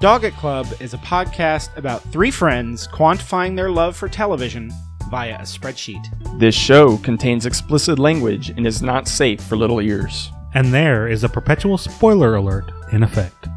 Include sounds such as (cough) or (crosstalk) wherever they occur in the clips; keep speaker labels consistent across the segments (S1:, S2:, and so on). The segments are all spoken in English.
S1: Dog It Club is a podcast about three friends quantifying their love for television via a spreadsheet.
S2: This show contains explicit language and is not safe for little ears.
S3: And there is a perpetual spoiler alert in effect.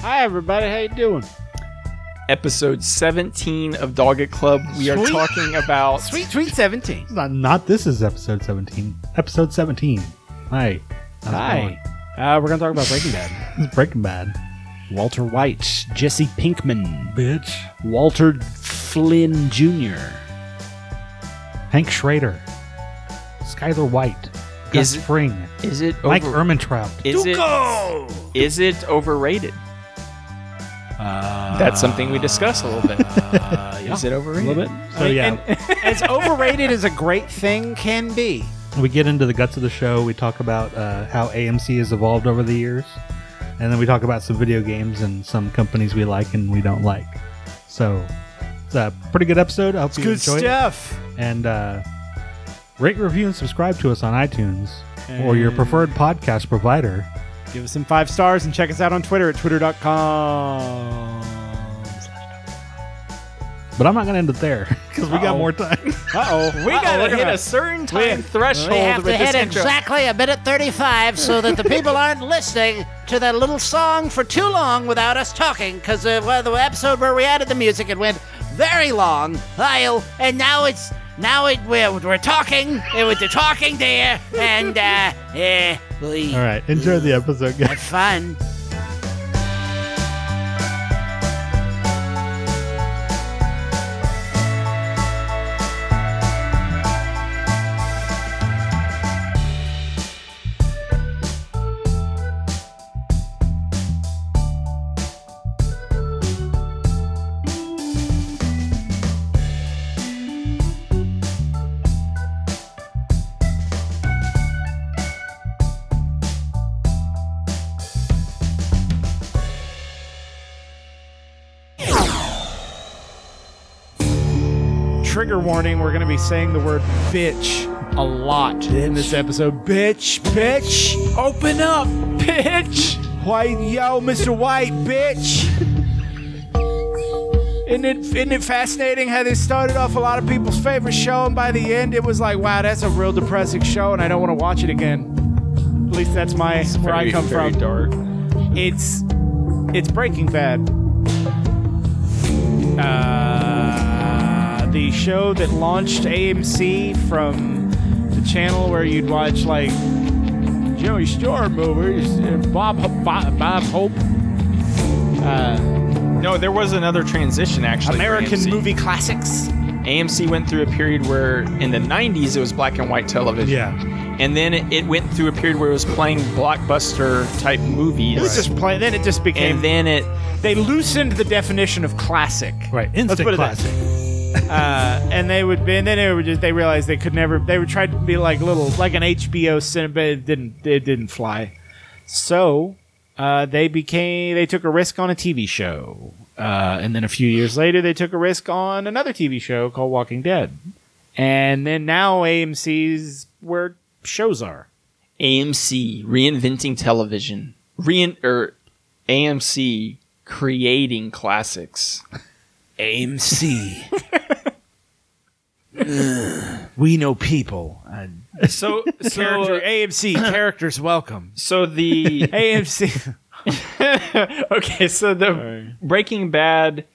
S1: Hi everybody, how you doing?
S2: Episode 17 of Dog It Club. We are
S1: Sweet.
S2: talking about
S1: Sweet Sweet 17.
S3: Not, not this is episode 17. Episode 17. Hi. How's it
S1: Hi. Uh, we're going to talk about Breaking Bad.
S3: going? It's Breaking Bad.
S1: Walter White, Jesse Pinkman,
S3: Bitch.
S1: Walter Flynn Jr.
S3: Hank Schrader. Skylar White. Gus
S2: Is it-
S3: Fring.
S2: is it
S3: Mike
S2: over,
S3: Ermintrout.
S2: is it is it overrated?
S1: Uh,
S2: That's something we discuss a little bit.
S1: Uh, yeah.
S2: Is it
S1: a
S2: overrated?
S1: little bit?
S3: So, yeah.
S1: And as overrated as a great thing can be.
S3: We get into the guts of the show. We talk about uh, how AMC has evolved over the years. And then we talk about some video games and some companies we like and we don't like. So it's a pretty good episode. I hope you
S1: Good
S3: enjoyed
S1: stuff.
S3: it. And uh, rate, review, and subscribe to us on iTunes or your
S1: And-
S3: preferred podcast provider.
S1: Give us some five stars and check us out on Twitter at twitter.com.
S3: But I'm not going to end it there (laughs) because we got
S1: Uh-oh.
S3: more time.
S1: Uh-oh.
S2: We gotta hit a certain time threshold
S4: We have to
S2: with
S4: hit
S2: this intro.
S4: exactly a minute 35 so that the people aren't listening to that little song for too long without us talking. Because uh, well, the episode where we added the music, it went very long, Lyle, and now it's now it we're, we're talking. It was the talking there, and uh, yeah, we
S3: All right. Enjoy the episode, guys.
S4: (laughs) have fun.
S1: Trigger warning, we're going to be saying the word bitch a lot in this episode. Bitch, bitch, open up, bitch. Why, yo, Mr. White, bitch. Isn't it, isn't it fascinating how they started off a lot of people's favorite show, and by the end, it was like, wow, that's a real depressing show, and I don't want to watch it again. At least that's my where I
S2: Very,
S1: come
S2: very
S1: from.
S2: dark.
S1: It's it's Breaking Bad. Uh, the show that launched AMC from the channel where you'd watch like Joey Storm movies, and Bob Bob, Bob Hope, uh,
S2: No, there was another transition actually. for
S1: American
S2: AMC.
S1: movie classics.
S2: AMC went through a period where in the 90s it was black and white television.
S3: Yeah.
S2: And then it, it went through a period where it was playing blockbuster type movies.
S1: It was just play. Then it just became.
S2: and then it
S1: they loosened the definition of classic.
S3: Right.
S1: Let's put
S3: Instant
S1: it that-
S3: classic.
S1: uh, and they would be, and then they would just they realized they could never they would try to be like little like an HBO cinema but it didn't it didn't fly so uh, they became they took a risk on a TV show uh, and then a few years later they took a risk on another TV show called Walking Dead and then now AMC's where shows are
S2: AMC reinventing television. Rein er, or AMC creating classics.
S1: (laughs) AMC we know people Uh,
S2: So
S1: character (clears throat)
S2: so
S1: AMC characters welcome (laughs)
S2: so the
S1: AMC
S2: (laughs) okay, so the Breaking Bad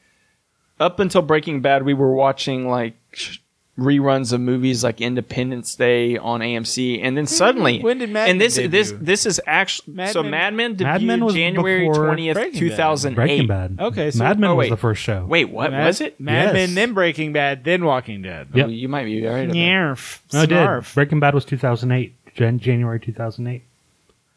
S2: up until Breaking Bad we were watching like sh- reruns of movies like Independence Day on AMC and then suddenly
S1: Mm-hmm. When did Mad
S2: And
S1: Men
S2: this this
S1: debut?
S2: this is actually
S1: Mad
S2: so
S1: Men-
S2: Mad Men debuted
S3: Mad Men was
S2: January
S3: before
S2: 20th,
S1: Breaking Bad.
S2: 2008.
S3: Breaking Bad.
S1: Okay, so-
S3: Mad Men
S2: oh,
S3: was
S2: wait.
S3: the first show.
S2: Wait, what
S1: Mad-
S2: was it?
S1: Mad
S3: Yes.
S1: Men, then Breaking Bad, then Walking Dead.
S3: Yep.
S2: Oh, you might be right. about that.
S1: Yarf.
S3: No, it did.
S1: Snarf.
S3: Breaking Bad was 2008, Jan- January 2008.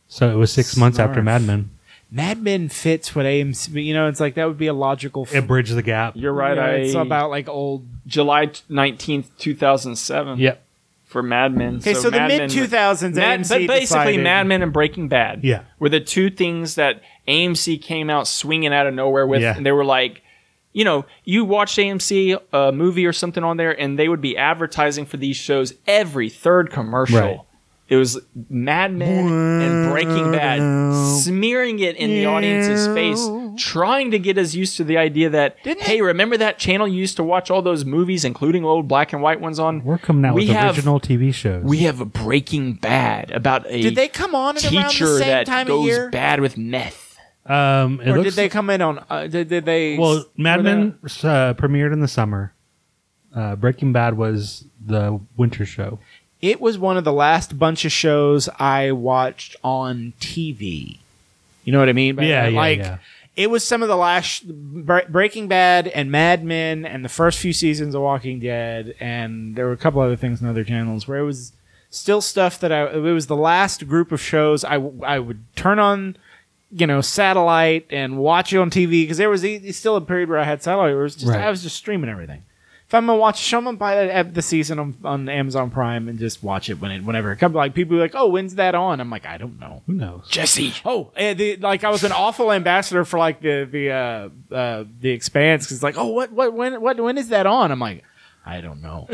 S3: So it was six months after
S1: Snarf.
S3: Mad Men.
S1: Mad Men fits what AMC. You know, it's like that would be a logical. f-
S3: It bridged the gap.
S2: You're right.
S1: Yeah,
S2: I
S1: it's about like old.
S2: July nineteenth, two thousand seven.
S3: Yep.
S2: for Mad Men.
S1: Okay, so, the
S2: Mad Men-
S1: mid two thousands.
S2: Mad, but basically, Mad Men and Breaking Bad.
S3: Yeah.
S2: were the two things that AMC came out swinging out of nowhere with,
S3: Yeah.
S2: and they were like. You know, you watch AMC a movie or something on there, and they would be advertising for these shows every third commercial.
S3: Right.
S2: It was Mad Men and Breaking Bad smearing it in the audience's face, trying to get us used to the idea that hey, remember that channel you used to watch all those movies, including old black and white ones on?
S3: We're coming out
S2: We
S3: with
S2: have-
S3: original TV shows.
S2: we have a Breaking Bad about a
S1: Did they come on at around the
S2: teacher
S1: same
S2: that
S1: time
S2: goes
S1: of year,
S2: bad with meth.
S3: um, it
S1: or did
S3: looks
S1: they come in on? Uh, did, did they?
S3: well, Mad
S1: were they-
S3: Men uh, premiered in the summer. Uh, Breaking Bad was the winter show.
S1: It was one of the last bunch of shows I watched on TV. You know what I mean? by
S3: Yeah,
S1: that?
S3: yeah,
S1: like
S3: yeah.
S1: it was some of the last Bre- Breaking Bad and Mad Men and the first few seasons of Walking Dead, and there were a couple other things on other channels where it was still stuff that I. It was the last group of shows I w- I would turn on. You know, satellite and watch it on TV because there was e- still a period where I had satellite. Where it was just
S3: Right.
S1: I was just streaming everything if I'm gonna watch, show them buy that ep- the season on, on Amazon Prime and just watch it when it whenever it comes. Like people are like, oh, when's that on? I'm like, I don't know.
S3: Who knows? (laughs)
S2: Jesse.
S1: Oh, and the, like I was an awful ambassador for like the the uh, uh, the Expanse because like, oh, what what when what when is that on? I'm like, I don't know.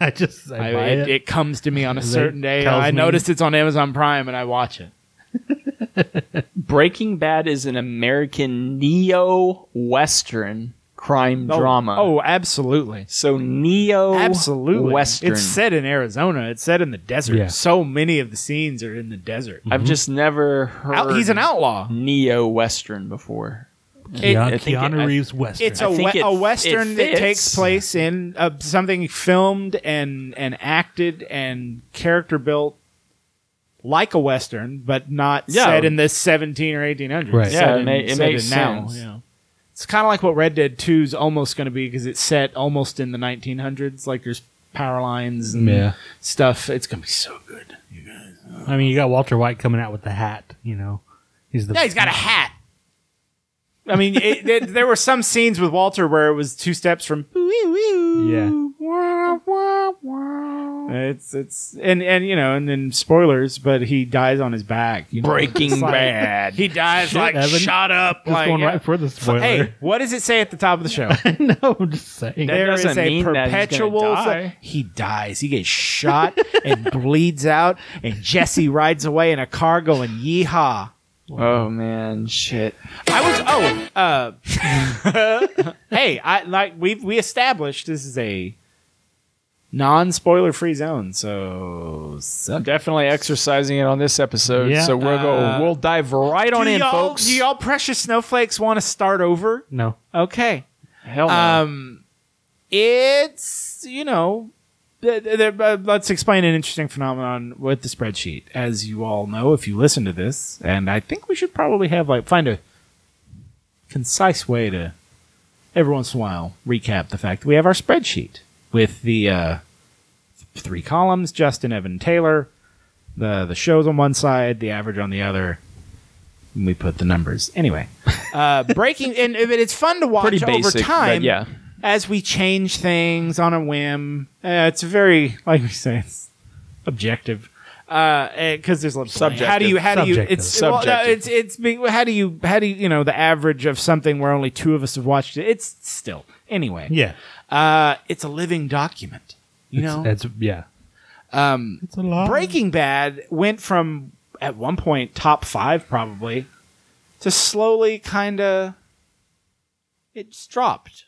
S3: I just I
S1: I,
S3: buy
S1: it,
S3: it.
S1: it comes to me on a certain day.
S3: tells
S1: I
S3: me.
S1: notice it's on Amazon Prime and I watch it.
S2: Breaking Bad is an American neo-western crime
S1: Oh,
S2: drama.
S1: Oh, absolutely.
S2: so neo
S1: Absolutely.
S2: western.
S1: It's set in Arizona. It's set in the desert.
S3: Yeah.
S1: So many of the scenes are in the desert.
S2: I've just never heard.
S1: Mm-hmm. Out, he's an outlaw.
S2: neo western before.
S3: Keanu,
S2: I think
S3: Keanu
S2: it- I-
S3: Reeves Western.
S1: It's a,
S2: think
S1: we-
S2: it-
S1: a
S2: it
S1: western that
S2: fits.
S1: takes place in uh, something filmed and and acted and character built like a western, but not
S2: Yeah.
S1: set in the seventeen or eighteen hundreds.
S3: Right.
S2: Yeah, it ma- it makes sense.
S1: yeah. It's kind of like what Red Dead 2 is almost going to be because it's set almost in the 1900s. Like there's power lines and
S3: Yeah.
S1: stuff. It's going to be so good.
S3: I mean, you got Walter White coming out with the hat. You know, he's the
S1: Yeah, he's got a hat. I mean, it, it, there were some scenes with Walter where it was two steps from
S3: yeah.
S1: It's it's and and you know and then spoilers, but he dies on his back. you know?
S2: Breaking
S1: It's like-
S2: Bad.
S1: He dies like
S3: Evan.
S1: shot up.
S3: Just
S1: like,
S3: going
S1: yeah.
S3: right for the spoiler. (laughs)
S1: Hey, what does it say at the top of the show?
S3: no, I'm just saying.
S2: That-
S1: There is
S2: doesn't
S1: a
S2: mean that he's gonna
S1: perpetual.
S2: die.
S1: He dies. He gets shot and bleeds out, and Jesse rides away in a car going yeehaw.
S2: oh man, shit.
S1: I was oh uh (laughs) hey I like we we established this is a non spoiler free zone so
S2: I'm definitely exercising it on this episode.
S3: Yeah.
S2: So we'll
S1: Uh,
S2: go. We'll dive right on
S1: do
S2: in,
S1: y'all,
S2: folks.
S1: Do y'all precious snowflakes want to start over?
S3: no,
S1: Okay.
S2: Hell no.
S1: Um, it's you know, th- th- th- uh, let's explain an interesting phenomenon with the spreadsheet. As you all know, if you listen to this, and I think we should probably have like find a concise way to every once in a while recap the fact that we have our spreadsheet with the uh, three columns: Justin, Evan, Taylor. The the shows on one side, the average on the other. And we put the numbers anyway.
S2: (laughs)
S1: Uh, breaking and but it's fun to watch
S2: Pretty
S1: over
S2: basic,
S1: time
S2: but yeah.
S1: as we change things on a whim. Uh, it's very, like we say, it's objective. Because uh 'cause there's a lot of
S2: Subjective.
S1: How do you? How do you?
S3: Subjective.
S1: It's well, no,
S2: Subjective.
S1: it's it's being, how do you? How do you? You know the average of something where only two of us have watched it. It's still anyway.
S3: yeah,
S1: Uh, it's a living document. You know,
S3: it's, it's yeah. Um, it's a lot.
S1: Breaking Bad went from at one point top five probably to slowly kind of it just dropped.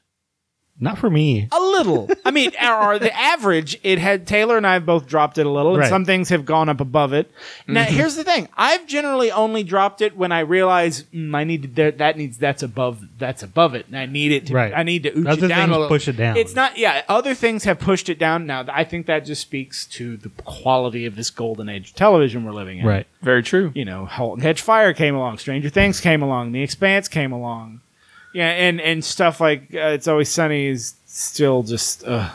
S3: Not for me.
S1: A
S4: (laughs)
S1: little. I mean, (laughs) or or the average, it had Taylor and I have both dropped it a little, and
S3: Right. Mm-hmm.
S1: some things have gone up above it. Now, here's the thing: I've generally only dropped it when I realize mm, I need to, that, that needs that's above that's above it, and I need it. To,
S3: Right.
S1: I need to ooch
S3: Other
S1: it down
S3: things
S1: a little.
S3: push it down.
S1: It's not. Yeah, other things have pushed it down. Now, I think that just speaks to the quality of this golden age of television we're living in
S3: Right.
S2: Very true.
S1: you know, Halt and Catch Fire came along, Stranger Things came along, The Expanse came along, yeah, and and stuff like uh, It's Always Sunny is still just uh,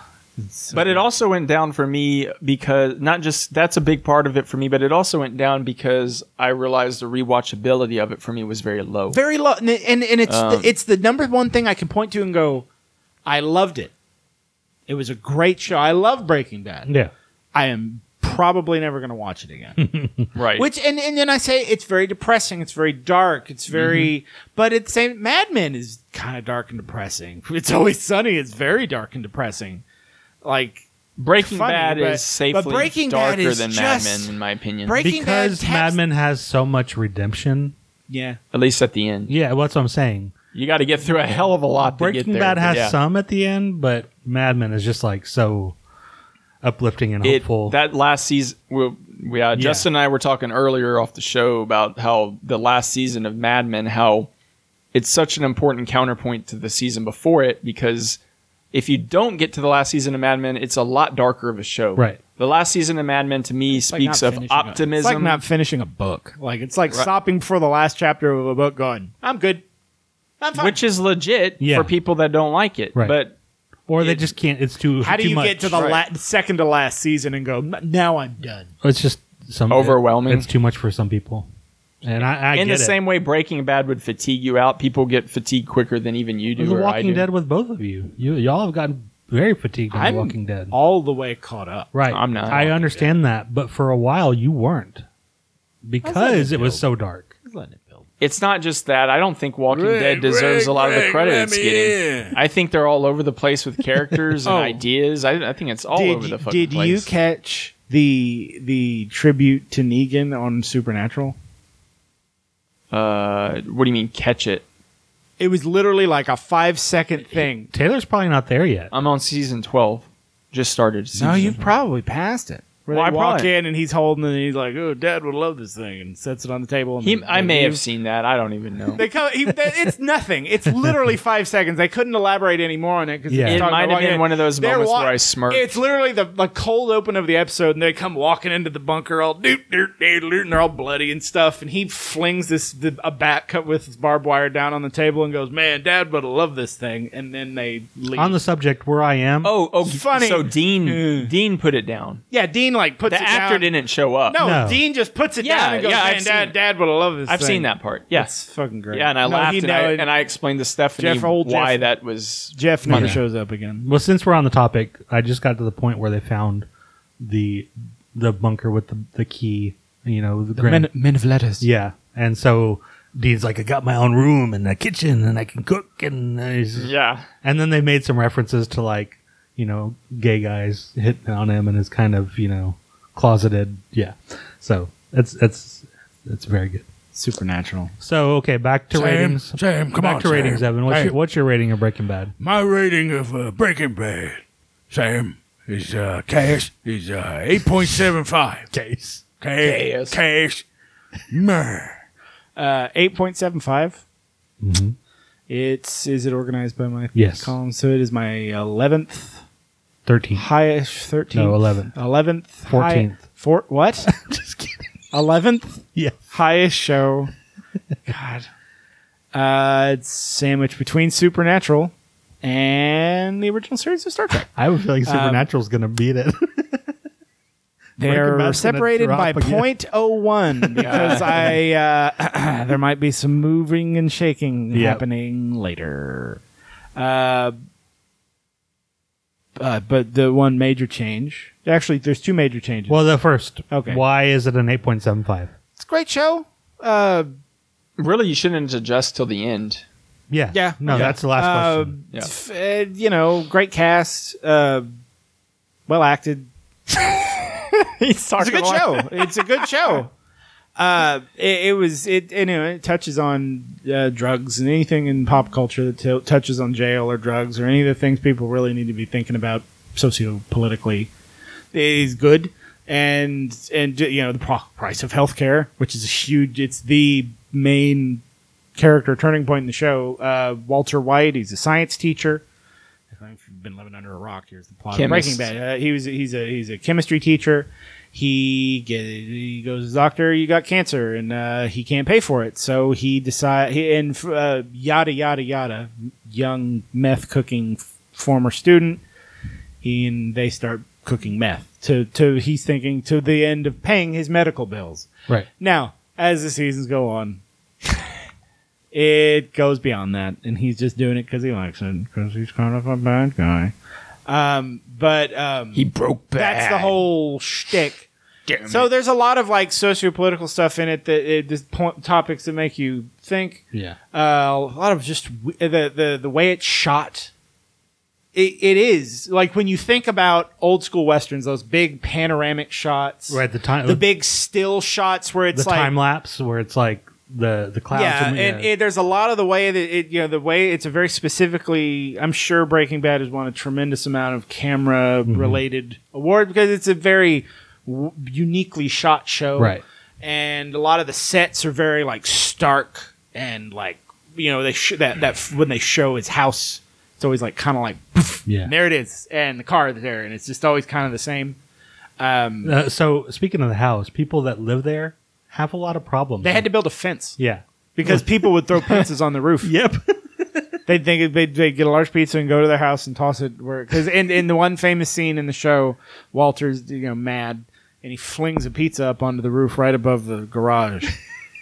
S2: But it also went down for me because not just that's a big part of it for me, but it also went down because I realized the rewatchability of it for me was very low.
S1: very low, and and, and it's
S2: Um,
S1: the, it's the number one thing I can point to and go, I loved it. It was a great show. I love Breaking Bad.
S3: Yeah.
S1: I am probably never going to watch it again.
S2: right.
S1: Which and, and then I say it's very depressing. It's very dark. It's very
S2: Mm-hmm.
S1: but at the same Mad Men is kind of dark and depressing. (laughs) It's always sunny. It's very dark and depressing. Like
S2: Breaking
S1: funny,
S2: Bad
S1: but- but
S2: is safely
S1: Breaking Bad
S2: darker
S1: is
S2: than
S1: just-
S2: Mad Men, in my opinion.
S1: Break- Breaking Bad
S3: Because
S1: taps-
S3: Mad Men has so much redemption.
S1: yeah,
S2: At least at the end,
S3: Yeah, well, that's what I'm saying.
S2: you got to get through a hell of a lot to get
S3: Breaking
S2: there.
S3: Bad
S2: but
S3: has
S2: yeah.
S3: some at the end, but Mad Men is just like so uplifting and
S2: It,
S3: hopeful.
S2: that last season, we, we, uh, Justin and I were talking earlier off the show about how the last season of Mad Men, how it's such an important counterpoint to the season before it because if you don't get to the last season of Mad Men, it's a lot darker of a show.
S3: Right.
S2: The last season of Mad Men to me
S1: like
S2: speaks
S1: not
S2: of
S1: finishing a-
S2: optimism.
S1: it's like not finishing a book. Like it's like stopping before the last chapter of a book, going, "I'm good. I'm fine."
S2: which is legit
S3: Yeah.
S2: for people that don't like it.
S3: Right.
S2: But
S3: or they
S2: it-
S3: just can't. It's too.
S1: How do
S3: too
S1: you
S3: much.
S1: get to the
S2: Right.
S1: la- second to last season and go, "N- now I'm done?
S3: It's just some
S2: Overwhelming.
S3: it's too much for some people, and I, I
S2: in the
S3: get it.
S2: same way Breaking Bad would fatigue you out, people get fatigued quicker than even you do.
S3: The
S2: or I
S3: Walking
S2: do.
S3: Dead with both of you. You y'all have gotten very fatigued on
S1: I'm
S3: The Walking Dead.
S1: All the way caught up.
S3: Right.
S2: I'm not
S3: I
S2: Walking
S3: understand that, but for a while you weren't because it was so dark.
S1: Letting it build.
S2: It's not just that. I don't think Walking Dead deserves a lot of the credit it's getting. I think they're all over the
S1: (laughs)
S2: place with characters and
S1: Oh.
S2: ideas. I, I think it's all over the fucking
S1: did
S2: place.
S1: you catch the the tribute to Negan on Supernatural?
S2: uh, what do you mean catch it?
S1: It was literally like a five second thing.
S3: Taylor's probably not there yet.
S2: I'm on season twelve. Just started. Season
S1: No, you've
S2: 12.
S1: probably passed it. Where
S2: Well, I
S1: they walk
S2: probably-
S1: in and he's holding it and he's like, "Oh, Dad would love this thing," and sets it on the table. And
S2: He,
S1: they-
S2: I
S1: they
S2: may
S1: leave.
S2: have seen that. I don't even know.
S1: They come. He, they,
S2: (laughs)
S1: it's nothing. It's literally five seconds. They couldn't elaborate any more on it because
S3: Yeah. It
S2: might have been one of those moments where I smirked.
S1: It's literally the, the cold open of the episode, and they come walking into the bunker all doot doot doot, doot, and they're all bloody and stuff. And he flings this the, a bat cut with his barbed wire down on the table and goes, "Man, Dad would love this thing." And then they leave.
S3: On the subject where I am,
S2: oh, oh,
S1: Funny.
S2: So Dean,
S1: Mm.
S2: Dean put it down.
S1: yeah, Dean like puts
S2: The
S1: it
S2: actor
S1: down.
S2: didn't show up.
S1: No,
S3: No.
S1: Dean just puts it
S2: Yeah,
S1: down and goes,
S2: yeah, I've
S1: "Man,
S2: seen
S1: Dad,
S2: it.
S1: Dad would love this."
S2: I've
S1: thing."
S2: seen that part. Yeah.
S1: it's fucking great.
S2: Yeah, and I
S1: No,
S2: laughed
S1: he
S2: and I,
S1: know-
S2: and I explained to Stephanie
S1: Jeff- old
S2: why
S1: Jeff-
S2: that was.
S1: Jeff never
S3: Yeah.
S1: shows up again.
S3: Well, since we're on the topic, I just got to the point where they found the the bunker with the, the key. You know, the, grand-
S1: men of letters.
S3: yeah. And so Dean's like, I got my own room and a kitchen, and I can cook. And he's-
S2: Yeah.
S3: and then they made some references to like, you know, gay guys hitting on him and his kind of you know closeted. Yeah. So it's it's it's very good.
S1: Supernatural.
S3: So okay, back to ratings.
S5: Sam, come
S3: back
S5: on,
S3: to
S5: Sam.
S3: ratings, Evan. What's
S5: Hey.
S3: your, what's your rating of Breaking Bad?
S5: My rating of uh, Breaking Bad, Sam, is uh, cash is uh, eight point seven five.
S3: Case.
S5: Cash, cash, man.
S1: Uh, 8.75.
S3: Mm-hmm.
S1: It's is it organized by my
S3: Yes.
S1: column? So it is my 11th
S3: Thirteen.
S1: highest 13th.
S3: No, 11th.
S1: 11th. high-
S3: 14th.
S1: four, what? Just kidding. 11th
S3: Yeah.
S1: highest show. (laughs) God. Uh, it's sandwiched between Supernatural and the original series of Star Trek.
S3: I have a feeling
S1: Um,
S3: Supernatural's going to beat it. Breaking Bad's
S1: They're
S3: gonna
S1: separated
S3: drop
S1: by
S3: again. (laughs)
S1: 0.01 because I uh, (clears throat) there might be some moving and shaking
S3: Yep.
S1: happening later. Uh, uh, but the one major change, actually, there's two major changes.
S3: (laughs) well, the first.
S1: Okay.
S3: Why is it an 8.75?
S1: it's a great show. Uh,
S2: Really, you shouldn't adjust till the end.
S3: Yeah.
S1: Yeah.
S3: No,
S1: Yeah.
S3: that's the last
S1: uh,
S3: question.
S2: Yeah.
S1: f- uh, you know, great cast, uh, well acted. (laughs)
S2: He's
S1: It's a good show. It's a good show. (laughs) Uh, it, it was it you know it touches on uh, drugs and anything in pop culture that t- touches on jail or drugs or any of the things people really need to be thinking about socio politically is good and and you know the pro- price of healthcare which is a huge it's the main character turning point in the show uh, Walter White he's a science teacher if you've been living under a rock, here's the plot. of Breaking
S2: Chemist.
S1: Bad. Uh, he was he's a he's a chemistry teacher. He get, he goes to the doctor. You got cancer, and uh, he can't pay for it. So he decide he, and uh, yada yada yada. Young meth cooking f- former student. and they start cooking meth to to he's thinking to the end of paying his medical bills.
S3: Right.
S1: Now, as the seasons go on, (laughs) it goes beyond that, and he's just doing it because he likes it because he's kind of a bad guy. Um, but um,
S2: He broke back.
S1: that's the whole shtick. So there's a lot of like socio-political stuff in it that it just point, topics that make you think.
S3: Yeah.
S1: Uh, a lot of just w- the the the way it's shot. It, it is like when you think about old school westerns, those big panoramic shots,
S3: Right. The time.
S1: The big still shots where
S3: the
S1: it's like
S3: time lapse where it's like the the clouds.
S1: yeah,
S3: are-
S1: and It, there's a lot of the way that it, you know, the way it's a very specifically. I'm sure Breaking Bad has won a tremendous amount of camera
S3: Mm-hmm.
S1: related award because it's a very w- uniquely shot show,
S3: Right.
S1: And a lot of the sets are very like stark and like you know they sh- that that when they show his house, it's always like kind of like poof,
S3: Yeah.
S1: and there it is, and the car there, and it's just always kind of the same. Um,
S3: Uh, so speaking of the house, people that live there have a lot of problems.
S1: they had to build a fence
S3: Yeah.
S1: (laughs) because people would throw fences on the roof.
S3: Yep.
S1: They'd think it- they'd, they'd get a large pizza and go to their house and toss it where because in, in the one famous scene in the show, Walter's you know mad and he flings a pizza up onto the roof right above the (laughs) garage.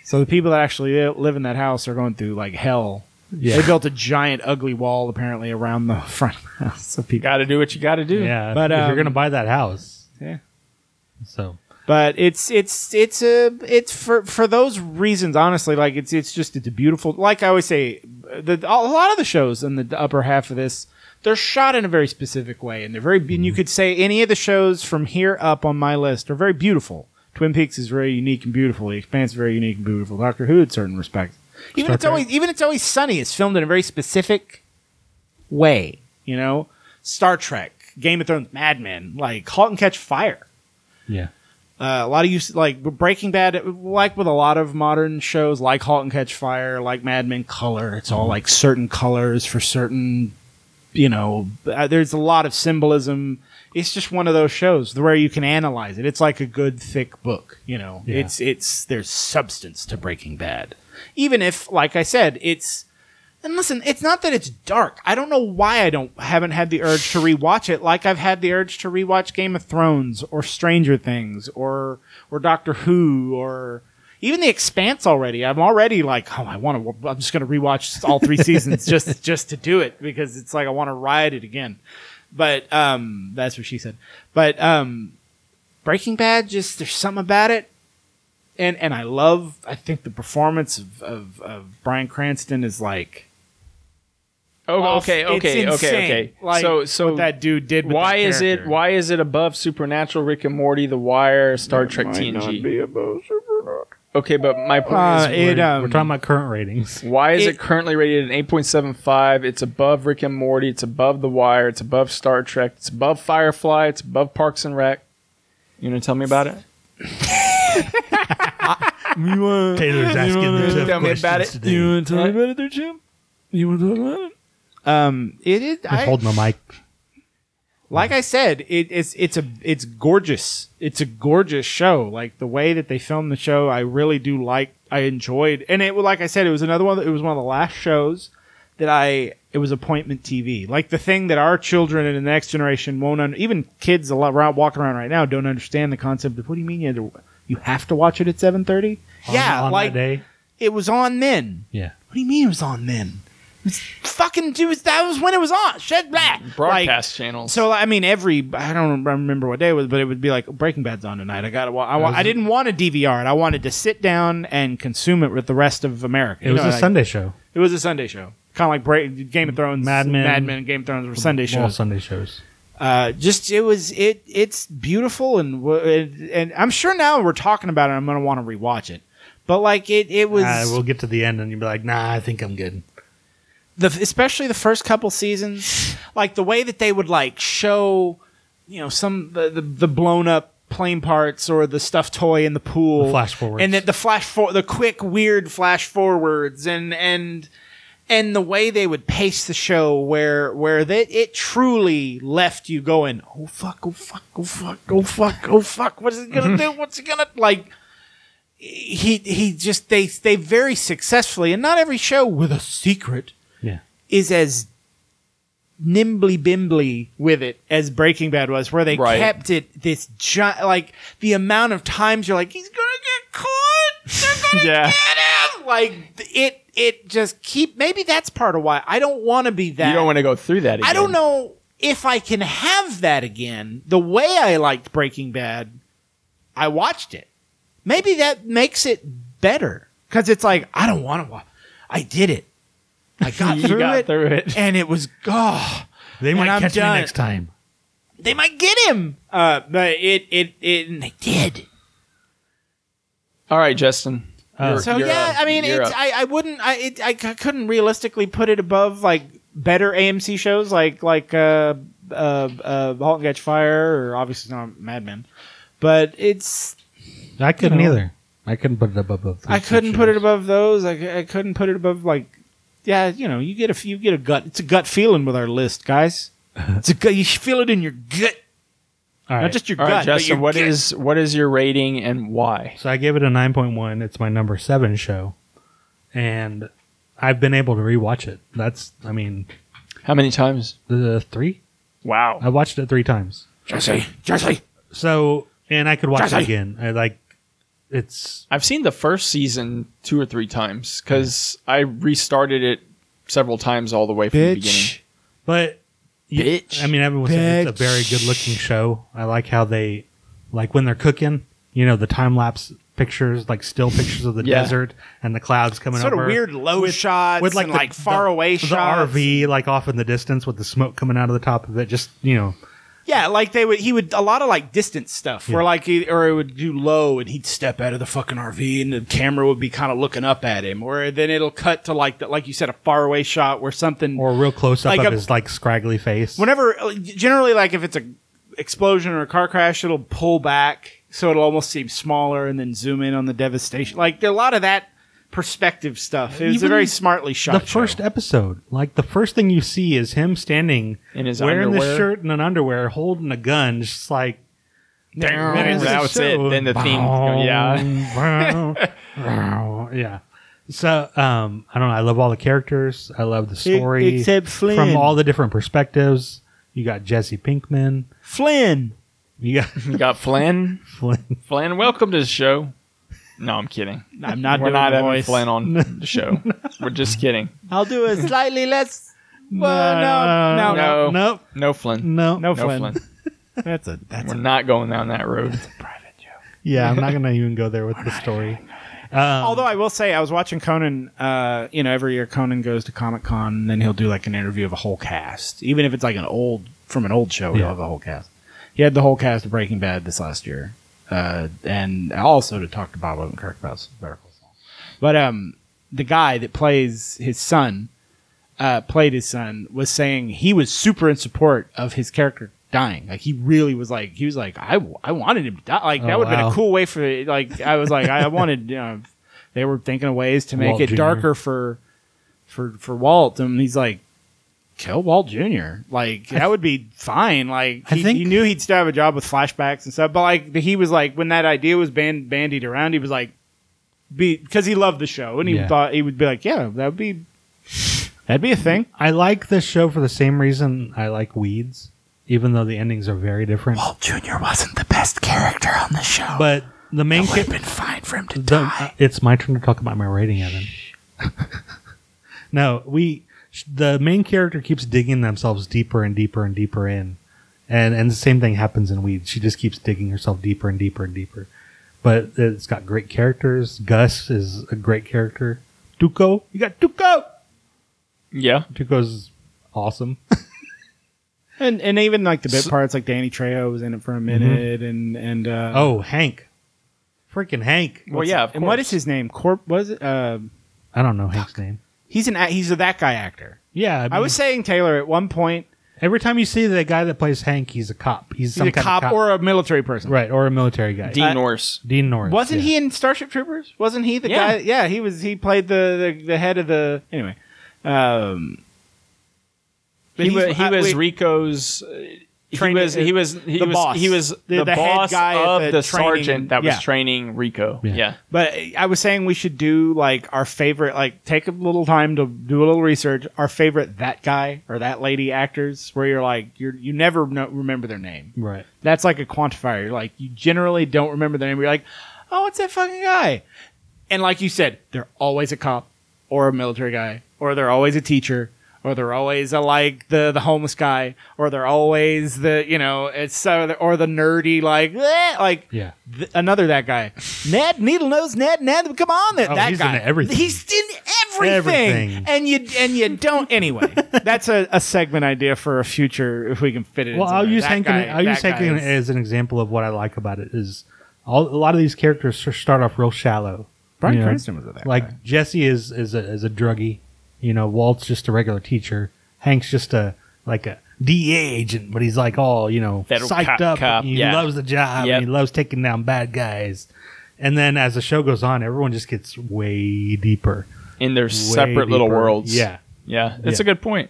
S1: so the people that actually li- live in that house are going through like hell.
S3: Yeah.
S1: They built a giant ugly wall apparently around the front of the house. So people,
S2: Got to do what you got to do.
S3: (laughs) yeah.
S1: But,
S3: But if
S1: um,
S3: you're gonna buy that house,
S1: yeah.
S3: so
S1: But it's it's it's a it's for for those reasons honestly like it's it's just it's a beautiful like I always say the a lot of the shows in the upper half of this they're shot in a very specific way and they're very and you could say any of the shows from here up on my list are very beautiful. Twin Peaks is very unique and beautiful. The Expanse is very unique and beautiful. Doctor Who in certain respects. Even
S3: Star
S1: it's always even it's always sunny is filmed in a very specific way, you know? Star Trek, Game of Thrones, Mad Men, like Halt and Catch Fire.
S3: yeah.
S1: Uh, a lot of use like Breaking Bad, like with a lot of modern shows, like *Halt and Catch Fire*, like *Mad Men*, color. It's all like certain colors for certain, you know. uh, There's a lot of symbolism. It's just one of those shows where you can analyze it. It's like a good thick book, you know.
S3: Yeah.
S1: It's it's there's substance to Breaking Bad, even if, like I said, it's and listen, it's not that it's dark. I don't know why I don't haven't had the urge to rewatch it like I've had the urge to rewatch Game of Thrones or Stranger Things or or Doctor Who or even The Expanse already. I'm already like, oh, I want to I'm just going to rewatch all three seasons just just to do it because it's like I want to ride it again. But um that's what she said. But um Breaking Bad just there's something about it and and I love I think the performance of of, of Brian Cranston is like
S2: Oh,
S1: off-
S2: okay,
S1: it's
S2: okay, okay,
S1: insane,
S2: okay.
S1: Like
S2: so, so
S1: what that dude did. With
S2: why
S1: that
S2: is it
S1: character.
S2: why is it above Supernatural, Rick and Morty, The Wire, Star Trek, TNG? Okay, but my point
S1: Uh,
S2: is,
S1: it um,
S3: we're talking about current
S1: (laughs)
S3: ratings.
S2: why is it,
S1: it-
S2: currently rated an eight point seven five? It's above Rick and Morty. It's above The Wire. It's above Star Trek. It's above Firefly. It's above Parks and Rec. You gonna tell me about it?
S3: Taylor's asking the tough
S2: tell me about
S3: questions
S2: it?
S3: today.
S5: want to
S2: tell me
S5: about it there, Jim? You want to talk about it?
S1: um it is
S3: I'm
S1: I,
S3: holding the mic.
S1: like I said it, it's it's a it's gorgeous it's a gorgeous show like the way that they filmed the show I really do like I enjoyed and it like I said it was another one it was one of the last shows that I it was appointment TV like the thing that our children and the next generation won't un- even kids a lot around, walking around right now don't understand the concept of what do you mean you, had to, you have to watch it at seven thirty
S3: On-
S1: yeah
S3: on that
S1: like
S3: day.
S1: it was on then
S3: Yeah.
S1: What do you mean it was on then? It was fucking it was, that was when it was on. Shit, blah. Like,
S2: Broadcast channels.
S1: so I mean, every I don't remember what day it was, but it would be like Breaking Bad's on tonight. I got to. I, wa- I didn't want to DVR it. I wanted to sit down and consume it with the rest of America.
S3: It
S1: You
S3: was
S1: know,
S3: a
S1: like-
S3: Sunday show.
S1: It was a Sunday show, kind of like Break, Game of Thrones,
S3: Mad Men.
S1: Mad Men, Game of Thrones were Sunday
S3: All
S1: shows.
S3: Sunday shows.
S1: Uh, just it was it it's beautiful and w- and- and I'm sure now we're talking about it. I'm gonna want to rewatch it, but like it it was
S3: Uh, we'll get to the end and you'll be like, nah, I think I'm good.
S1: the especially the first couple seasons, like the way that they would like show, you know, some the the, the blown up plane parts or the stuffed toy in the pool,
S3: The flash forwards.
S1: and that the flash for the quick weird flash forwards, and and and the way they would pace the show, where where they, it truly left you going, oh fuck, oh fuck, oh fuck, oh fuck, oh fuck, what is it gonna do? What's it gonna like? He he just they they very successfully, and not every show with a secret
S3: Yeah.
S1: is as nimbly bimbly with it as Breaking Bad was, where they
S2: Right.
S1: kept it this giant, like the amount of times you're like, he's gonna get caught, they're gonna
S2: Yeah.
S1: get him, like th- it. It just keep. Maybe that's part of why I don't want to be that.
S2: You don't want to go through that again.
S1: I don't know if I can have that again. The way I liked Breaking Bad, I watched it. Maybe that makes it better because it's like I don't want to watch. I did it. I (laughs) got
S2: You
S1: through
S2: got
S1: it,
S2: through it.
S1: and it was oh,
S3: They
S1: And
S3: might
S1: I'm
S3: catch
S1: done.
S3: me next time.
S1: they might get him. Uh, but it it it and they did.
S2: All right, Justin.
S3: Uh,
S1: So yeah, I mean, it's, I I wouldn't I it, I c- couldn't realistically put it above like better AMC shows like like uh uh, uh *Halt and Catch Fire* or obviously not *Mad Men*, but it's
S3: I couldn't
S1: You know.
S3: either. I couldn't put it above both.
S1: I couldn't put it above those. I, c- I couldn't put it above like yeah, you know, you get a f- you get a gut. It's a gut feeling with our list,
S2: (laughs)
S1: guys. It's a gut. You should feel it in your gut,
S3: All right.
S1: not just your
S2: All
S1: gut.
S2: right,
S1: but
S2: Justin.
S1: your
S2: What
S1: gut.
S2: is what is your rating and why?
S3: so I gave it a 9.1. It's my number seven show, and I've been able to rewatch it. That's, I mean,
S2: How many times?
S3: the three.
S2: Wow.
S3: I watched it three times.
S5: Jesse, Jesse.
S3: So, and I could watch
S5: Jesse.
S3: it again. I like, it's
S2: I've seen the first season two or three times because I restarted it several times all the way from the beginning.
S1: bitch?
S3: But you-
S2: Bitch.
S3: I mean, everyone says it's a very good looking show. I like how they, like when they're cooking, you know, the time lapse pictures, like still pictures of
S2: (laughs)
S3: the
S2: Yeah.
S3: desert and the clouds coming
S1: Sort
S3: over.
S1: of weird low shots with like, and,
S3: the-
S1: like far
S3: the-
S1: away
S3: the
S1: shots.
S3: RV, like off in the distance with the smoke coming out of the top of it. Just you know,
S1: Yeah, like they would. He would a lot of like distance stuff, where
S3: Yeah.
S1: like he, or he would do low, and he'd step out of the fucking RV, and the camera would be kind of looking up at him. Or then it'll cut to like the, like you said, a faraway shot where something.
S3: or real close up
S1: Like um,
S3: of
S1: a-
S3: his like scraggly face.
S1: whenever uh, generally like if it's a explosion or a car crash, it'll pull back, so it'll almost seem smaller, and then zoom in on the devastation. Like there, a lot of that perspective stuff. It was a
S3: Even
S1: very smartly shot.
S3: the
S1: show.
S3: first episode, like the first thing you see is him standing
S2: In his
S3: wearing
S2: underwear.
S3: this shirt and an underwear, holding a gun, just like. Oh,
S2: Then that's it. Then the theme. Yeah. (laughs)
S3: yeah. yeah. So um, I don't know. I love all the characters. I love the story.
S1: E- except Flynn.
S3: From all the different perspectives. You got Jesse Pinkman.
S1: Flynn.
S3: You got (laughs)
S2: You got Flynn.
S3: Flynn.
S2: Flynn, welcome to the show. No, I'm kidding.
S1: I'm not
S2: We're
S1: doing
S2: not
S1: the
S2: having
S1: voice.
S2: Flynn
S1: (laughs)
S2: on the show. We're just kidding.
S1: I'll do a slightly (laughs) less. Well, no, no, no,
S2: no,
S3: Nope.
S2: no Flynn.
S3: No.
S1: no,
S2: No
S1: Flynn.
S2: Flynn.
S1: That's a that's
S2: We're not going down that road.
S3: Yeah, I'm not going to even go there with the story. Um,
S1: Although I will say, I was watching Conan. Uh, you know, every year Conan goes to Comic Con, and then he'll do like an interview of a whole cast, even if it's like an old from an old show. He'll
S3: Yeah.
S1: have the whole cast. He had the whole cast of Breaking Bad this last year, uh, and also to talk to Bob Odenkirk about some Better Call Saul. But um, the guy that plays his son, uh, played his son, was saying he was super in support of his character dying. Like he really was like he was like I, I wanted him to die. Like that
S3: Oh,
S1: would have been
S3: wow.
S1: a cool way for it. like I was like I wanted. (laughs) You know, they were thinking of ways to make
S3: Walt
S1: it
S3: Jr..
S1: darker for for for Walt, and he's like. Kill Walt Jr. Like that would be fine. Like
S3: I
S1: he,
S3: think-
S1: he knew he'd still have a job with flashbacks and stuff. But like he was like when that idea was band- bandied around, he was like, be because he loved the show and he
S3: Yeah.
S1: thought he would be like, yeah, that would be that'd be a thing.
S3: I like this show for the same reason I like Weeds, even though the endings are very different.
S5: Walt Jr. wasn't the best character on the show.
S3: But the main
S5: It would have
S3: character.
S5: Oh. been fine for him to
S3: the,
S5: die.
S3: uh, it's my turn to talk about my rating, Evan. (laughs) no, we sh- the main character keeps digging themselves deeper and deeper and deeper in, and and the same thing happens in Weeds. She just keeps digging herself deeper and deeper and deeper. But it's got great characters. Gus is a great character. Duco, you got Duco.
S2: Yeah.
S3: Duco's
S5: (laughs)
S3: awesome.
S1: And and even like the bit
S2: So-
S1: parts, like Danny Trejo was in it for
S3: Mm-hmm.
S1: a minute, and and uh,
S3: oh, Hank, freaking Hank.
S2: Well, yeah. Of
S1: and what
S2: course.
S1: is his name? Corp was it? Uh,
S3: I don't know Hank's name.
S1: he's an a- he's a that guy actor.
S3: Yeah,
S1: I was saying Taylor at one point,
S3: every time you see the guy that plays Hank, he's a cop. He's
S1: he's
S3: some
S1: a
S3: kind
S1: cop,
S3: of cop
S1: or a military person.
S3: right or a military guy.
S2: Dean
S1: uh,
S2: Norris?
S3: Dean Norris.
S1: Wasn't
S3: yeah.
S1: he in Starship Troopers? Wasn't he the
S2: Yeah.
S1: guy? Yeah, he was. He played the the, the head of the anyway. Um, but
S2: He,
S1: he's-
S2: wa- he
S1: I-
S2: was
S1: wait,
S2: Rico's uh,
S1: training.
S2: he was he was he
S1: the
S2: was
S1: boss.
S2: he was
S1: The-
S2: the,
S1: the head
S2: boss
S1: guy at
S2: of
S1: the
S2: the,
S1: training-
S2: sergeant that was
S1: yeah.
S2: training Rico.
S3: Yeah.
S2: Yeah.
S1: But I was saying we should do like our favorite, like take a little time to do a little research. Our favorite that guy or that lady actors, where you're like you are you never know, remember their name.
S3: Right.
S1: That's like a quantifier. You're like you generally don't remember their name. You're like, oh, it's that fucking guy. And like you said, they're always a cop or a military guy, or they're always a teacher, or they're always a like the the homeless guy, or they're always the you know it's so or the nerdy like eh, like
S3: Yeah.
S1: th- another that
S3: (laughs)
S1: guy. Ned Needle Nose Ned Ned. Come on, that,
S3: Oh,
S1: that
S3: he's
S1: guy.
S3: in everything.
S1: He's in everything.
S3: Everything.
S1: And you and you
S3: (laughs)
S1: don't anyway. that's a, a segment idea for a future if we can fit it.
S3: Well,
S1: into
S3: I'll
S1: there.
S3: use
S1: That
S3: Hankin.
S1: guy-
S3: I'll use
S1: that guy
S3: Hankin
S1: is-
S3: as an example of what I like about it is all, a lot of these characters s- start off real shallow.
S1: Bryan
S3: you know?
S1: Cranston was a that
S3: like
S1: guy.
S3: Jesse is is a, is a druggie. You know, Walt's just a regular teacher. Hank's just a like a DEA agent, but he's like all you know
S2: Federal
S3: psyched
S2: cop-
S3: up.
S2: cop,
S3: he
S2: yeah.
S3: loves the job.
S2: Yep.
S3: And he loves taking down bad guys. And then as the show goes on, everyone just gets way deeper.
S2: In their
S3: way
S2: separate little
S3: deeper.
S2: worlds.
S3: Yeah,
S2: Yeah. That's
S3: Yeah.
S2: a good point.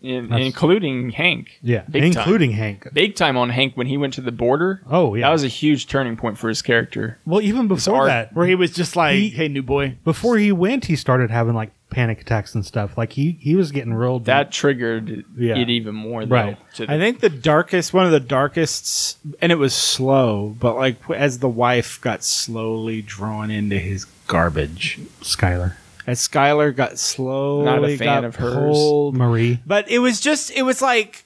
S2: In,
S3: That's-
S2: including Hank.
S3: yeah,
S2: Big
S3: including Hank.
S2: time. big time on Hank when he went to the border.
S3: Oh yeah,
S2: That was a huge turning point for his character.
S3: well even before
S2: arc-
S3: that.
S1: where he was just like,
S3: He-
S1: "Hey, new boy."
S3: before he went, he started having like panic attacks and stuff. Like he he was getting real. deep.
S2: That triggered
S3: Yeah.
S2: it even more. Though,
S3: Right.
S2: to the-
S1: I think the darkest, one of the darkest, and it was slow, but like as the wife got slowly drawn into his garbage,
S3: Skylar
S1: as Skylar got slowly
S2: fan
S1: got
S2: of hers.
S1: pulled
S3: Marie.
S1: But it was just, it was like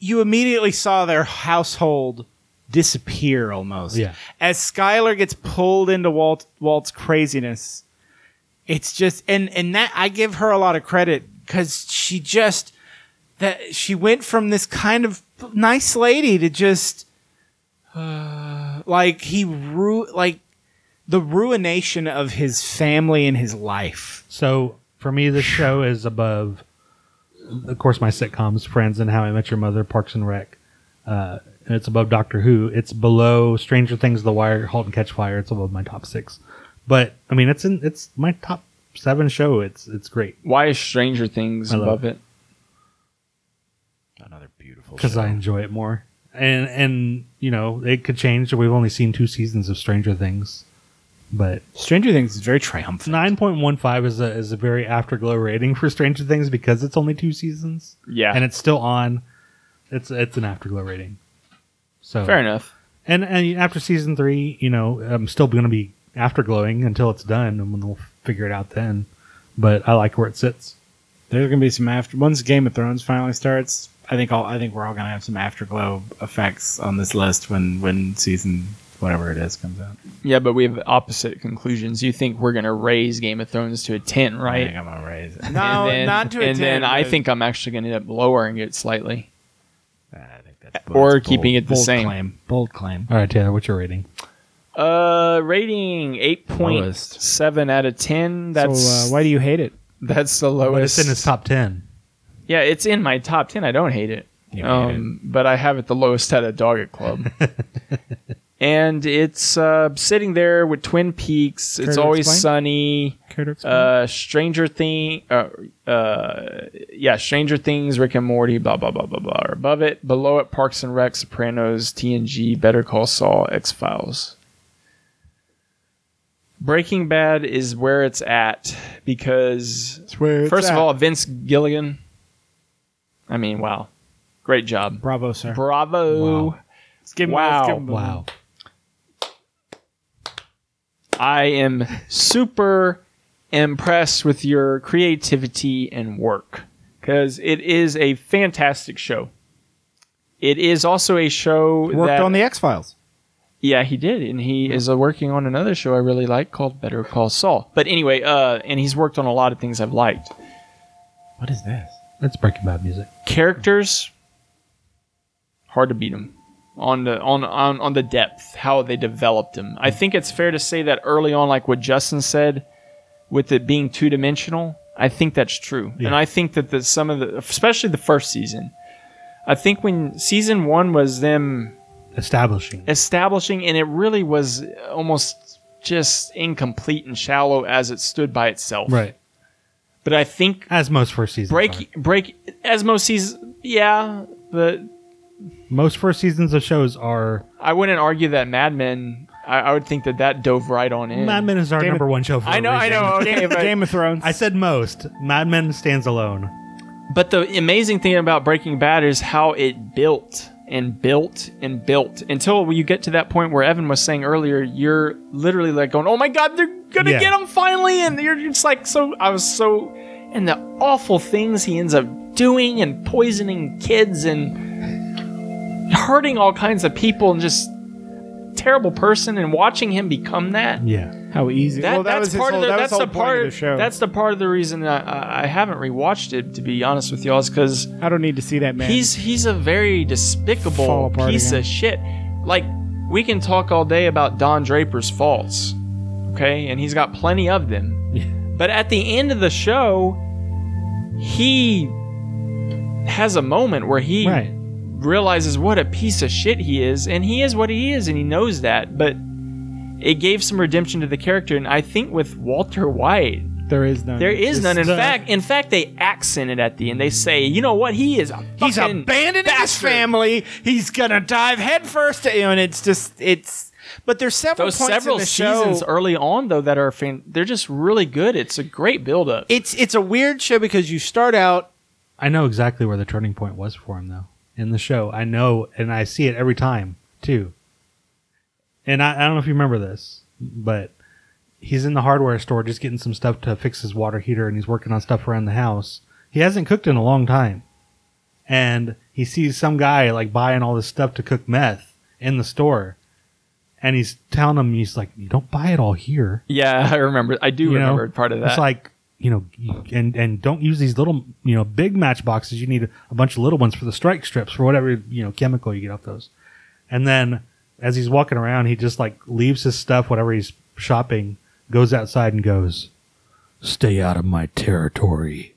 S1: you immediately saw their household disappear almost.
S3: Yeah.
S1: As Skylar gets pulled into Walt, Walt's craziness, it's just, and, and that, I give her a lot of credit because she just, that she went from this kind of nice lady to just, uh, like he ru- like the ruination of his family and his life.
S3: So for me, this show is above, of course, my sitcoms, Friends, and How I Met Your Mother, Parks and Rec. Uh, and it's above Doctor Who. It's below Stranger Things, The Wire, *Halt and Catch Fire*. It's above my top six. But I mean, it's in it's my top seven show. It's it's great
S2: Why is Stranger Things
S3: I love
S2: above
S3: it.
S2: it?
S5: Another beautiful.
S3: because I enjoy it more. And and you know, it could change. We've only seen two seasons of Stranger Things, but
S1: Stranger Things is very triumphant.
S3: Nine point one five is a is a very afterglow rating for Stranger Things because it's only two seasons
S2: Yeah.
S3: and it's still on. It's it's an afterglow rating. So
S2: Fair enough.
S3: And and after season three, you know, I'm still going to be afterglowing until it's done, and we'll figure it out then. But I like where it sits.
S1: There's gonna be some after once Game of Thrones finally starts. I think all I think we're all gonna have some afterglow effects on this list when when season whatever it is comes out.
S2: Yeah, but we have opposite conclusions. You think we're going to raise Game of Thrones to a 10,
S1: I
S2: right?
S1: think I'm gonna raise it.
S2: and then, And then I think I'm actually going to end up lowering it slightly
S5: I think that's
S2: or
S5: bold.
S2: keeping it the
S1: bold
S2: same.
S1: claim. Bold claim.
S3: All right, Taylor, what's your rating?
S2: Uh, rating eight point
S1: Lowest.
S2: seven out of ten. That's
S1: so, uh, why do you hate it?
S2: that's the
S3: But
S2: lowest.
S3: it's in his top ten.
S2: Yeah, it's in my top ten. I don't hate it.
S1: You hate
S2: Um, but I have it the lowest at a dog at club. and it's uh, sitting there with Twin Peaks.
S1: Care
S2: it's
S1: to
S2: always
S1: explain?
S2: sunny.
S1: Care to explain?
S2: Uh, Stranger Thing. Uh, uh, yeah, Stranger Things, Rick and Morty, blah blah blah blah blah. Are above it, below it, Parks and Rec, Sopranos, TNG, Better Call Saul, X Files. Breaking Bad is where it's at because first of all, Vince Gilligan. I mean, wow, great job,
S1: bravo, sir.
S2: bravo.
S3: Wow.
S1: Let's give him-
S2: Wow.
S1: let's give him a-
S3: Wow.
S2: I am super impressed with your creativity and work because it is a fantastic show. It is also a show
S1: Worked
S2: that,
S1: on the X Files.
S2: yeah he did, and he is uh, working on another show I really like called Better Call Saul. But anyway, uh, and he's worked on a lot of things I've liked.
S1: What is this?
S3: That's Breaking Bad music.
S2: Characters hard to beat them on the on on on the depth how they developed them. I think it's fair to say that early on, like what Justin said, with it being two dimensional, I think that's true.
S3: Yeah.
S2: And I think that the, some of the, especially the first season, I think when season one was them
S3: Establishing.
S2: establishing, and it really was almost just incomplete and shallow as it stood by itself.
S3: Right.
S2: But I think
S3: As most first seasons. are.
S2: break break as most seasons, yeah, but
S3: Most first seasons of shows are.
S2: I wouldn't argue that Mad Men. I, I would think that that dove right on in.
S3: Mad Men is our
S1: Game of-
S3: number one show. For
S2: I
S3: a
S2: know, I
S3: reason.
S2: know. Okay, but,
S1: Game of Thrones.
S3: I said most. Mad Men stands alone.
S2: but the amazing thing about Breaking Bad is how it built and built and built until you get to that point where Evan was saying earlier. You're literally like going, "Oh my God, they're gonna
S3: Yeah.
S2: get him finally!" And you're just like, so I was so, and the awful things he ends up doing and poisoning kids and hurting all kinds of people and just terrible person and watching him become that
S3: Yeah.
S1: How easy?
S2: that,
S1: well, that
S2: that's
S1: was his
S2: part
S1: whole,
S2: of the,
S1: that was
S2: that's
S1: whole
S2: the
S1: point
S2: part
S1: of the show.
S2: That's the part of the reason I- I, I haven't rewatched it to be honest with y'all is because
S1: I don't need to see that man.
S2: he's he's a very
S1: Fall
S2: despicable
S1: apart
S2: piece
S1: again.
S2: of shit. Like we can talk all day about Don Draper's faults, okay, and he's got plenty of them. but at the end of the show, he has a moment where he
S3: Right.
S2: realizes what a piece of shit he is, and he is what he is, and he knows that. But it gave some redemption to the character, and I think with Walter White,
S1: there is none.
S2: there is none. In
S3: the-
S2: fact, in fact, they accent it at the end. They say, you know what, he is a
S1: He's
S2: fucking
S1: abandoning his
S2: bastard.
S1: family. He's gonna dive headfirst, and it's just it's. But there's several
S2: Those
S1: points
S2: several
S1: in the
S2: seasons
S1: show.
S2: early on though that are fan- they're just really good. It's a great build up.
S1: it's it's a weird show because you start out
S3: I know exactly where the turning point was for him, though, in the show. I know, and I see it every time, too. And I, I don't know if you remember this, but he's in the hardware store just getting some stuff to fix his water heater, and he's working on stuff around the house. He hasn't cooked in a long time. And he sees some guy, like, buying all this stuff to cook meth in the store. And he's telling him, he's like, you don't buy it all here
S2: yeah, (laughs) I remember. I do
S3: you know?
S2: remember part of that.
S3: It's like you know, and and don't use these little you know big matchboxes. You need a bunch of little ones for the strike strips for whatever you know chemical you get off those. And then as he's walking around, he just like leaves his stuff, whatever he's shopping, goes outside and goes.
S5: Stay out of my territory.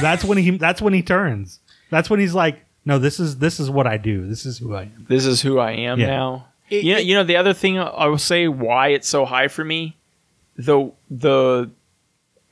S3: That's when he. That's when he turns. That's when he's like, no, this is this is what I do. This is who I am.
S2: this is who I am
S3: Yeah.
S2: now.
S1: It-
S2: you, know,
S1: it-
S2: you know, the other thing I will say why it's so high for me, the the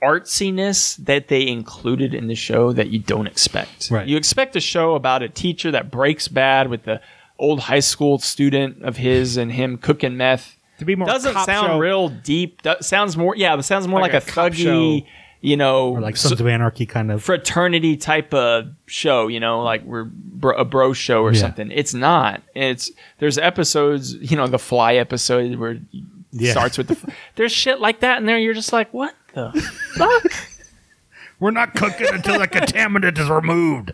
S2: artsiness that they included in the show that you don't expect.
S3: Right.
S2: You expect a show about a teacher that breaks bad with the old high school student of his and him cooking meth.
S1: to be more
S2: Doesn't
S1: cop
S2: sound
S1: show.
S2: real deep. Do- sounds more yeah, it sounds more
S1: Like
S2: like,
S1: a
S2: a,
S1: cop
S2: thuggy,
S1: show.
S2: you know,
S3: Or like
S2: so-
S3: Sons of Anarchy kind of.
S2: fraternity type of show, you know, like we're bro, a bro show or
S3: Yeah.
S2: something. It's not. It's there's episodes, you know, the fly episode where it
S3: Yeah.
S2: starts with the
S3: (laughs)
S2: fr- there's shit like that in there. You're just like, what the fuck?
S5: We're not cooking until the contaminant is removed.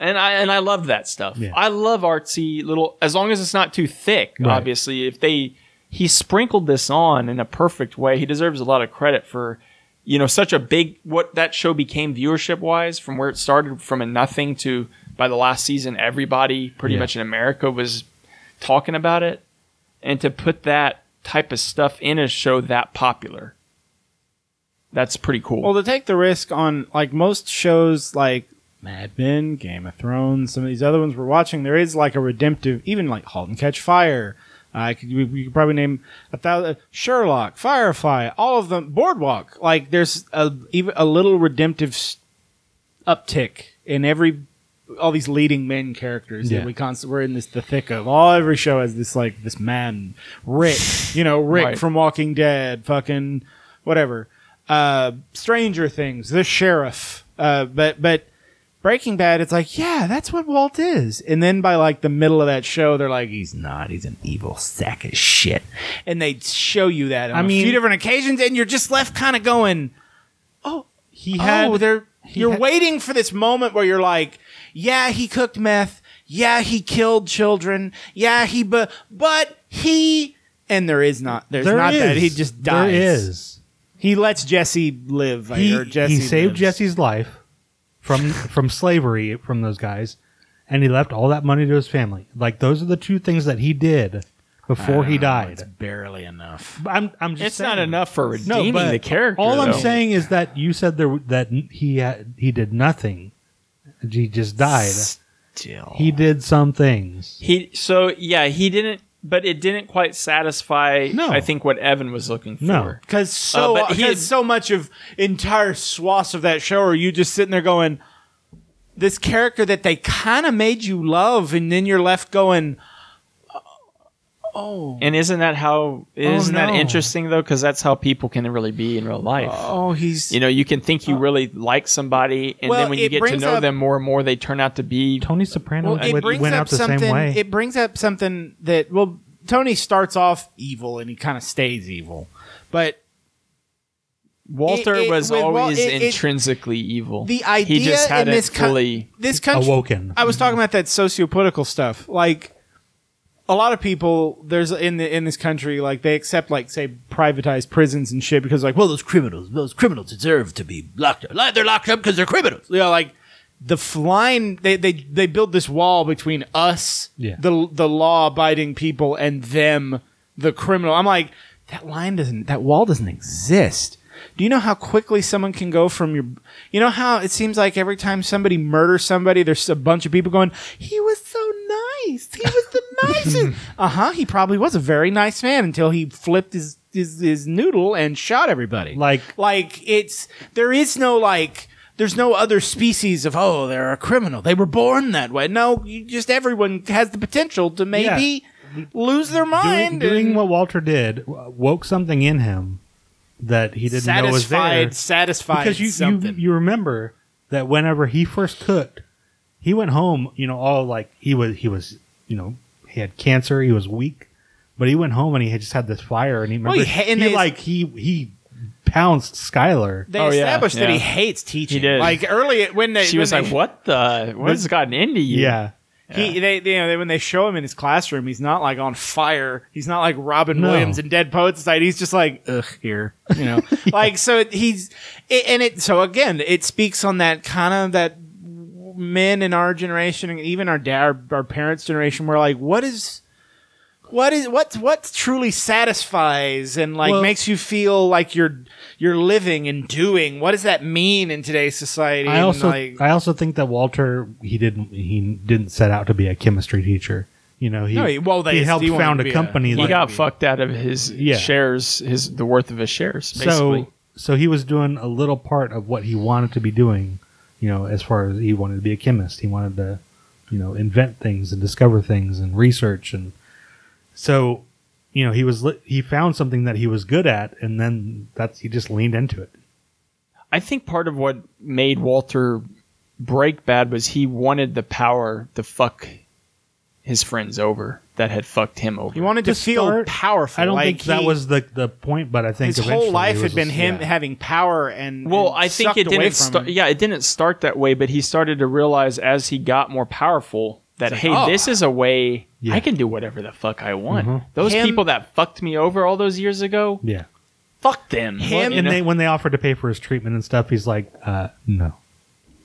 S2: And I and I love that stuff.
S3: Yeah.
S2: I love artsy little as long as it's not too thick.
S3: Right.
S2: Obviously, if they he sprinkled this on in a perfect way, he deserves a lot of credit for you know such a big what that show became viewership wise from where it started from a nothing to by the last season everybody pretty
S3: Yeah.
S2: much in America was talking about it and to put that type of stuff in a show that popular. That's pretty cool.
S1: Well, to take the risk on like most shows, like Mad Men, Game of Thrones, some of these other ones we're watching, there is like a redemptive, even like *Halt and Catch Fire*. Uh, I could we, we could probably name a thousand Sherlock, Firefly, all of them. Boardwalk, like there's a even a little redemptive s- uptick in every all these leading men characters
S3: Yeah.
S1: that we constantly we're in this the thick of. All every show has this like this man Rick, you know Rick
S2: Right.
S1: from Walking Dead, fucking whatever. Uh, Stranger Things, the sheriff. Uh, but but Breaking Bad, it's like yeah, that's what Walt is. And then by like the middle of that show, they're like he's not. He's an evil sack of shit. And they show you that on
S3: I
S1: a
S3: mean-
S1: few different occasions, and you're just left kind of going,
S3: He had.
S1: oh, they're you're
S3: had-
S1: waiting for this moment where you're like, yeah, he cooked meth, yeah, he killed children, yeah, he but but he and there is not there's
S3: there
S1: not that
S3: is.
S1: he just dies.
S3: There is.
S1: He lets Jesse live. Like,
S3: he,
S1: or Jesse
S3: he saved
S1: lives.
S3: Jesse's life from from slavery from those guys, and he left all that money to his family. Like those are the two things that he did before he
S1: It's
S3: died.
S1: barely enough.
S3: I'm I'm just
S2: it's
S3: saying.
S2: not enough for
S3: No,
S2: redeeming
S3: but
S2: the character.
S3: All I'm
S2: though.
S3: saying is that you said there w- that n- he had, he did nothing. He just died.
S1: Still,
S3: He did some things.
S2: He so yeah, he didn't but it didn't quite satisfy
S3: No.
S2: I think what Evan was looking for.
S3: No.
S1: because so
S2: Uh, but he
S1: because
S2: had-
S1: so much of entire swaths of that show are you just sitting there going. this character that they kind of made you love, and then you're left going,
S2: And isn't that how? Isn't
S1: Oh, no.
S2: that interesting though? Because that's how people can really be in real life.
S1: "Oh, he's."
S2: You know, you can think you really like somebody, and
S1: Well,
S2: then when you
S1: it
S2: get to
S1: brings
S2: know
S1: up-
S2: them more and more, they turn out to be.
S3: Tony Soprano
S1: well, it
S3: would-
S1: brings
S3: went
S1: up
S3: out the
S1: something.
S3: same way.
S1: It brings up something that well, Tony starts off evil and he kind of stays evil, but
S2: Walter
S1: it-
S2: was
S1: with Wal-
S2: always
S1: it- it-
S2: intrinsically evil.
S1: the idea
S2: he just had
S1: in
S2: it
S1: this coun-
S2: fully.
S1: this country
S3: Awoken.
S1: I was talking about that socio-political stuff. Like a lot of people, there's in the in this country, like they accept like say privatized prisons and shit because like, well, those criminals, those criminals deserve to be locked up. Like, They're locked up because they're criminals. You know, like the flying, they they they build this wall between us,
S3: Yeah.
S1: the the law-abiding people, and them, the criminal. I'm like, that line doesn't, that wall doesn't exist. Do you know how quickly someone can go from your? You know how it seems like every time somebody murders somebody, there's a bunch of people going, "He was so nice. He was the nicest." uh huh. He probably was a very nice man until he flipped his his, his noodle and shot everybody.
S3: Like-
S1: like it's there is no like. There's no other species of oh they're a criminal they were born that way no you just everyone has the potential to maybe lose their
S3: doing,
S1: mind
S3: doing
S1: and
S3: what Walter did w- woke something in him that he didn't know was there.
S1: satisfied satisfied
S3: because you,
S1: something
S3: you you remember that whenever he first cooked, he went home. You know, all like he was he was you know he had cancer. He was weak, but he went home and he had just had this fire. And he
S1: Well,
S3: remember
S1: he ha-
S3: he,
S1: and they-
S3: like he he pounced Skylar.
S1: they
S2: Oh, yeah,
S1: established that
S2: yeah.
S1: he hates teaching.
S2: He did.
S1: Like early when they,
S2: She was
S1: when
S2: like,
S1: they-
S2: "What the? What has gotten into you?"
S3: yeah,
S1: He, they, you know, they, when they show him in his classroom, he's not like on fire. He's not like Robin
S3: No.
S1: Williams in Dead Poets Society. He's just like, ugh, here, you
S3: (laughs)
S1: know, like so. it- He's it, and it. So again, it speaks on that kind of that men in our generation, and even our dad, our, our parents' generation, were like, what is. What is what what truly satisfies and like
S3: Well-
S1: makes you feel like you're you're living and doing? What does that mean in today's society?
S3: I
S1: And,
S3: also
S1: like,
S3: I also think that Walter he didn't he didn't set out to be a chemistry teacher. You know, he,
S1: No, he- well, they-
S3: he helped
S1: he wanted
S3: found
S1: to
S3: a
S1: be a-
S3: company.
S2: he
S3: that-
S2: got fucked out of his
S3: Yeah.
S2: shares, his the worth of his shares. Basically.
S3: so so he was doing a little part of what he wanted to be doing you know as far as he wanted to be a chemist he wanted to you know invent things and discover things and research and so you know he was li- he found something that he was good at and then that's he just leaned into it
S2: I think part of what made Walter break bad was he wanted the power to fuck his friends over that had fucked him over.
S1: you wanted to,
S3: To
S1: feel
S3: start,
S1: powerful.
S3: i don't
S1: Like,
S3: think that
S1: he-
S3: was the the point but i think
S1: his
S3: eventually
S1: whole
S3: it
S1: life
S3: was
S1: had been
S3: just-
S1: him
S3: yeah.
S1: having power and
S2: well,
S1: and
S2: I think
S1: sucked
S2: it
S1: away
S2: didn't
S1: from
S2: start.
S1: him.
S2: Yeah, it didn't start that way, but he started to realize as he got more powerful that hey,
S1: oh.
S2: this is a way
S3: Yeah.
S2: I can do whatever the fuck I want.
S3: Mhm.
S2: Those
S1: Him-
S2: people that fucked me over all those years ago,
S3: yeah
S2: fuck them.
S1: Him-
S2: You
S3: and
S2: know?
S3: they when they offered to pay for his treatment and stuff he's like uh no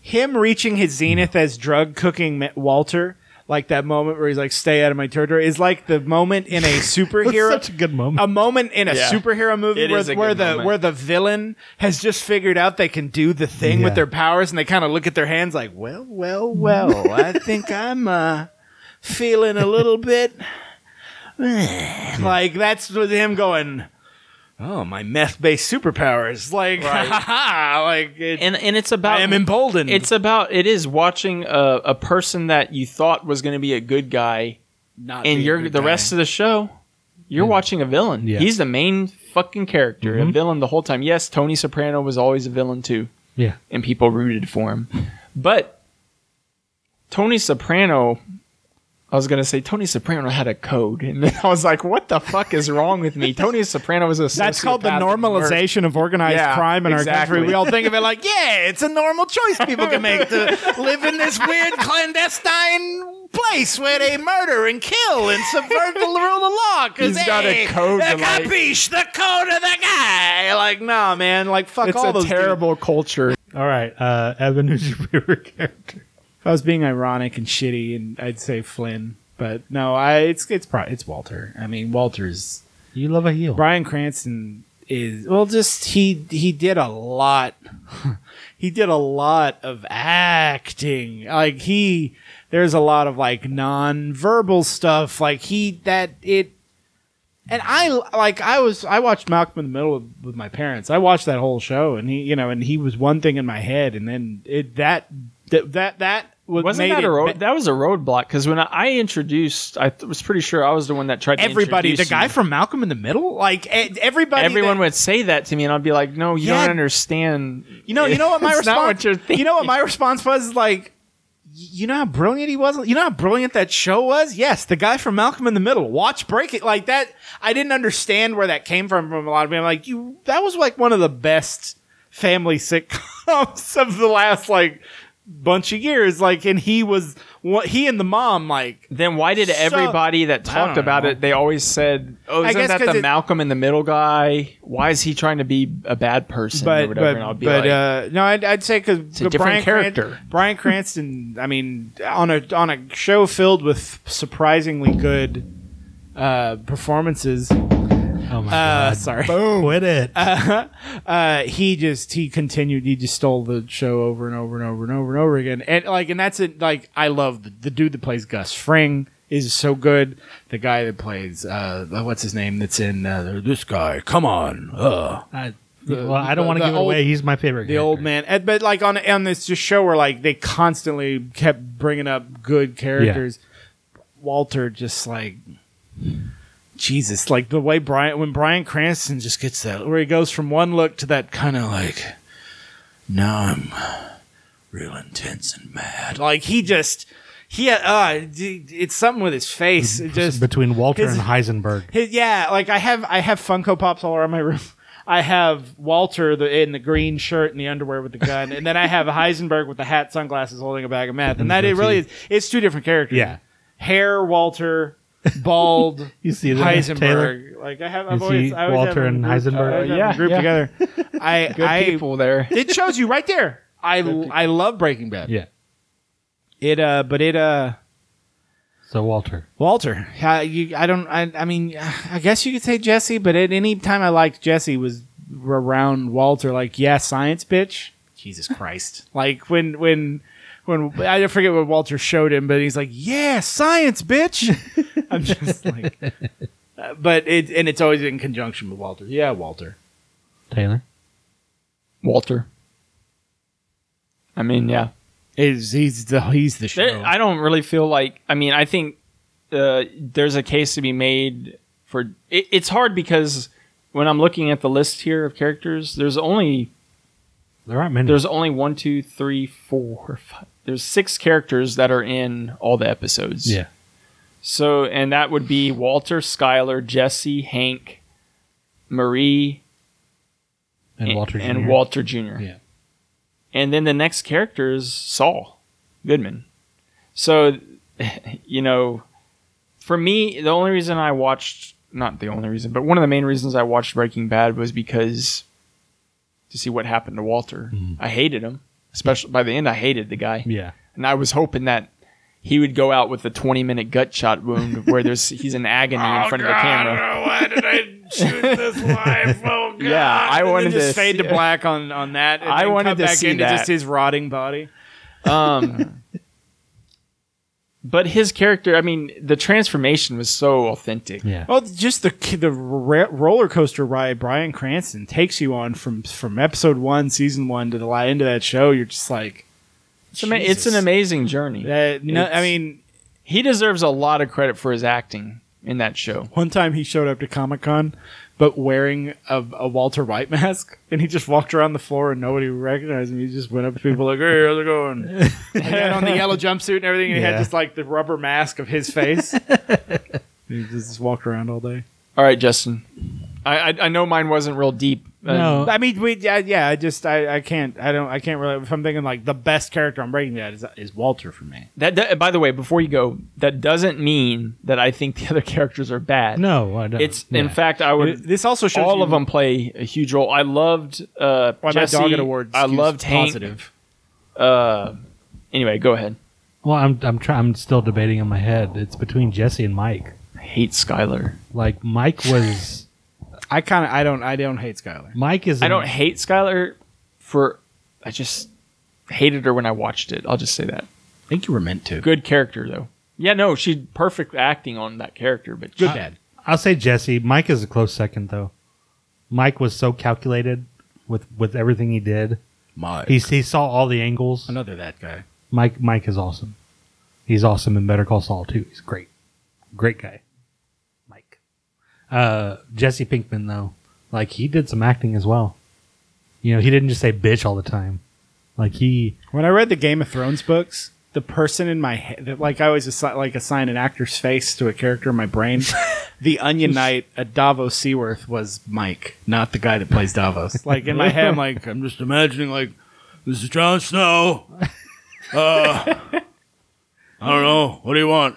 S1: him reaching his zenith as drug cooking Ma- Walter, like that moment where he's like, "Stay out of my territory," is like the moment (laughs) in a superhero.
S3: such a good moment.
S1: A moment in a
S2: Yeah.
S1: superhero movie
S2: It
S1: where,
S2: is a
S1: where
S2: good
S1: the
S2: moment.
S1: where the villain has just figured out they can do the thing
S3: Yeah.
S1: with their powers, and they kind of look at their hands like, "Well, well, well, I think I'm uh, feeling a little bit." (laughs) Like that's with him going, oh my meth based superpowers, like, (laughs) like it,
S2: and and it's about
S1: I am emboldened.
S2: It's about it is watching a, a person that you thought was going to be a good guy,
S1: not
S2: and you're the rest of the show.
S1: Hmm.
S2: You're watching a villain.
S3: Yeah.
S2: He's the main fucking character, a villain the whole time. Yes, Tony Soprano was always a villain too,
S3: yeah
S2: and people rooted
S1: (laughs)
S2: for him. But Tony Soprano, I was gonna say Tony Soprano had a code, and then I was like, "What the fuck is wrong with me?" Tony Soprano is a
S1: That's called the
S2: sociopath at work.
S1: normalization of organized
S2: Yeah,
S1: crime in our
S2: exactly.
S1: country. We all think of it like, yeah, it's a normal choice people can make to live in this weird clandestine place where they murder and kill and subvert the rule of law. he
S2: He's got a code
S1: The
S2: to, like-
S1: capiche, the code of the guy. Like, nah, man. Like, fuck
S2: It's
S1: all
S2: a
S1: those. dudes.
S2: terrible culture.
S3: all right uh evan who's your favorite character
S1: If I was being ironic and shitty, and I'd say Flynn, but no, I it's it's probably it's Walter. I mean, Walter's
S3: you love a heel
S1: Brian Cranston is well, just he he did a lot. (laughs) he did a lot of acting. Like he, there's a lot of like non-verbal stuff. Like he that it, and I like I was I watched Malcolm in the Middle with, with my parents. I watched that whole show, and he you know, and he was one thing in my head, and then it that That that that was
S2: Wasn't
S1: made
S2: that a
S1: it
S2: road?
S1: be-
S2: that was a roadblock because when I, I introduced, I th- was pretty sure I was the one that tried. to
S1: everybody, the
S2: introduce
S1: guy
S2: you.
S1: from Malcolm in the Middle, like e- everybody,
S2: everyone
S1: that-
S2: would say that to me, and I'd be like, "No, you
S1: Yeah.
S2: don't understand."
S1: You know, you know what my
S2: It's
S1: response.
S2: Not what you're thinking.
S1: You know what my response was like. y- You know how brilliant he was. You know how brilliant that show was. Yes, the guy from Malcolm in the Middle. Watch Break It like that. I didn't understand where that came from. From a lot of people, I'm like you, that was like one of the best family sitcoms (laughs) of the last like bunch of years. Like, and he was what he and the mom like.
S2: Then why did
S1: So-
S2: everybody that talked
S1: don't
S2: about
S1: know.
S2: it, they always said, "Oh,
S1: I
S2: isn't
S1: guess
S2: that
S1: 'cause
S2: the
S1: it-
S2: Malcolm in the Middle guy? Why is he trying to be a bad person or
S1: But
S2: whatever?"
S1: but,
S2: and I'll be
S1: but
S2: like,
S1: uh, no, I'd, I'd say because
S2: a different character.
S1: Brian Cranston. (laughs) I mean, on a on a show filled with surprisingly good uh, performances.
S3: Oh my
S1: Uh,
S3: god!
S1: sorry.
S3: Quit it.
S1: (laughs) Uh, he just he continued. He just stole the show over and over and over and over and over again. And like, and that's it. Like, I love the, the dude that plays Gus Fring is so good. The guy that plays uh, what's his name? That's in uh, the,
S5: This guy, come on. Uh,
S3: I,
S1: the-
S3: well, I don't
S1: the-
S3: want to
S1: the
S3: give it
S1: old-
S3: away. He's my favorite.
S1: the old man. And- But like on on this just show where like they constantly kept bringing up good characters. Walter just like Jesus, like the way Brian when Brian Cranston just gets that where he goes from one look to that kind of like
S5: now I'm real intense and mad.
S1: like he just he uh d- it's something with his face it just
S3: between Walter
S1: his-
S3: and Heisenberg.
S1: His, yeah, like I have I have Funko Pops all around my room. I have Walter the, in the green shirt and the underwear with the gun, and then I have Heisenberg with the hat, sunglasses, holding a bag of meth. And that it really is it's two different characters.
S3: Yeah.
S1: hair Walter,
S3: (laughs)
S1: bald
S3: You see that, Taylor?
S1: Heisenberg. Like I have I've
S3: You
S1: always
S3: see
S1: I always
S3: Walter
S1: have them
S3: and
S1: grouped-
S3: Heisenberg?
S1: I always
S2: Yeah,
S1: have them grouped
S2: yeah.
S3: (laughs)
S1: together. I
S2: "Good
S1: I
S2: people there."
S1: it shows you right there. I I love Breaking Bad.
S3: Yeah.
S1: It uh, but it uh.
S3: So Walter.
S1: Walter. I, you, I don't. I, I mean, I guess you could say Jesse, but at any time I liked Jesse was around Walter. Like, yeah, science bitch. Jesus Christ. like when when when I forget what Walter showed him, but he's like, yeah, science bitch. (laughs) I'm just like, (laughs) uh, but it and it's always in conjunction with Walter. Yeah, Walter.
S3: Taylor.
S2: Walter. I mean, yeah.
S1: Is he's the he's the show.
S2: There, I don't really feel like. I mean, I think uh, there's a case to be made for. It, it's hard because when I'm looking at the list here of characters, there's only
S3: There aren't many.
S2: there's only one, two, three, four, five. There's six characters that are in all the episodes.
S3: yeah.
S2: So, and that would be Walter, Skyler, Jesse, Hank, Marie,
S3: And Walter.
S2: and
S3: Jr..
S2: Walter Jr.
S3: Yeah.
S2: And then the next character is Saul Goodman. So, (laughs) you know, for me, the only reason I watched, not the only reason, but one of the main reasons I watched Breaking Bad was because to see what happened to Walter. I hated him, especially by the end, I hated the guy.
S3: Mm-hmm. Yeah.
S2: And I was hoping that he would go out with a 20 minute gut shot wound where there's he's in
S1: (laughs)
S2: agony
S1: Oh,
S2: in front of the camera.
S5: Why did I shoot
S2: (laughs)
S5: this life? Oh, God.
S2: Yeah, I wanted
S1: just
S2: to
S1: fade to
S2: see-
S1: black on on that. And
S2: I
S1: then
S2: wanted
S1: cut
S2: to
S1: back
S2: see
S1: into
S2: that.
S1: just his rotting body. (laughs)
S2: Um, but his character, I mean, the transformation was so authentic.
S3: Yeah.
S1: Well, just the the ra- roller coaster ride Brian Cranston takes you on from from episode one, season one to the la- end of that show. You're just like,
S2: It's, ama- it's an
S1: Jesus.
S2: amazing journey.
S1: that, no, I
S2: It's-
S1: mean,
S2: He deserves a lot of credit for his acting in that show.
S1: one time he showed up to Comic Con, but wearing a, a Walter White mask, and he just walked around the floor and nobody recognized him. He just went up to people like, "Hey, how's it
S2: (laughs)
S1: going?" and he had on the yellow jumpsuit and everything, and he had
S3: Yeah.
S1: just like the rubber mask of his
S2: (laughs)
S1: face. he just walked around all day.
S2: All right, Justin. I I, I know mine wasn't real deep. Uh,
S3: No.
S1: I mean, we yeah, yeah I just I, I can't I don't I can't really if I'm thinking like the best character I'm breaking that is is Walter for me.
S2: That, that- by the way, before you go, that doesn't mean that I think the other characters are bad.
S3: No, I don't.
S2: It's in
S3: yeah.
S2: fact I would
S1: This also shows
S2: all
S1: you
S2: of them play a huge role. I loved uh
S1: why
S2: Jesse.
S1: my dog at awards.
S2: I
S1: skews
S2: loved Hank.
S1: positive.
S2: Uh anyway, go ahead.
S3: Well, I'm I'm try- I'm still debating in my head. It's between Jesse and Mike.
S2: I hate Skylar.
S3: Like Mike was
S1: I kind of I don't I don't hate Skylar.
S3: Mike is
S2: I don't
S3: an-
S2: hate Skylar for I just hated her when I watched it. I'll just say that.
S1: I think you were meant to.
S2: Good character though. Yeah, no, she perfect acting on that character, but
S1: Good
S2: she-
S1: dad.
S3: I'll say Jesse. Mike is a close second though. Mike was so calculated with with everything he did.
S5: Mike.
S3: He he saw all the angles.
S1: Another that guy.
S3: Mike Mike is awesome. He's awesome in Better Call Saul too. He's great, great guy. Mike. Uh, Jesse Pinkman though, like he did some acting as well. You know, he didn't just say bitch all the time. Like he,
S1: When I read the Game of Thrones books, the person in my head, that, like I always assi- like assign an actor's face to a character in my brain. the
S2: (laughs)
S1: Onion Knight at Davos Seaworth was Mike, not the guy that plays Davos. Like in my head, I'm like,
S5: I'm just imagining like this is
S3: (laughs)
S5: Jon Snow. Uh, I don't know. What do you want?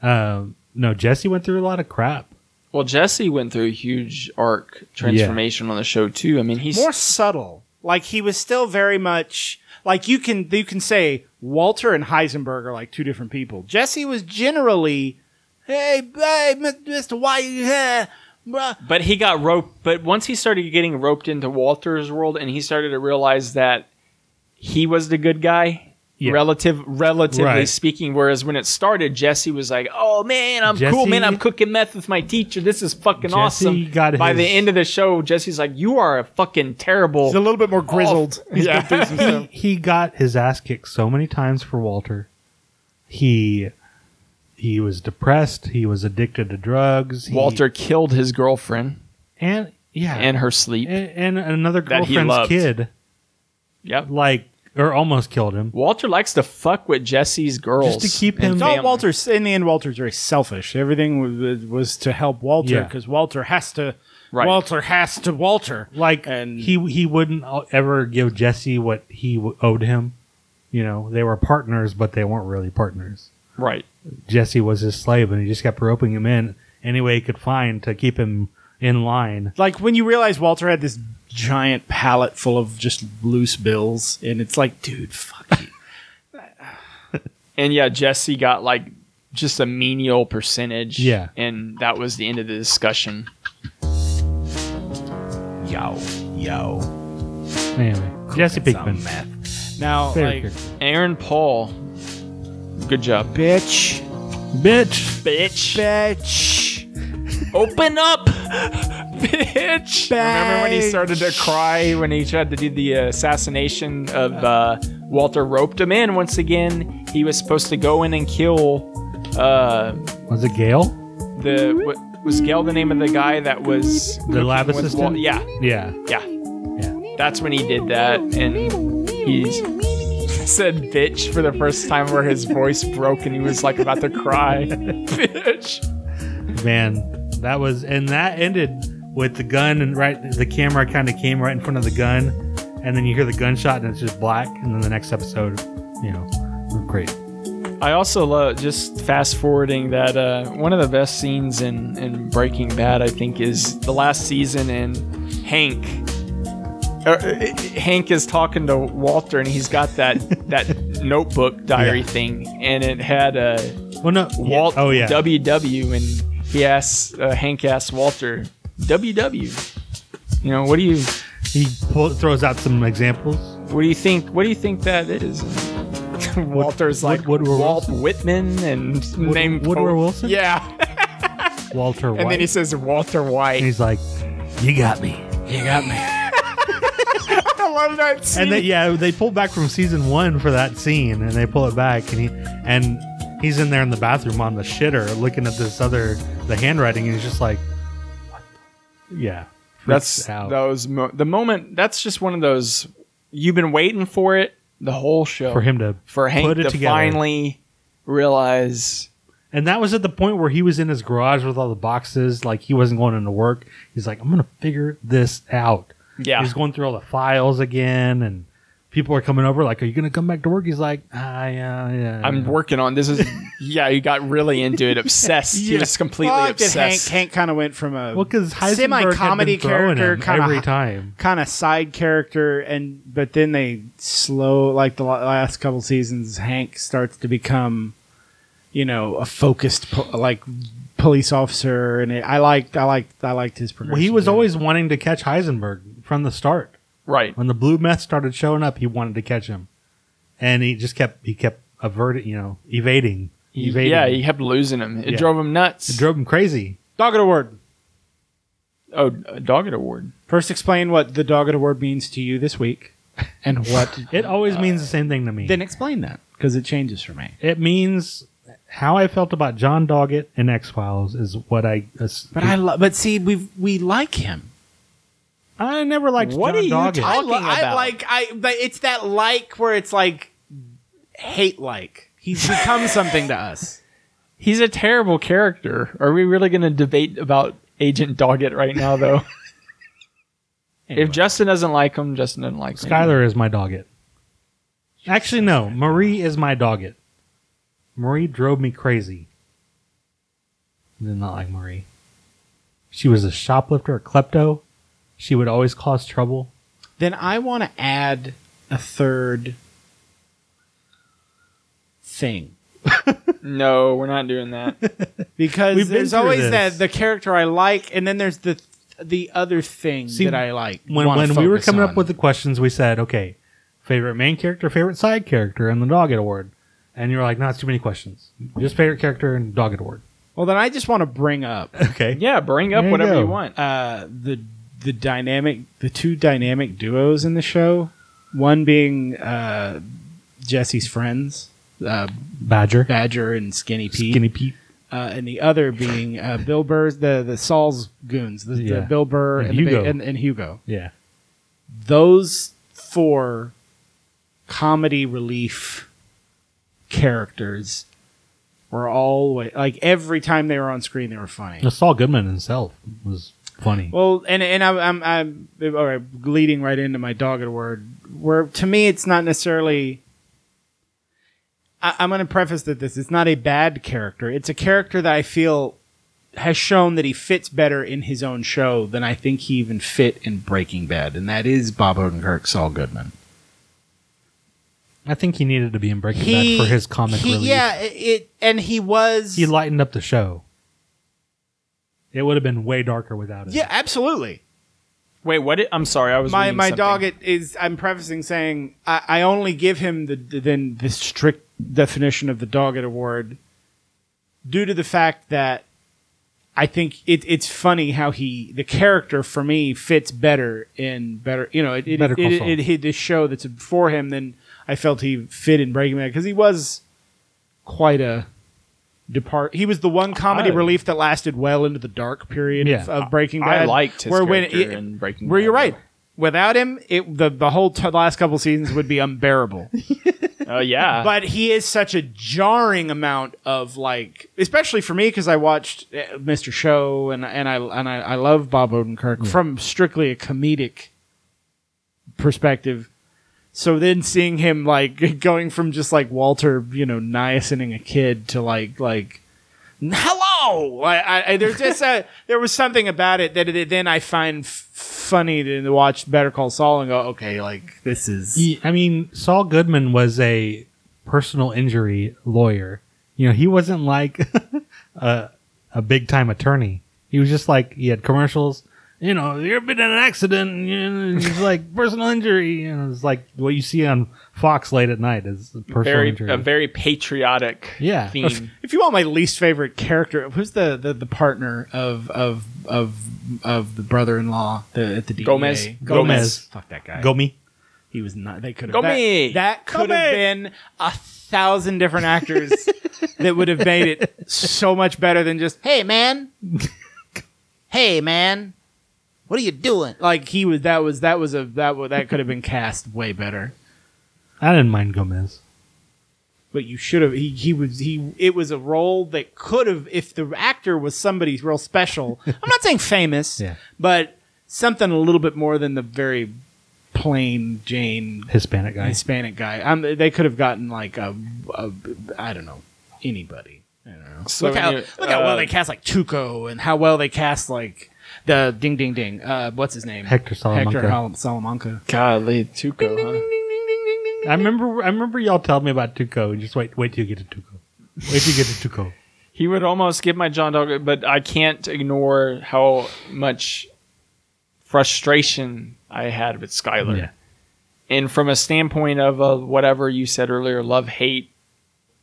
S3: um, no, Jesse went through a lot of crap.
S2: Well, Jesse went through a huge arc transformation on the show too. I mean, he's
S1: more subtle. Like he was still very much like you can you can say Walter and Heisenberg are like two different people. Jesse was generally, hey, hey, Mister Why, yeah, bruh."
S2: but he got roped. But once he started getting roped into Walter's world, and he started to realize that he was the good guy,
S3: Yeah.
S2: relative, relatively
S3: Right.
S2: speaking. Whereas when it started, Jesse was like, "Oh man, I'm cool,
S3: Jesse-
S2: man. I'm cooking meth with my teacher. This is fucking
S3: Jesse
S2: awesome."
S3: got
S2: By
S3: his-
S2: the end of the show, Jesse's like, "You are a fucking terrible."
S1: He's a little bit more grizzled. He's been through some stuff.
S3: he, he got his ass kicked so many times for Walter. He he was depressed. He was addicted to drugs. He-
S2: (laughs) Walter killed his girlfriend
S3: and yeah,
S2: and her sleep.
S3: and, and another
S2: That he
S3: girlfriend's
S2: loved.
S3: kid,
S2: Yep.
S3: like or almost killed him.
S2: Walter likes to fuck with Jesse's girls
S3: Just to keep
S2: and
S3: him-
S1: It's all
S2: family.
S1: Walter's. In the end, Walter's very selfish. Everything was, was to help Walter
S3: Yeah.
S1: because Walter has to.
S2: Right.
S1: Walter has to Walter.
S3: Like
S1: And-
S3: he he wouldn't o- ever give Jesse what he w- owed him. You know, they were partners, but they weren't really partners.
S2: Right.
S3: Jesse was his slave, and he just kept roping him in any way he could find to keep him in line.
S1: Like when you realize Walter had this giant pallet full of just loose bills, and it's like, dude, fuck you.
S2: And yeah, Jesse got like just a menial percentage.
S3: Yeah.
S2: And that was the end of the discussion.
S1: yo, yo.
S3: Anyway, Jesse Pinkman.
S1: Now,
S3: Favorite
S1: like,
S3: character.
S2: Aaron Paul. Good job.
S1: bitch,
S3: Bitch.
S2: Bitch.
S1: bitch.
S2: Open up. (laughs) Bitch. Remember when he started to cry when he tried to do the assassination of uh, Walter roped him in once again. He was supposed to go in and kill uh,
S3: Was it Gail?
S2: the what, was Gail the name of the guy that was
S3: The lab
S2: with Wal-
S3: assistant?
S2: yeah,
S3: Yeah.
S2: yeah, That's when he did that, and he said "bitch" for the first time, where his voice broke and he was like about to cry. (laughs) bitch.
S3: Man, that was and that ended with the gun and right the camera kind of came right in front of the gun and then you hear the gunshot and it's just black and then the next episode, you know, great.
S2: I also love just fast forwarding that uh, one of the best scenes in, in Breaking Bad, I think, is the last season and Hank. uh, uh, Hank is talking to Walter, and he's got that that (laughs) notebook diary
S3: Yeah.
S2: thing, and it had uh, a.
S3: Well no
S2: Walt
S3: Oh yeah.
S2: WW and he asks uh, Hank asks Walter WW you know what do you
S3: he pull, throws out some examples.
S2: what do you think what do you think that
S3: (laughs)
S2: is Walter's like
S3: Wood- Woodrow
S2: Walt Whitman and
S3: Wood-
S2: name
S3: Woodrow
S2: Pope.
S3: Wilson?
S2: yeah
S3: Walter White.
S2: and then he says Walter White
S3: and (laughs) he's like, You got me.
S2: you got me I love that scene
S3: And then yeah, they pulled back from season one for that scene and they pull it back and he and he's in there in the bathroom on the shitter looking at this other the handwriting and he's just like what? Yeah.
S2: that's
S3: Freaks out.
S2: those mo- the moment that's just one of those you've been waiting for it the whole show
S3: for him to
S2: for Hank
S3: put it
S2: to
S3: together.
S2: finally realize
S3: And that was at the point where he was in his garage with all the boxes, like he wasn't going into work. He's like, I'm gonna figure this out.
S2: Yeah.
S3: He's going through all the files again and people are coming over, like, Are you gonna come back to work? He's like, Ah yeah, yeah.
S2: I'm
S3: yeah."
S2: working on this. Is yeah, he got really into it, obsessed.
S1: (laughs)
S2: He was completely
S1: Fuck, did Hank,
S2: obsessed.
S1: Hank kind of went from a
S3: well, because Heisenberg
S1: semi-comedy character
S3: kind
S1: kinda
S3: every
S1: hi-
S3: time.
S1: kind of side character and but then they slow like the la- last couple seasons hank starts to become you know a focused po- like police officer and it, i liked i liked i liked his progression
S3: Well, he was
S1: there.
S3: always wanting to catch Heisenberg from the start.
S2: right.
S3: When the blue meth started showing up, he wanted to catch him, and he just kept he kept averting, you know, evading, evading.
S2: Yeah, he kept losing him. It
S3: Yeah.
S2: drove him nuts.
S3: it drove him crazy.
S1: dogged award
S2: oh, a dogged award.
S1: first explain what the dogged award means to you this week (laughs) and what?
S3: It always
S2: Uh,
S3: means the same thing to
S1: (laughs)
S3: me.
S1: then explain that because it changes for me.
S3: it means how I felt about John Doggett in X Files is what I. as-
S1: But I lo- but see we we like him.
S3: I never liked
S2: What
S3: John
S2: are you
S3: Doggett.
S2: talking-
S1: I, li- I
S2: about?
S1: like I but it's that like where it's like hate like. He's become something to (laughs) us.
S2: He's a terrible character. Are we really going to debate about Agent Doggett right now,
S1: (laughs)
S2: though? If Justin doesn't like him, Justin doesn't like him.
S3: Skyler is my Doggett. Actually, no. Marie is my Doggett. Marie drove me crazy. I did not like Marie. She was a shoplifter, a klepto. She would always cause trouble.
S1: then I want to add a third thing
S2: No, we're not
S1: (laughs)
S2: doing that.
S1: because
S3: We've been
S1: there's
S3: through
S1: always
S3: this.
S1: that the character I like, and then there's the the other thing
S3: See,
S1: that I like.
S3: When
S1: wanna
S3: when we were
S1: focus
S3: coming
S1: on.
S3: up with the questions, we said, okay, favorite main character, favorite side character, and the Doggett Award. And you were like, no, it's too many questions. Just favorite character and Doggett Award.
S1: well, then I just want to bring up
S3: (laughs) Okay.
S2: yeah, bring up
S3: There you
S2: whatever
S3: go.
S2: you want.
S1: uh, the the dynamic the two dynamic duos in the show. One being uh, Jesse's friends, uh,
S3: Badger.
S1: Badger and Skinny Pete,
S3: Skinny Pete.
S1: uh, and the other being uh, Bill Burr's the the Saul's goons, the,
S3: Yeah.
S1: the Bill Burr
S3: And
S1: and, the big-
S3: Hugo.
S1: and, and Hugo.
S3: Yeah.
S1: Those four comedy relief characters were always like every time they were on screen, they were funny.
S3: Saul Goodman himself was funny.
S1: Well, and and I'm I'm, I'm all right, leading right into my dogged word. Where to me, it's not necessarily. I, I'm going to preface that this it's not a bad character. It's a character that I feel has shown that he fits better in his own show than I think he even fit in Breaking Bad, and that is Bob Odenkirk, Saul Goodman.
S3: I think he needed to be in Breaking Bad for his comic
S1: he-
S3: relief.
S1: yeah, it- it and he was
S3: He lightened up the show. It would have been way darker without him.
S1: yeah, absolutely.
S2: Wait, what? Did, I'm sorry, I was
S1: my
S2: reading
S1: my
S2: something.
S1: dog it is i'm prefacing saying i, I only give him the, the then the strict definition of the dogged award due to the fact that i think it, it's funny how he the character for me fits better in better you know it it,
S3: Better
S1: it,
S3: Call
S1: it,
S3: Saul.
S1: it hit this show that's before him than i felt he fit in breaking bad because he was quite a depart he was the one comedy
S2: I-
S1: relief that lasted well into the dark period
S3: Yeah.
S1: of, of breaking
S2: I
S1: bad
S2: liked his
S1: where
S2: character in Breaking
S1: where
S2: Bad,
S1: you're right
S2: though.
S1: without him, it the the whole t- last couple seasons would be unbearable.
S2: Oh yeah,
S1: (laughs) but he is such a jarring amount of like, especially for me because I watched uh, Mr. Show and and I and I, I love Bob Odenkirk from strictly a comedic perspective. So then seeing him like (laughs) going from just like Walter, you know, niacining a kid to like like hello I, I, I there's just a there was something about it that it, then i find f- funny to watch better call saul and go okay like this is
S3: He- I mean, Saul Goodman was a personal injury lawyer. You know, he wasn't like (laughs) a, a big time attorney. He was just like, he had commercials. You know, you've been in an accident. You know, it's like personal injury. You know, it's like what you see on Fox late at night is personal
S2: very
S3: injury.
S2: a very patriotic
S3: Yeah.
S2: theme.
S1: if you want my least favorite character, who's the the, the partner of of of of the brother-in-law the, at the DEA?
S2: (laughs) Gomez. Gomez.
S1: Fuck that guy.
S3: Gomi.
S1: he was not. They could have.
S2: Gomez.
S1: That, that could have
S2: Gomez.
S1: been a thousand different
S2: (laughs)
S1: actors that would have made it so much better than just
S2: (laughs)
S4: Hey, man. hey, man. What are you doing?
S1: like he was. That was that was a that wa- that could have been cast way better.
S3: I didn't mind Gomez.
S1: But you should have. He, he was he. It was a role that could have, if the actor was somebody real
S3: (laughs)
S1: special. I'm not saying famous,
S3: Yeah.
S1: but something a little bit more than the very plain Jane
S3: Hispanic guy.
S1: Hispanic guy. I'm, they could have gotten like a, a I don't know anybody. I don't know.
S2: So
S1: look how
S2: anyway,
S1: look how
S2: uh,
S1: well they cast like Tuco and how well they cast like the ding ding ding. Uh, what's his name?
S3: Hector Salamanca.
S1: Hector Hal- Salamanca.
S2: Golly, Tuco, huh?
S3: I remember. I remember y'all telling me about Tuco. Just wait, wait till you get to Tuco. Wait till you get to Tuco.
S2: He would almost give my John Dog, but I can't ignore how much frustration I had with Skylar.
S3: Yeah.
S2: And from a standpoint of uh, whatever you said earlier, love hate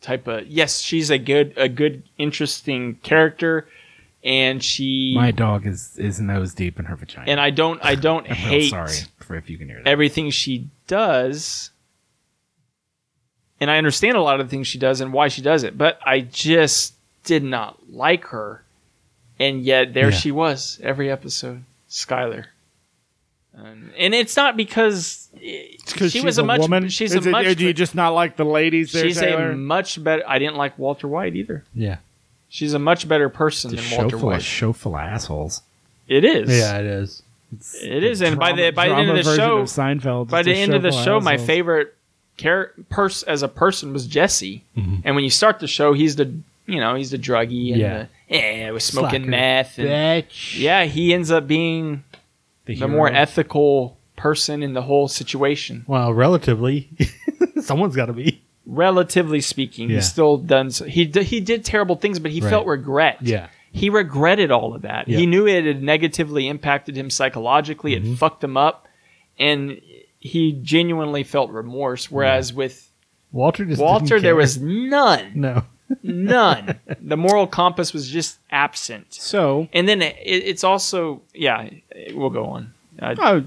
S2: type of yes, she's a good a good interesting character, and she
S1: dog is is nose deep in her vagina.
S2: and I don't I don't
S1: real
S2: hate
S1: sorry.
S6: for if you can hear that.
S2: everything she does and i understand a lot of the things she does and why she does it but i just did not like her and yet there
S6: Yeah.
S2: she was every episode skylar um, and it's not because it's she was a, much
S1: woman.
S2: she's
S1: Is
S2: a
S1: it-
S2: much
S1: or do you just not like the ladies there,
S2: she's
S1: Taylor?
S2: a much better i didn't like walter white either
S3: Yeah.
S2: she's a much better person
S6: It's a
S2: than
S6: show
S2: walter
S6: full of
S2: white
S6: show full of assholes.
S2: it is
S3: Yeah, it is.
S2: it is and by the by the end
S1: Drama
S2: of the
S1: version
S2: show
S1: of Seinfeld.
S2: by
S1: It's
S2: the
S1: a
S2: end of the
S1: full
S2: show, my
S1: assholes.
S2: favorite char- pers- as a person was Jesse.
S3: Mm-hmm.
S2: And when you start the show, he's the you know he's the druggie and
S3: Yeah.
S2: the, eh, was smoking
S3: Slacker.
S2: meth and yeah he ends up being the,
S6: hero.
S2: more ethical person in the whole situation.
S3: Well, relatively, (laughs) someone's got to be.
S2: Relatively speaking,
S3: Yeah.
S2: he still done so, he d- he did terrible things, but he
S3: Right.
S2: felt regret.
S3: Yeah.
S2: He regretted all of that.
S3: Yeah. Mm-hmm.
S2: He knew it had negatively impacted him psychologically. It fucked him up, and he genuinely felt remorse. Whereas with
S3: Walter just
S2: Walter,
S3: didn't
S2: there
S3: care.
S1: (laughs)
S2: was none,
S3: no.
S2: none. the moral compass was just absent.
S1: So,
S2: And then it, it's also, yeah, we'll go on. Uh,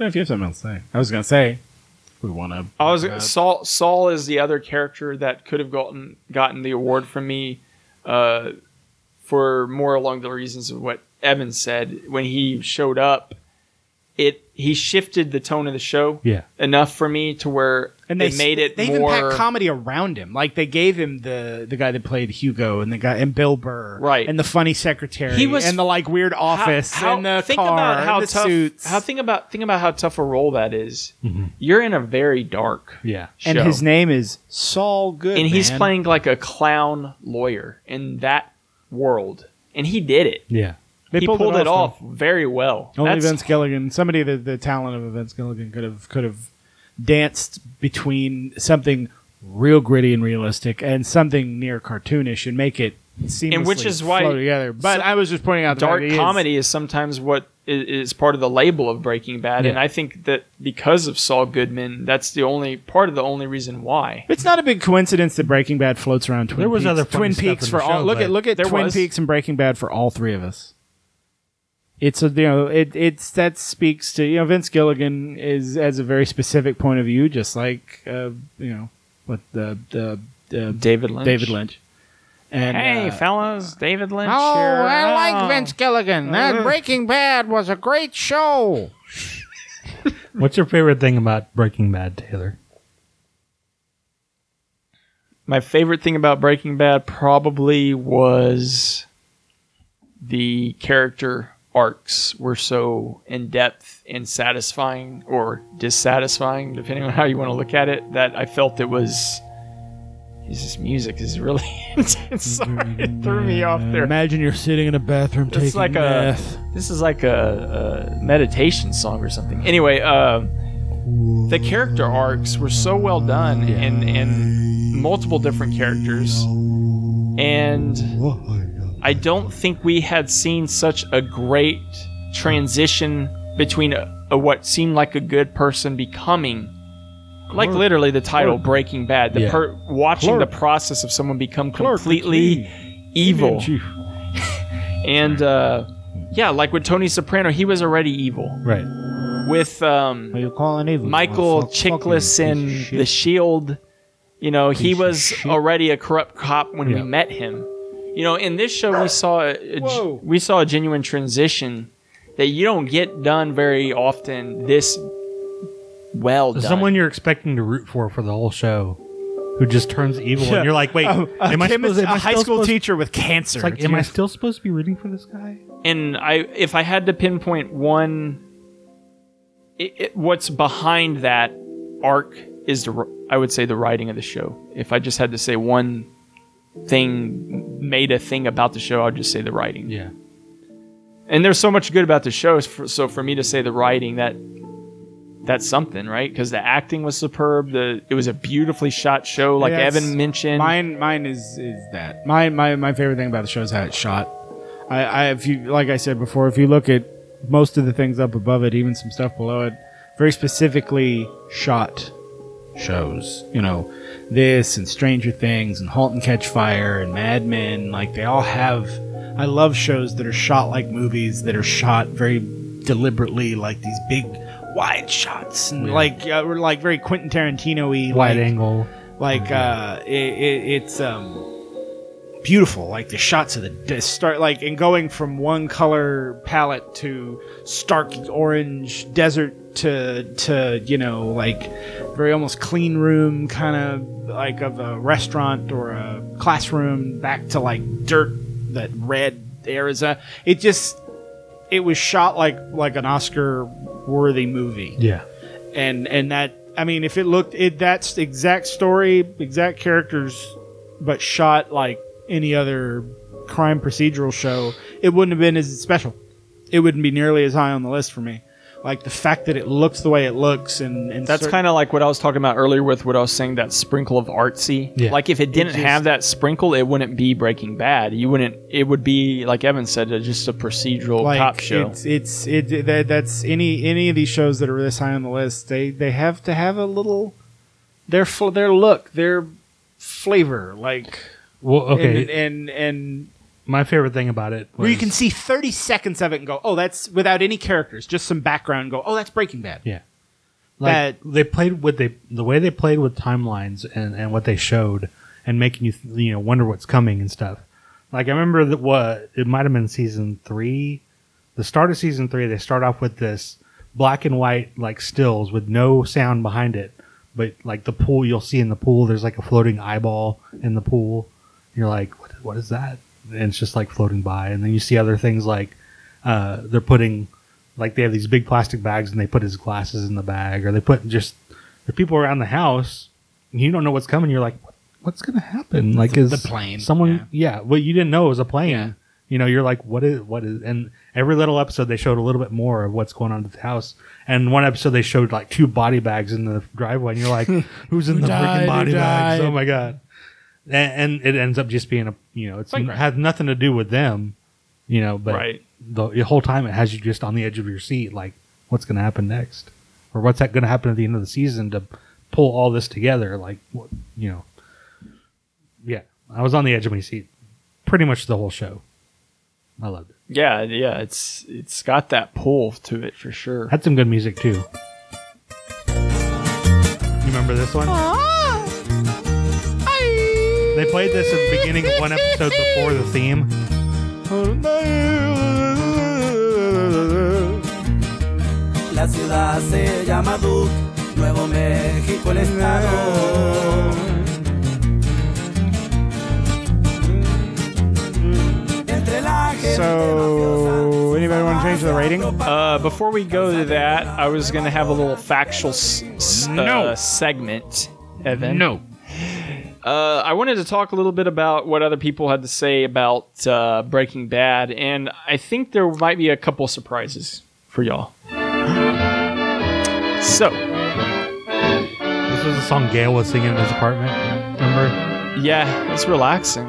S6: Oh, if you have something else to say, I was gonna say we want to.
S2: I was Saul. Saul is the other character that could have gotten gotten the award from me, uh, for more along the reasons of what Evan said when he showed up. It he shifted the tone of the show
S3: Yeah.
S2: enough for me to where
S1: and
S2: they,
S1: s-
S2: made it
S1: They
S2: more
S1: even packed comedy around him. Like they gave him the the guy that played Hugo and the guy and Bill Burr,
S2: Right.
S1: And the funny secretary.
S2: He was-
S1: and the like weird office and the
S2: think
S1: car
S2: about how
S1: and the
S2: tough,
S1: suits
S2: How think about think about how tough a role that is. You're in a very dark
S3: Yeah.
S2: show,
S1: and his name is Saul Good,
S2: and he's
S1: man.
S2: playing like a clown lawyer in that world, and he did it.
S3: Yeah.
S1: They
S2: he pulled, it, off very well.
S1: Only
S2: That's-
S1: Vince Gilligan, somebody the the talent of Vince Gilligan could have could have danced between something real gritty and realistic and something near cartoonish and make it seamlessly
S2: And which is why-
S1: flow together. But
S2: so-
S1: I was just pointing out the fact
S2: dark
S1: that he is-
S2: comedy is. sometimes what i- is part of the label of Breaking Bad, and I think that because of Saul Goodman, that's the only part of the only reason why.
S1: It's not a big coincidence that Breaking Bad floats around Twin
S3: There was
S1: Peaks.
S3: other funny
S1: Twin
S3: stuff
S1: Peaks
S3: in
S1: for
S3: the
S1: all.
S3: show,
S1: look
S3: but-
S1: at look at
S2: There
S1: Twin
S2: was.
S1: Peaks and Breaking Bad for all three of us. It's a you know it it's that speaks to you know Vince Gilligan is as a very specific point of view, just like uh, you know what the the, the
S2: David Lynch.
S1: David Lynch. And
S2: Hey,
S1: uh,
S2: fellas, David Lynch.
S4: Oh,
S2: here.
S4: I like
S2: Oh.
S4: Vince Gilligan. That Breaking Bad was a great show.
S3: What's your favorite thing about Breaking Bad, Taylor?
S2: My favorite thing about Breaking Bad probably was the character arcs were so in depth and satisfying or dissatisfying, depending on how you want to look at it, that I felt it was. Jesus, music is really (laughs) intense. Sorry, it threw me off there.
S1: imagine you're sitting in a bathroom
S2: It's
S1: taking
S2: like a-
S1: meth.
S2: This is like a, a meditation song or something. Anyway, um the character arcs were so well done, and and multiple different characters, and I don't think we had seen such a great transition between a, a what seemed like a good person becoming. Like literally the title "Breaking Bad," the
S3: Yeah.
S2: per- watching the process of someone become completely evil, and uh, yeah, like with Tony Soprano, he was already evil.
S3: Right.
S2: With um,
S1: you calling evil?
S2: Michael Chiklis in The Shield, you know, he was already a corrupt cop when we
S3: Yeah.
S2: met him. You know, in this show, we saw a, a
S1: Whoa.
S2: g- we saw a genuine transition that you don't get done very often. This well done.
S3: Someone you're expecting to root for for the whole show who just turns evil and you're like, wait,
S1: (laughs) a,
S3: am I supposed, am I
S1: a high
S3: still
S1: school
S3: supposed-
S1: teacher with cancer.
S3: It's like, am I still supposed to be rooting for this guy?
S2: and I if I had to pinpoint one, it, it, what's behind that arc is the r- I would say the writing of the show. If I just had to say one thing made a thing about the show, I'd just say the writing.
S3: Yeah.
S2: And there's so much good about the show. s- for- So for me to say the writing that that's something, right? Because the acting was superb. The it was a beautifully shot show, like
S1: Yes.
S2: Evan mentioned.
S1: Mine, mine is is that. My my my favorite thing about the show is how it's shot. I, I if you like I said before, if you look at most of the things up above it, even some stuff below it, very specifically shot shows. You know, this and Stranger Things and *Halt and Catch Fire* and *Mad Men*. Like they all have. I love shows that are shot like movies that are shot very deliberately, like these big wide shots and like uh, were, like very Quentin Tarantino y.
S3: Wide
S1: like,
S3: angle.
S1: like uh it, it, it's um beautiful like the shots of the the start like and going from one color palette to stark orange desert to to you know like very almost clean room kind of like of a restaurant or a classroom back to like dirt that red Arizona it just it was shot like like an Oscar worthy movie
S3: Yeah.
S1: and and that I mean, if it looked it that's the exact story, exact characters, but shot like any other crime procedural show, it wouldn't have been as special. It wouldn't be nearly as high on the list for me. Like the fact that it looks the way it looks, and, and
S2: That's kind of like what I was talking about earlier with what I was saying that sprinkle of artsy.
S3: Yeah.
S2: Like if it didn't
S1: just-
S2: have that sprinkle, it wouldn't be Breaking Bad. You wouldn't. It would be like Evan said, uh, just a procedural
S1: like
S2: cop show.
S1: It's it's it, that, that's any any of these shows that are this high on the list. They they have to have a little their fl- their look, their flavor, like
S3: Well, okay.
S1: and and, and
S3: My favorite thing about it was
S1: where you can see 30 seconds of it and go, oh, that's without any characters, just some background. And go, oh, that's Breaking Bad.
S3: Yeah. like they played with they the way they played with timelines and and what they showed and making you th- you know wonder what's coming and stuff. Like I remember that what it might have been season three, the start of season three. They start off with this black and white like stills with no sound behind it, but like the pool you'll see in the pool. There's like a floating eyeball in the pool. You're like, what, what is that? And it's just like floating by. And then you see other things like uh, they're putting like they have these big plastic bags and they put his glasses in the bag or they put just the people around the house and you don't know what's coming you're like "What- what's gonna happen like is
S1: the plane,
S3: someone yeah. well you didn't know it was a plane you know you're like what is what is and every little episode they showed a little bit more of what's going on at the house and one episode they showed like two body bags in the driveway and you're like who's in the freaking body bags oh my god and, and it ends up just being a you know it's it has nothing to do with them you know but
S2: Right.
S3: the, the whole time it has you just on the edge of your seat like what's going to happen next or what's that going to happen at the end of the season to pull all this together like what you know yeah i was on the edge of my seat pretty much the whole show i loved it
S2: yeah, yeah. It's it's got that pull to it for sure.
S3: had some good music too you remember this one they played this at the beginning of one episode before the theme
S7: La ciudad se llama Duke, Nuevo México el estado. Entre la gente
S1: So, anybody want to change the rating?
S2: Uh, before we go to that, I was gonna have a little factual s- s- uh,
S6: No.
S2: segment, Evan.
S6: No.
S2: Uh, I wanted to talk a little bit about what other people had to say about uh, Breaking Bad, and I think there might be a couple surprises for y'all. So,
S3: this was a song gail was singing in his apartment remember
S2: yeah, it's relaxing.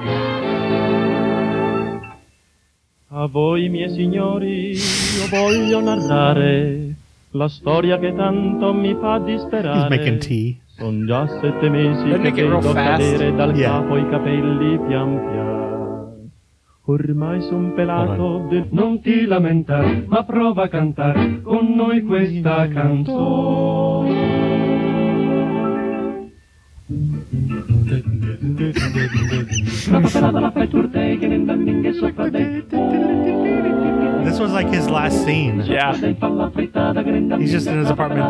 S8: A voi, miei signori, io voglio narrare la storia che tanto mi fa disperare.
S3: he's making tea
S8: Son già sette mesi
S2: Let me
S8: che
S2: get real
S8: vedo
S2: fast.
S8: cadere dal
S3: Yeah.
S8: capo i capelli pian piano. Ormai son pelato, del- non ti lamentare, ma prova a cantare con noi questa canzone. Troppo pelata la fai turte che ne indandinghe sui padre.
S3: this was like his last scene
S2: Yeah,
S3: He's just in his apartment.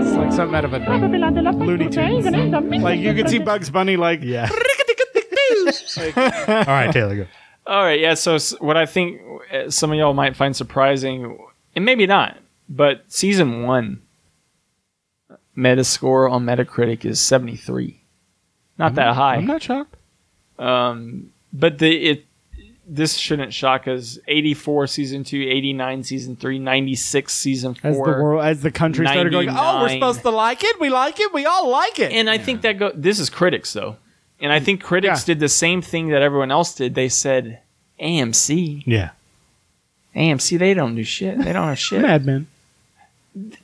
S1: It's like something out of a Looney Tunes. Like you could see Bugs Bunny, like
S3: Yeah. All right, Taylor, go.
S2: All right, yeah. So s- what I think uh, some of y'all might find surprising, and maybe not, but season one uh, Metascore on Metacritic is seventy three, not that
S1: Mm-hmm.
S2: high.
S6: I'm not shocked.
S2: um, but the it this shouldn't shock us. Eighty four season two, eighty nine season three, ninety six season four.
S1: as the world, as the country started going, oh, we're
S2: 99.
S1: supposed to like it. We like it. We all like it.
S2: And I think that go. This is critics though, and I think critics
S1: Yeah.
S2: did the same thing that everyone else did. They said AMC,
S3: Yeah.
S2: AMC. They don't do shit. They don't have shit.
S3: (laughs)
S1: Mad Men.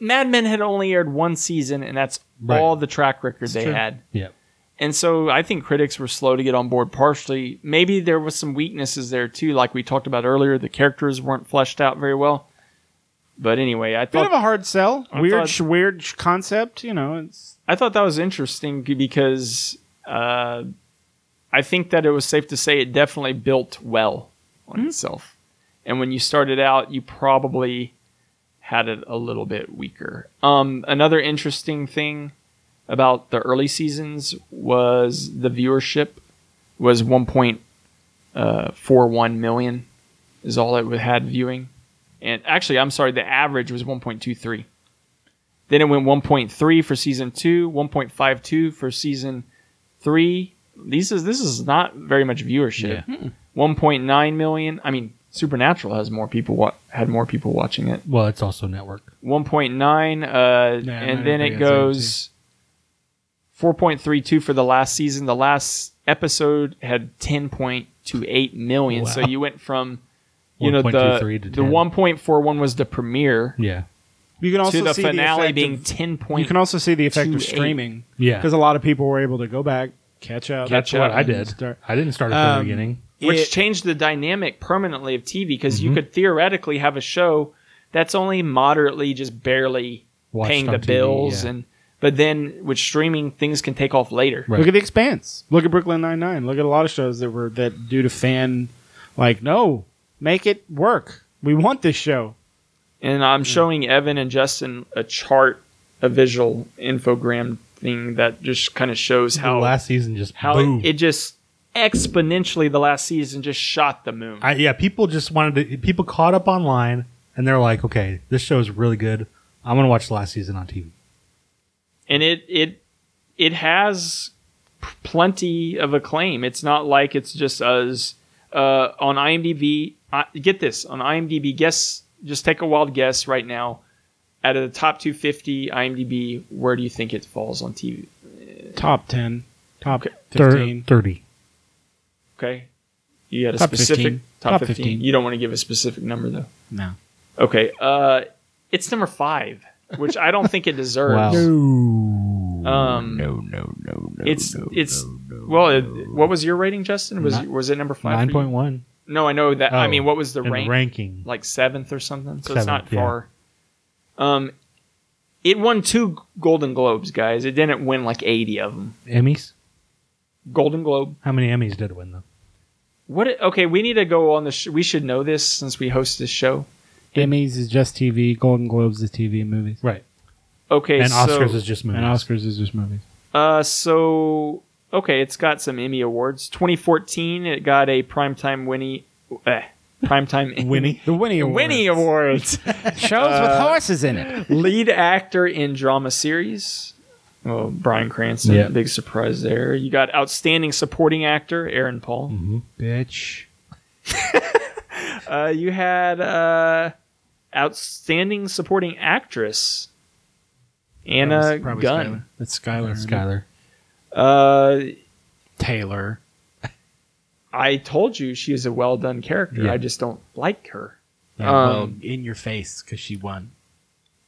S2: Mad Men had only aired one season, and that's
S3: Right.
S2: all the track record they had.
S3: Yep.
S2: And so I think critics were slow to get on board. Partially, maybe there was some weaknesses there too, like we talked about earlier. The characters weren't fleshed out very well, But anyway, I
S1: Bit
S2: thought
S1: of a hard sell.
S2: I
S1: weird,
S2: thought-
S1: sh weird sh- concept. You know, it's
S2: I thought that was interesting because uh, I think that it was safe to say it definitely built well on itself. And when you started out, you probably had it a little bit weaker. Um, another interesting thing about the early seasons was the viewership was 1.41 million is all it had viewing. And actually, I'm sorry, the average was 1.23. Then it went 1.3 for season two, 1.52 for season three. These is this is not very much viewership.
S1: Hmm.
S2: 1.9 million. I mean, Supernatural has more people wa- had more people watching it.
S3: Well, it's also network.
S2: 1.9, uh,
S6: Yeah,
S2: and
S6: I
S2: then
S6: think
S2: it
S6: it's empty.
S2: goes 4.32 for the last season. The last episode had 10.28 million. So
S3: Wow.
S2: you went from you know the
S3: 1.23 to
S2: the
S3: 10.
S2: 1.41 was the premiere
S3: Yeah.
S1: you can also
S2: to the
S1: see
S2: finale
S1: effect
S2: being
S1: of-
S2: 10.
S1: You can also see the effect of
S2: 28.
S1: streaming.
S3: Yeah.
S1: because a lot of people were able to go back, catch up.
S3: That's
S2: catch
S3: what
S2: up
S3: I
S1: and
S3: did.
S1: start-
S3: I didn't start it from the
S1: Um,
S3: beginning.
S2: which
S1: It-
S2: changed the dynamic permanently of TV because
S3: Mm-hmm.
S2: you could theoretically have a show that's only moderately just barely
S3: Watched
S2: paying
S3: on
S2: the
S3: TV,
S2: bills
S3: yeah.
S2: and but then with streaming things can take off later.
S3: Right.
S1: Look at the Expanse. Look at Brooklyn Nine Nine. Look at a lot of shows that were that due to fan, like no, make it work. We want this show.
S2: And
S3: Mm-hmm.
S2: I'm showing Evan and Justin a chart, a visual infogram thing that just kind of shows
S3: The
S2: how
S3: last season just
S2: how
S3: boom.
S2: it, it just exponentially the last season just shot the moon.
S3: I, yeah, people just wanted to. People caught up online and they're like, okay, this show is really good. I'm gonna watch the last season on TV.
S2: and it it it has p- plenty of acclaim. It's not like it's just us uh, on IMDb. I, get this on IMDb. Guess just take a wild guess right now. Out of the top 250 IMDb, where do you think it falls on TV?
S1: Top ten, top
S3: Thir-
S1: fifteen.
S3: Thirty.
S2: Okay, you had a
S1: Top
S2: specific
S1: 15.
S2: top,
S1: Top
S2: 15.
S1: 15.
S2: You don't want to give a specific number though.
S1: No.
S2: Okay, uh, it's number five, which I
S1: (laughs)
S2: don't think it deserves.
S3: Wow.
S2: Um, no, no, no, no. It's it's well. It, what was your rating, Justin? Was was it number five?
S3: Nine
S2: for you?
S3: point one.
S2: No, I know that. I
S3: Oh,
S2: mean, what was the
S3: and
S2: rank?
S3: ranking.
S2: Like seventh or something. So it's
S3: Seventh,
S2: not
S3: yeah.
S2: far. Um, it won two Golden Globes, guys. It didn't win like eighty of them.
S3: Emmys.
S2: Golden Globe.
S3: How many Emmys did it win though?
S2: What? it- Okay, we need to go on the. Sh- we should know this since we host this show.
S1: Emmys is just TV. Golden Globes is TV and movies.
S3: Right.
S2: Okay,
S3: and
S2: so,
S3: Oscars is just movies.
S6: And Oscars is just movies.
S2: Uh, so okay, it's got some Emmy awards. 2014, it got a primetime Winnie, eh, primetime (laughs)
S3: (laughs) Winnie.
S1: The Winnie Awards. (laughs)
S2: Winnie awards.
S1: shows with
S6: Uh,
S1: horses in it.
S2: Lead actor in drama series. Well, Brian Cranston,
S3: Yeah.
S2: big surprise there. You got outstanding supporting actor Aaron Paul.
S6: Bitch.
S2: Uh, you had uh, outstanding supporting actress Anna Gunn.
S1: That's Skylar.
S3: Skyler.
S2: Uh,
S1: Taylor.
S2: I told you she is a well done character. I just don't like her.
S1: Yeah,
S2: Um,
S1: well, in your face because she won.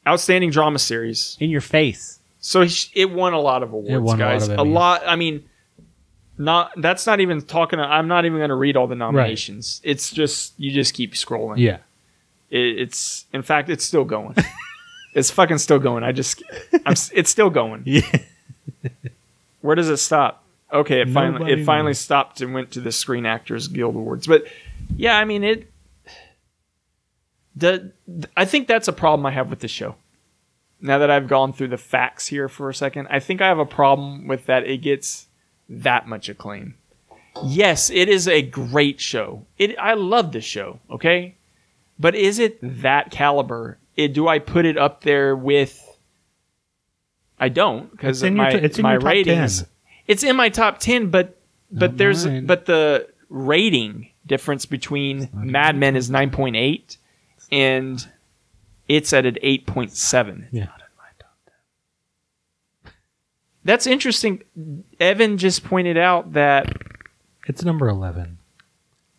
S2: Outstanding drama series.
S1: In your face.
S2: So he- it won a lot of awards,
S3: It won a lot
S2: guys.
S3: of
S2: a
S3: Emmys.
S2: lot. I mean, not that's not even talking. I'm not even going to read all the nominations. It's just you just keep scrolling.
S3: Yeah.
S2: It, it's in fact, it's still
S3: (laughs)
S2: going. it's fucking still going. I just, I'm, s- it's still going.
S3: Yeah.
S2: Where does it stop? Okay, it finally
S3: Nobody
S2: it finally
S3: knows.
S2: stopped and went to the Screen Actors Guild Awards. But yeah, I mean it. The I think that's a problem I have with the show. Now that I've gone through the facts here for a second, I think I have a problem with that. It gets that much acclaim. Yes, it is a great show. It I love the show. Okay, but is it that caliber? It, do I put it up there with? I don't
S3: It's
S2: because
S3: in your
S2: my
S3: t- it's in
S2: my
S3: your top
S2: ratings.
S3: 10.
S2: It's in my top ten, but but there's
S1: mine.
S2: but the rating difference between Mad Men is nine point eight, and it's at an eight point seven.
S3: Yeah.
S2: That's interesting. Evan just pointed out that
S3: It's number eleven.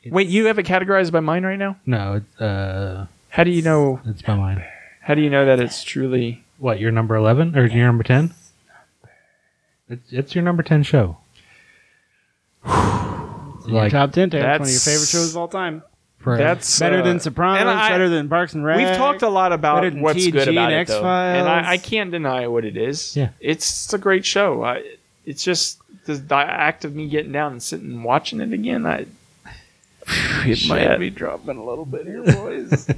S2: wait, you have it categorized by mine right now.
S3: No, it's uh,
S2: How do you know?
S3: it's by mine.
S2: How do you know that it's truly?
S3: What? Your number eleven or your number ten? It's it's your number ten (sighs) show. like
S1: top ten. That's one of your
S2: That's-
S1: favorite shows of all time.
S3: Forever.
S2: That's
S6: better
S2: uh,
S6: than Sopranos,
S2: and I-
S6: better than Parks and Rec.
S2: We've talked a lot
S6: better
S2: about
S6: than
S2: what's
S6: TG
S2: good about
S6: and
S2: it, though, and I, I
S6: X-Files.
S2: can't deny what it is.
S3: Yeah.
S2: it's a great show. I, it's just the, the act of me getting down and sitting and watching it again. I (sighs) it might be dropping a little bit here,
S3: (laughs)
S2: boys.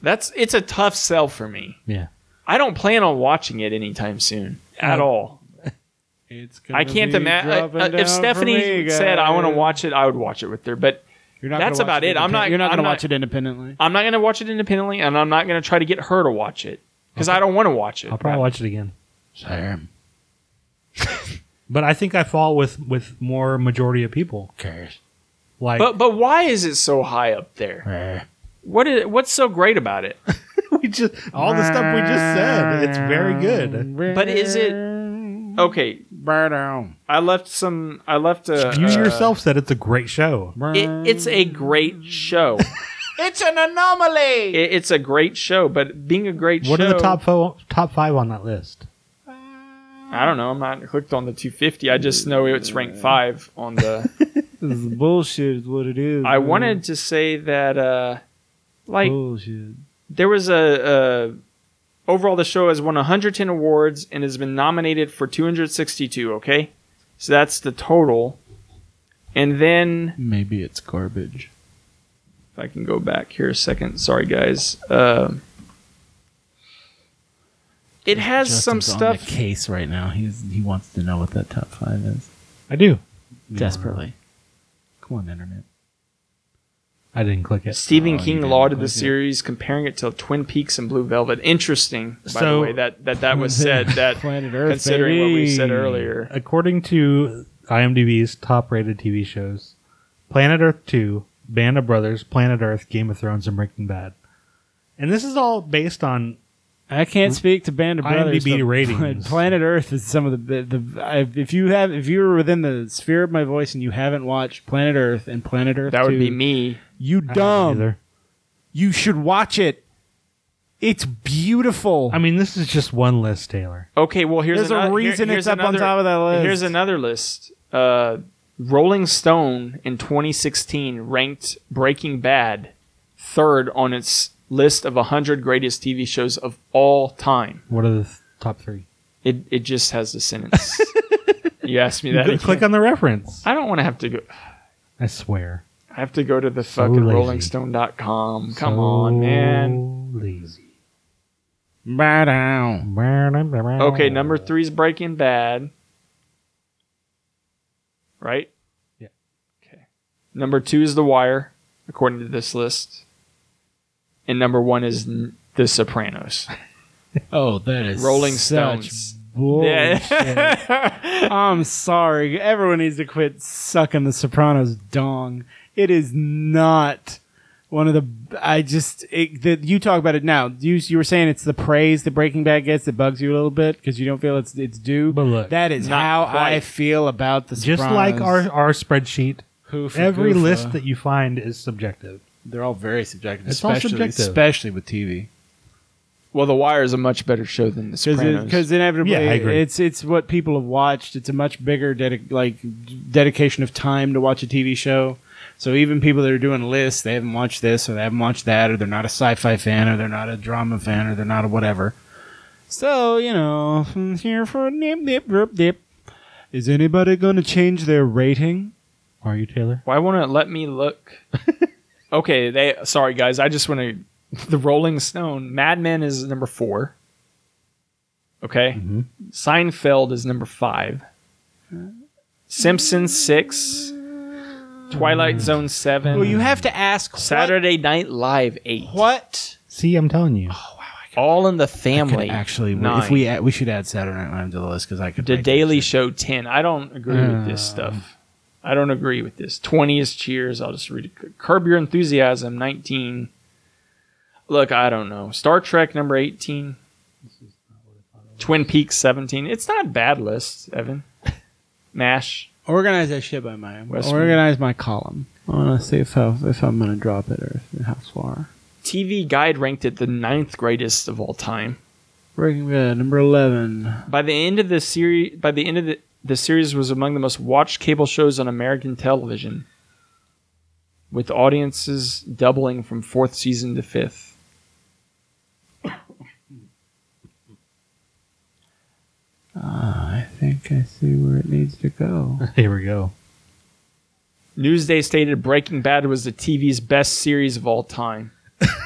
S2: That's it's a tough sell for me.
S3: Yeah.
S2: I don't plan on watching it anytime soon at all.
S6: It's
S2: I can't imagine if Stephanie said I want to watch it, I would watch it with her. But
S6: You're not
S2: that's
S6: gonna watch
S2: about it. I'm not-
S6: independ- You're not
S2: I'm
S6: gonna
S2: not-
S6: watch it independently.
S2: I'm not going to watch it independently, and I'm not going to try to get her to watch it because I don't want to watch it.
S3: I'll probably watch it again.
S6: Sam,
S3: (laughs) But I think I fall with with more majority of people.
S6: cares.
S3: Like
S2: But but why is it so high up there?
S6: Eh.
S2: What is what's so great about it?
S3: we just all the stuff we just said. It's very good.
S2: But is it okay?
S6: Burn down.
S2: I left some. I left a.
S3: You
S2: uh,
S3: yourself said it's a great show.
S2: it- it's a great
S3: (laughs)
S2: show.
S1: It's an anomaly.
S2: It- it's a great show. But being a great
S3: What
S2: show,
S3: are the top fo- top five on that list?
S2: I don't know. I'm not hooked on the 250. I just know it's ranked five on the.
S6: (laughs) This is bullshit. Is what it is.
S2: I
S6: man.
S2: wanted to say that, uh like,
S6: bullshit.
S2: there was a, a overall the show has won 110 awards and has been nominated for 262 okay so that's the total and then
S6: Maybe it's garbage.
S2: if i can go back here a second sorry guys uh, it has some
S6: Justin's on the
S2: stuff
S6: case right now. He's he wants to know what that top five is
S3: I do.
S6: desperately. Come on, internet.
S3: I didn't click it.
S2: stephen
S6: Oh, you
S2: king
S6: didn't
S2: lauded the
S6: click it.
S2: series comparing it to twin peaks and blue velvet interesting by the
S3: So-
S2: way that that, that was said that
S6: Planet Earth,
S2: considering what we said
S6: baby.
S2: earlier
S3: According to IMDb's top rated TV shows, Planet Earth 2, Band of Brothers, Planet Earth, Game of Thrones, and Breaking Bad. And this is all based on
S6: I can't speak to Band of Brothers.
S3: IMDb
S6: but
S3: ratings.
S6: (laughs) Planet Earth is some of the, the the if you have if you're within the sphere of my voice and you haven't watched Planet Earth and Planet Earth,
S2: that would
S6: 2,
S2: be me
S6: You
S3: I don't
S6: dumb.
S3: either.
S6: You should watch it. It's beautiful.
S3: I mean, this is just one list, Taylor.
S2: Okay, well here's
S6: There's a
S2: ano-
S6: reason
S2: here-
S6: it's
S2: here's
S6: up on
S2: another-
S6: top of that list.
S2: Here's another list. Uh, Rolling Stone in 2016 ranked Breaking Bad third on its list of 100 greatest TV shows of all time.
S3: What are the th- top three?
S2: It it just has the sentence. you asked me that.
S3: Go-
S2: again.
S3: click on the reference.
S2: I don't want to have to go.
S3: I swear.
S2: I have to go to the
S3: So
S2: fucking
S3: lazy.
S2: RollingStone.com. Come on, man.
S3: Lazy.
S6: Bow down.
S2: Okay,
S3: Okay,
S2: number three is Breaking Bad. Right?
S3: Yeah.
S2: Okay. Number two is The Wire, according to this list. And number one is N- The Sopranos.
S6: Oh, that is
S2: Rolling
S6: such
S2: Stones.
S6: Bullshit.
S2: Yeah.
S6: I'm sorry. Everyone needs to quit sucking the Sopranos dong. It is not one of the. I just it, the, you talk about it now. You you were saying it's the praise the Breaking Bad gets that bugs you a little bit because you don't feel it's it's due.
S3: But look,
S6: that is
S2: not
S6: how
S2: quite.
S6: I feel about the
S3: Just
S6: Sopranos.
S3: like our, our spreadsheet,
S6: Hoofa
S3: every
S6: goofa.
S3: list that you find is subjective. (laughs)
S6: they're all very subjective,
S3: It's all
S6: especially
S3: subjective.
S6: especially with TV.
S2: (laughs) well, The Wire is a much better show than The Sopranos.
S6: because inevitably
S3: Yeah, I agree.
S6: it's it's what people have watched. It's a much bigger dedic- like dedication of time to watch a TV show. So even people that are doing lists, they haven't watched this or they haven't watched that or they're not a sci-fi fan or they're not a drama fan or they're not a whatever. So you know, from here for a nip nip rip dip. Is anybody going to change their rating?
S3: Are you, Taylor?
S2: Why won't it let me look? okay, they. Sorry, guys. I just want to. The Rolling Stone. Mad Men is number four. Okay. Seinfeld is number five. Simpsons six. Twilight Zone seven.
S6: Well, you have to ask what-
S2: Saturday Night Live eight.
S6: What?
S3: See, I'm telling you.
S2: All in the Family.
S6: Actually, we-
S2: nine.
S6: if we add, we should add Saturday Night Live to the list because I could.
S2: The
S6: make it.
S2: Daily Show ten. I don't agree with this stuff. I don't agree with this. Twenty is Cheers. I'll just read it. quick. Curb Your Enthusiasm nineteen. Look, I don't know. Star Trek number eighteen. Twin Peaks seventeen. It's not a bad list, Evan. (laughs) Mash.
S6: Organize that shit by my
S2: West
S6: organize my column. I want to see if I, if I'm gonna drop it or if- how far.
S2: TV Guide ranked it the ninth greatest of all time.
S6: Breaking Bad number eleven.
S2: By the end of the series, by the end of the, the series was among the most watched cable shows on American television. with audiences doubling from fourth season to fifth.
S1: I think I see where it needs to go.
S3: Here we go.
S2: Newsday stated Breaking Bad was the TV's best series of all (laughs) time.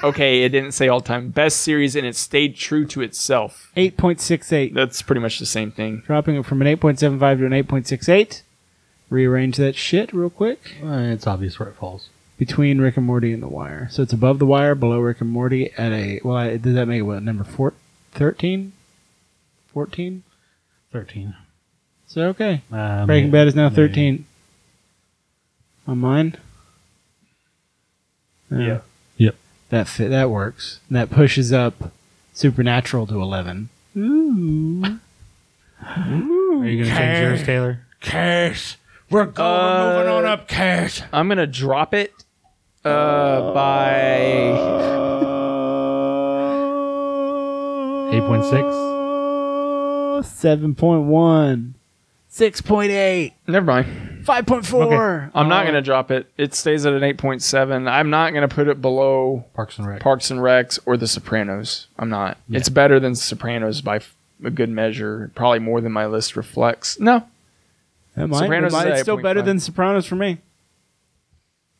S2: okay, it didn't say all time. Best series, and it stayed true to itself.
S1: 8.68.
S2: That's pretty much the same thing.
S1: Dropping it from an 8.75 to an 8.68. Rearrange that shit real quick.
S3: Uh, it's obvious where it falls.
S1: Between Rick and Morty and The Wire. So it's above The Wire, below Rick and Morty at a. Well, I, did that make it what? Number four, 13? 14?
S3: 13.
S1: So okay.
S3: Uh,
S1: Breaking
S3: may-
S1: Bad is now
S3: may-
S1: 13. On mine?
S3: Yeah. Yep.
S1: That fit, that works. And that pushes up Supernatural to 11.
S3: Are you going to change yours, Taylor?
S5: Cash. We're going.
S3: Uh,
S5: we're moving on up, Cash.
S2: I'm gonna drop it uh, by
S3: 8.6.
S1: 7.1. 6.8.
S2: never mind.
S1: 5.4.
S2: I'm not gonna drop it. It stays at an 8.7. I'm not gonna put it below
S3: Parks and Rec.
S2: Parks and Recs or The Sopranos. I'm not. It's better than Sopranos by f- a good measure. Probably more than my list reflects. No,
S1: That might,
S2: Sopranos
S1: that might-
S2: is
S1: it's
S2: at
S1: still better
S2: 8.5.
S1: than Sopranos for me.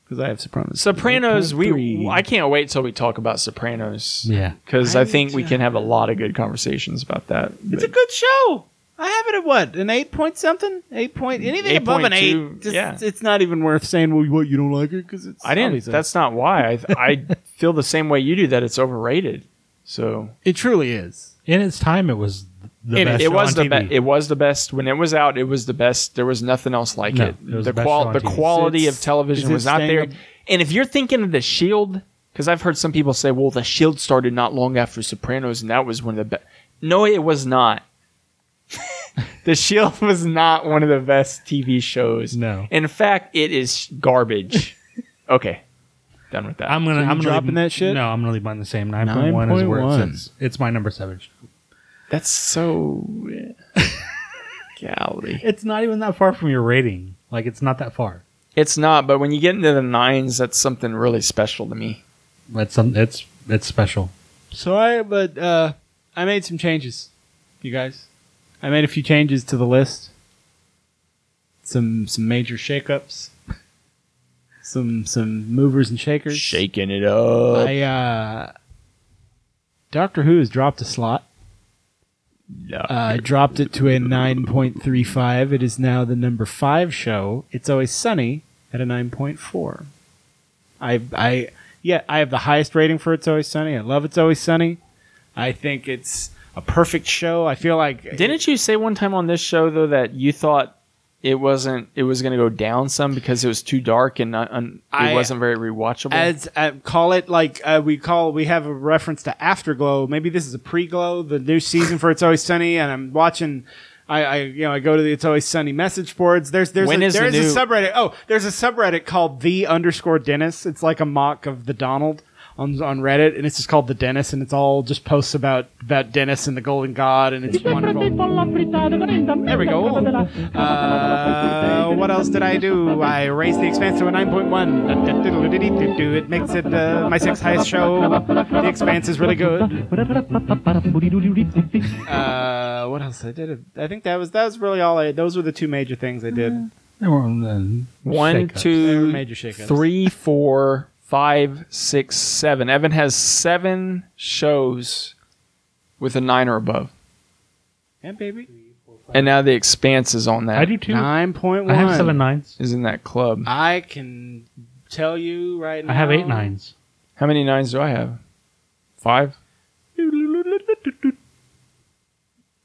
S1: Because I have Sopranos.
S2: Sopranos. We
S1: 8.3.
S2: I can't wait till we talk about Sopranos
S3: Yeah.
S2: because I, think we can have a lot of good conversations about that.
S1: It's a good show. I have it at what? An 8 point something? 8 point? Anything above an
S2: 8.2,
S1: 8. Just,
S2: yeah.
S1: It's not even worth saying, well, what, you don't like it? Because it's.
S2: I didn't.
S1: obvious.
S2: That's not why. I
S1: (laughs)
S2: I feel the same way you do that it's overrated. So
S1: it truly is.
S3: In its time, it was the
S2: it,
S3: best
S2: it
S3: show
S2: was
S3: on
S2: the
S3: TV.
S2: best. It was the best when it was out. It was the best. There was nothing else like
S3: No,
S2: it.
S3: it was
S2: the
S3: the best show on
S2: the
S3: TV.
S2: quality
S1: It's-
S2: of television
S1: is it
S2: was not
S1: staying
S2: there.
S1: up-
S2: And if you're thinking of the Shield, because I've heard some people say, "Well, the Shield started not long after Sopranos, and that was one of the best." No, it was not. (laughs) the Shield was not one of the best TV shows.
S3: No.
S2: in fact, it is
S3: (laughs)
S2: garbage. okay, done with that.
S3: I'm gonna. I'm gonna
S1: dropping
S3: leave-
S1: that shit?
S3: No, I'm gonna leave mine the same. Nine point one is where it
S1: 9.1.
S3: sits. It's my number seven.
S2: That's so. (laughs) Golly.
S3: It's not even that far from your rating. Like it's not that far.
S2: It's not, but when you get into the nines, that's something really special to me.
S3: It's some. It's it's special.
S1: So I, but uh, I made some changes, you guys. I made a few changes to the list. Some some major shakeups. Some some movers and shakers.
S2: Shaking it up.
S1: I uh, Doctor Who has dropped a slot. Uh, dropped it to a nine point three five. It is now the number five show. It's always sunny at a nine point four. I I yeah, I have the highest rating for It's Always Sunny. I love It's Always Sunny. I think it's a perfect show. I feel like
S2: Didn't you say one time on this show though that you thought it wasn't it was going to go down some because it was too dark and not, un, it
S1: I-
S2: wasn't very rewatchable?
S1: as uh, call it like uh, we call we have a reference to afterglow maybe this is a pre-glow the new season for it's always sunny and i'm watching I, I you know I go to the It's Always Sunny message boards. There's there's
S2: When
S1: a,
S2: is the
S1: there's
S2: new-
S1: a subreddit. Oh, there's a subreddit called the underscore Dennis. It's like a mock of the Donald on on Reddit, and it's just called the Dennis, and it's all just posts about about Dennis and the Golden God, and it's wonderful. There we
S3: (laughs)
S1: go. Uh, what else did I do? I raised the expense to a 9.1. It makes it uh, my sixth highest show. The expanse is really good. Uh, what else I did? I think that was that was really all. I those were the two major things I did.
S3: They were on the
S2: one,
S1: They were
S3: shakeups.
S2: two,
S1: major shakeups.
S2: three, four, five, six, seven. Evan has seven shows with a nine or above,
S1: Yeah, baby.
S2: and now the expanse is on that.
S3: I do too.
S1: Nine point
S3: I
S1: one.
S3: have seven nines.
S2: is in that club.
S1: I can tell you right now.
S3: I have eight nines.
S2: How many nines do I have? Five.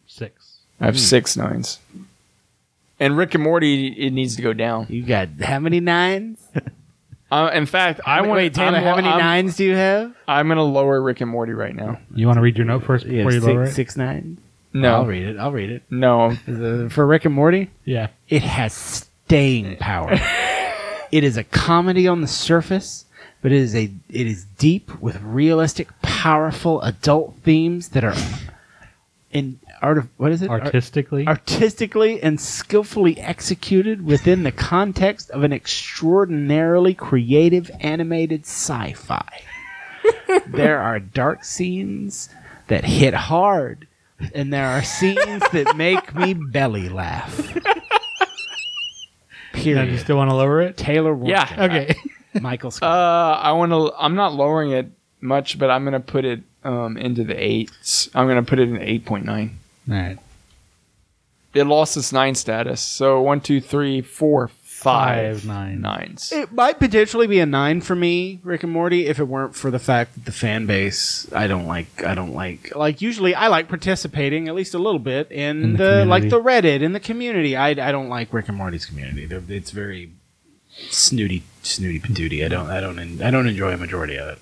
S3: Six.
S2: I have six nines. Hmm. And Rick and Morty, it needs to go down.
S1: You got how many nines?
S2: Uh, in fact, I want.
S1: Wait, Taylor,
S2: I'm,
S1: how many
S2: I'm,
S1: nines do you have?
S2: I'm going to lower Rick and Morty right now.
S3: You want to read your note first before you lower
S1: six,
S3: it?
S1: six nines. I'll
S2: No,
S1: read it. I'll read it.
S2: no.
S1: The- for Rick and Morty,
S3: Yeah.
S1: it has staying
S3: (laughs)
S1: power. it is a comedy on the surface, but it is a it is deep with realistic, powerful adult themes that are in art what is it? Art-
S3: Artistically,
S1: artistically and skillfully executed within the context of an extraordinarily creative animated sci (laughs) fi. there are dark scenes that hit hard, and there are scenes that make me belly (laughs) laugh.
S3: Now, do you
S1: Period.
S3: still want to lower it?
S1: Taylor Warren,
S2: Yeah.
S3: Okay.
S1: (laughs) Michael
S2: Uh,
S1: Scott.
S2: I want to. I'm not lowering it much, but I'm gonna put it um into the eights. I'm gonna put it in eight point nine.
S3: All right.
S2: It lost its nine status. So one, two, three, four, five,
S3: Five, nine.
S2: nines.
S1: Uh, it might potentially be a nine for me, Rick and Morty, if it weren't for the fact that the fan base I don't like. I don't like. Like usually, I like participating at least a little bit in,
S3: In the
S1: the, like the
S3: community.
S1: Reddit in the community. I, I don't like Rick and Morty's community. They're, it's very snooty, snooty patooty. I don't I don't en- I don't enjoy a majority of it.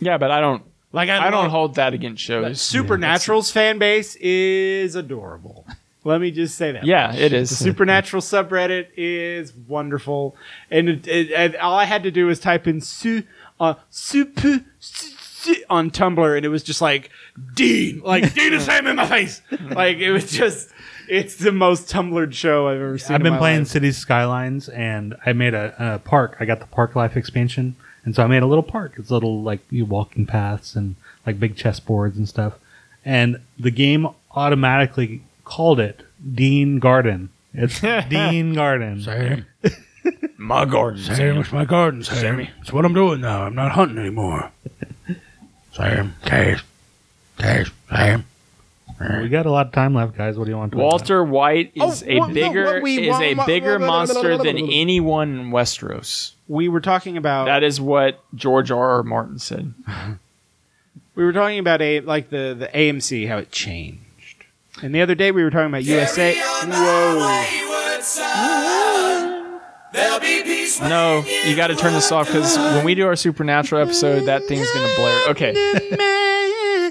S2: Yeah, but I don't.
S1: Like
S2: I don't
S1: like-
S2: hold that against shows.
S1: Supernatural's fan base is adorable. Let me just say that.
S2: Yeah, it is.
S3: (laughs)
S1: The supernatural subreddit is wonderful, and, it, it, and all I had to do was type in su, uh, super su, su- on Tumblr, and it was just like Dean, like Dean is slamming my
S3: (laughs)
S1: face. Like it was just, it's the most Tumblred show I've ever seen.
S3: I've
S1: in
S3: been
S1: my
S3: playing
S1: life.
S3: Cities Skylines, and I made a, a park. I got the Park Life expansion, and so I made a little park. It's little like you walking paths and like big chessboards and stuff. And the game automatically called it Dean Garden.
S2: (laughs)
S3: It's Dean Garden.
S5: Sam. (laughs) my garden, Sam. It's my garden, Sam. It's what I'm doing now. I'm not hunting anymore. (laughs) Sam, cash, cash, Sam.
S3: We got a lot of time left, guys. What do you want to talk
S2: Walter White is
S1: Oh,
S2: a
S1: well, no,
S2: bigger
S1: what we
S2: is
S1: want-
S2: a
S1: what-
S2: bigger
S1: what-
S2: monster than anyone in Westeros.
S1: We were talking about
S2: That is what George R. R. Martin said.
S1: we were talking about a like the the AMC how it changed, and the other day we were talking about USA. Whoa.
S2: No, you got to turn this off because when we do our supernatural episode, that thing's gonna blare. Okay,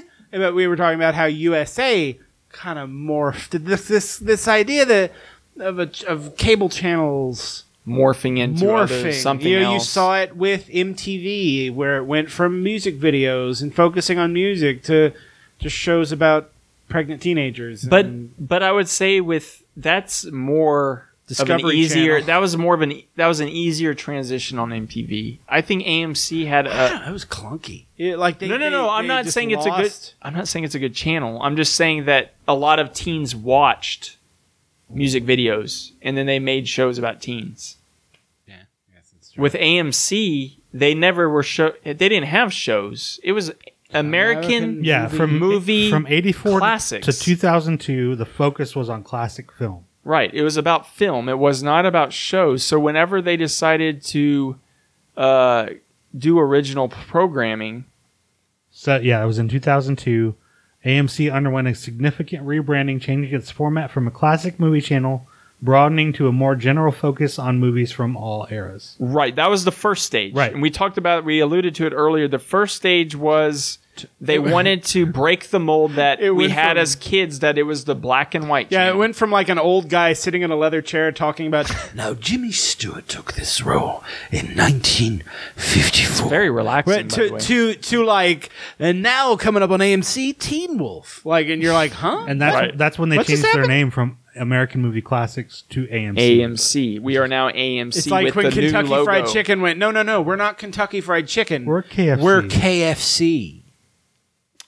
S1: Yeah, (laughs) but we were talking about how USA kind of morphed this this this idea that of a, of cable channels
S2: morphing into
S1: morphing.
S2: other, something
S1: you, know,
S2: else.
S1: you saw it with MTV where it went from music videos and focusing on music to to shows about pregnant teenagers.
S2: but
S1: and-
S2: but I would say with that's more of
S1: Discovery
S2: an easier.
S1: Channel.
S2: That was more of an that was an easier transition on MTV. I think AMC had a
S1: that was clunky. It, like they,
S2: no no
S1: they-
S2: no. I'm
S1: they
S2: not
S1: just
S2: saying it's a good.
S1: lost-
S2: I'm not saying it's a good channel. I'm just saying that a lot of teens watched music videos and then they made shows about teens. With AMC, they never were show. They didn't have shows. It was American.
S1: American-
S3: Yeah, from
S2: movie
S3: from eighty four
S2: classics.
S3: to two thousand two, the focus was on classic film.
S2: Right. It was about film. It was not about shows. So whenever they decided to uh, do original programming,
S3: So yeah, it was in 2002. AMC underwent a significant rebranding, changing its format from a classic movie channel, broadening to a more general focus on movies from all eras.
S2: right, that was the first stage.
S3: Right.
S2: And we talked about we alluded to it earlier. The first stage was they wanted to break the mold that
S1: It
S2: we
S1: went
S2: had
S1: from-
S2: as kids that it was the black and white.
S1: Yeah, it
S2: channel.
S1: went from like an old guy sitting in a leather chair talking about
S7: (laughs) Now, Jimmy Stewart took this role in 1954.
S2: very relaxing.
S1: Right,
S2: by the
S1: to,
S2: way.
S1: to to like and now coming up on AMC Teen Wolf like and you're like huh
S3: And that's
S2: Right.
S3: that's when they
S1: What just
S3: changed their
S1: happened?
S3: name from American Movie Classics to AMC.
S2: AMC. We are now AMC
S1: it's like
S2: with
S1: when
S2: the
S1: Kentucky
S2: new logo.
S1: Fried Chicken went no no no we're not Kentucky Fried Chicken
S3: We're KFC.
S1: we're KFC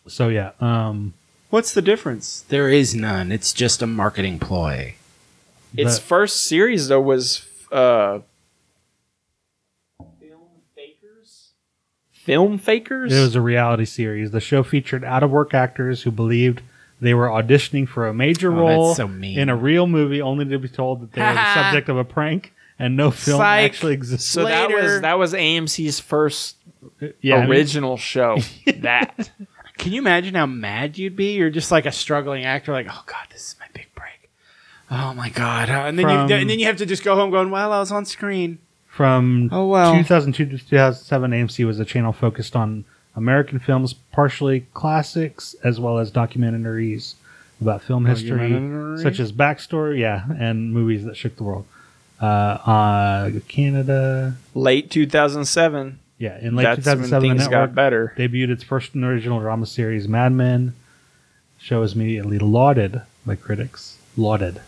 S3: so yeah, um,
S1: what's the difference
S4: There is none. It's just a marketing ploy.
S2: Its
S3: the-
S2: first series though was uh, Film Fakers. Film Fakers.
S3: it was a reality series. The show featured out of work actors who believed they were auditioning for a major role
S4: so mean.
S3: in a real movie, only to be told that they
S1: (laughs)
S3: were the subject of a prank and no film
S1: Psych.
S3: actually exists.
S2: So that was
S1: Later.
S2: that was AMC's first
S3: Yeah, I mean-
S2: original show.
S1: (laughs)
S2: that
S1: can you imagine how mad you'd be you're just like a struggling actor like oh god this is my big break oh my god Uh, and then
S3: From-
S1: you and then you have to just go home going well I was on screen
S3: From
S1: Oh, well.
S3: 2002 to 2007, AMC was a channel focused on American films, partially classics, as well as documentaries about film history,
S1: Documentary?
S3: such as Backstory, yeah, and movies that shook the world. Uh, uh, Canada,
S2: late 2007.
S3: yeah, in late
S2: that's when
S3: 2007, the
S2: things
S3: network
S2: got better.
S3: debuted its first original drama series, Mad Men. The show was immediately lauded by critics. Lauded.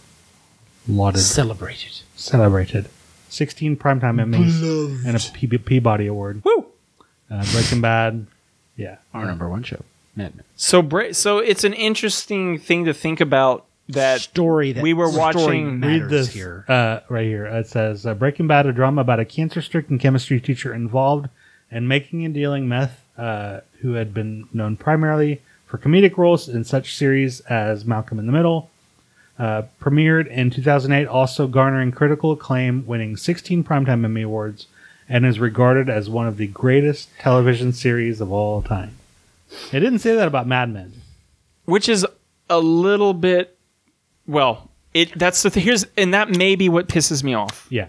S3: Lauded.
S1: Celebrated.
S3: Celebrated. 16 primetime Emmys and a Pe- Peabody Award. Woo! Uh, Breaking Bad. Yeah.
S7: Our number one show. Mad Men.
S2: So Bra- so it's an interesting thing to think about that
S1: story that
S2: we were
S1: story
S2: watching-
S1: matters
S3: Read this
S1: here.
S3: Uh, right here. It says uh, Breaking Bad, a drama about a cancer stricken chemistry teacher involved in making and dealing meth, uh, who had been known primarily for comedic roles in such series as Malcolm in the Middle. Uh, premiered in 2008, also garnering critical acclaim, winning 16 Primetime Emmy Awards, and is regarded as one of the greatest television series of all time. It didn't say that about Mad Men.
S2: which is a little bit well, it that's the th- here's and that may be what pisses me off
S3: Yeah.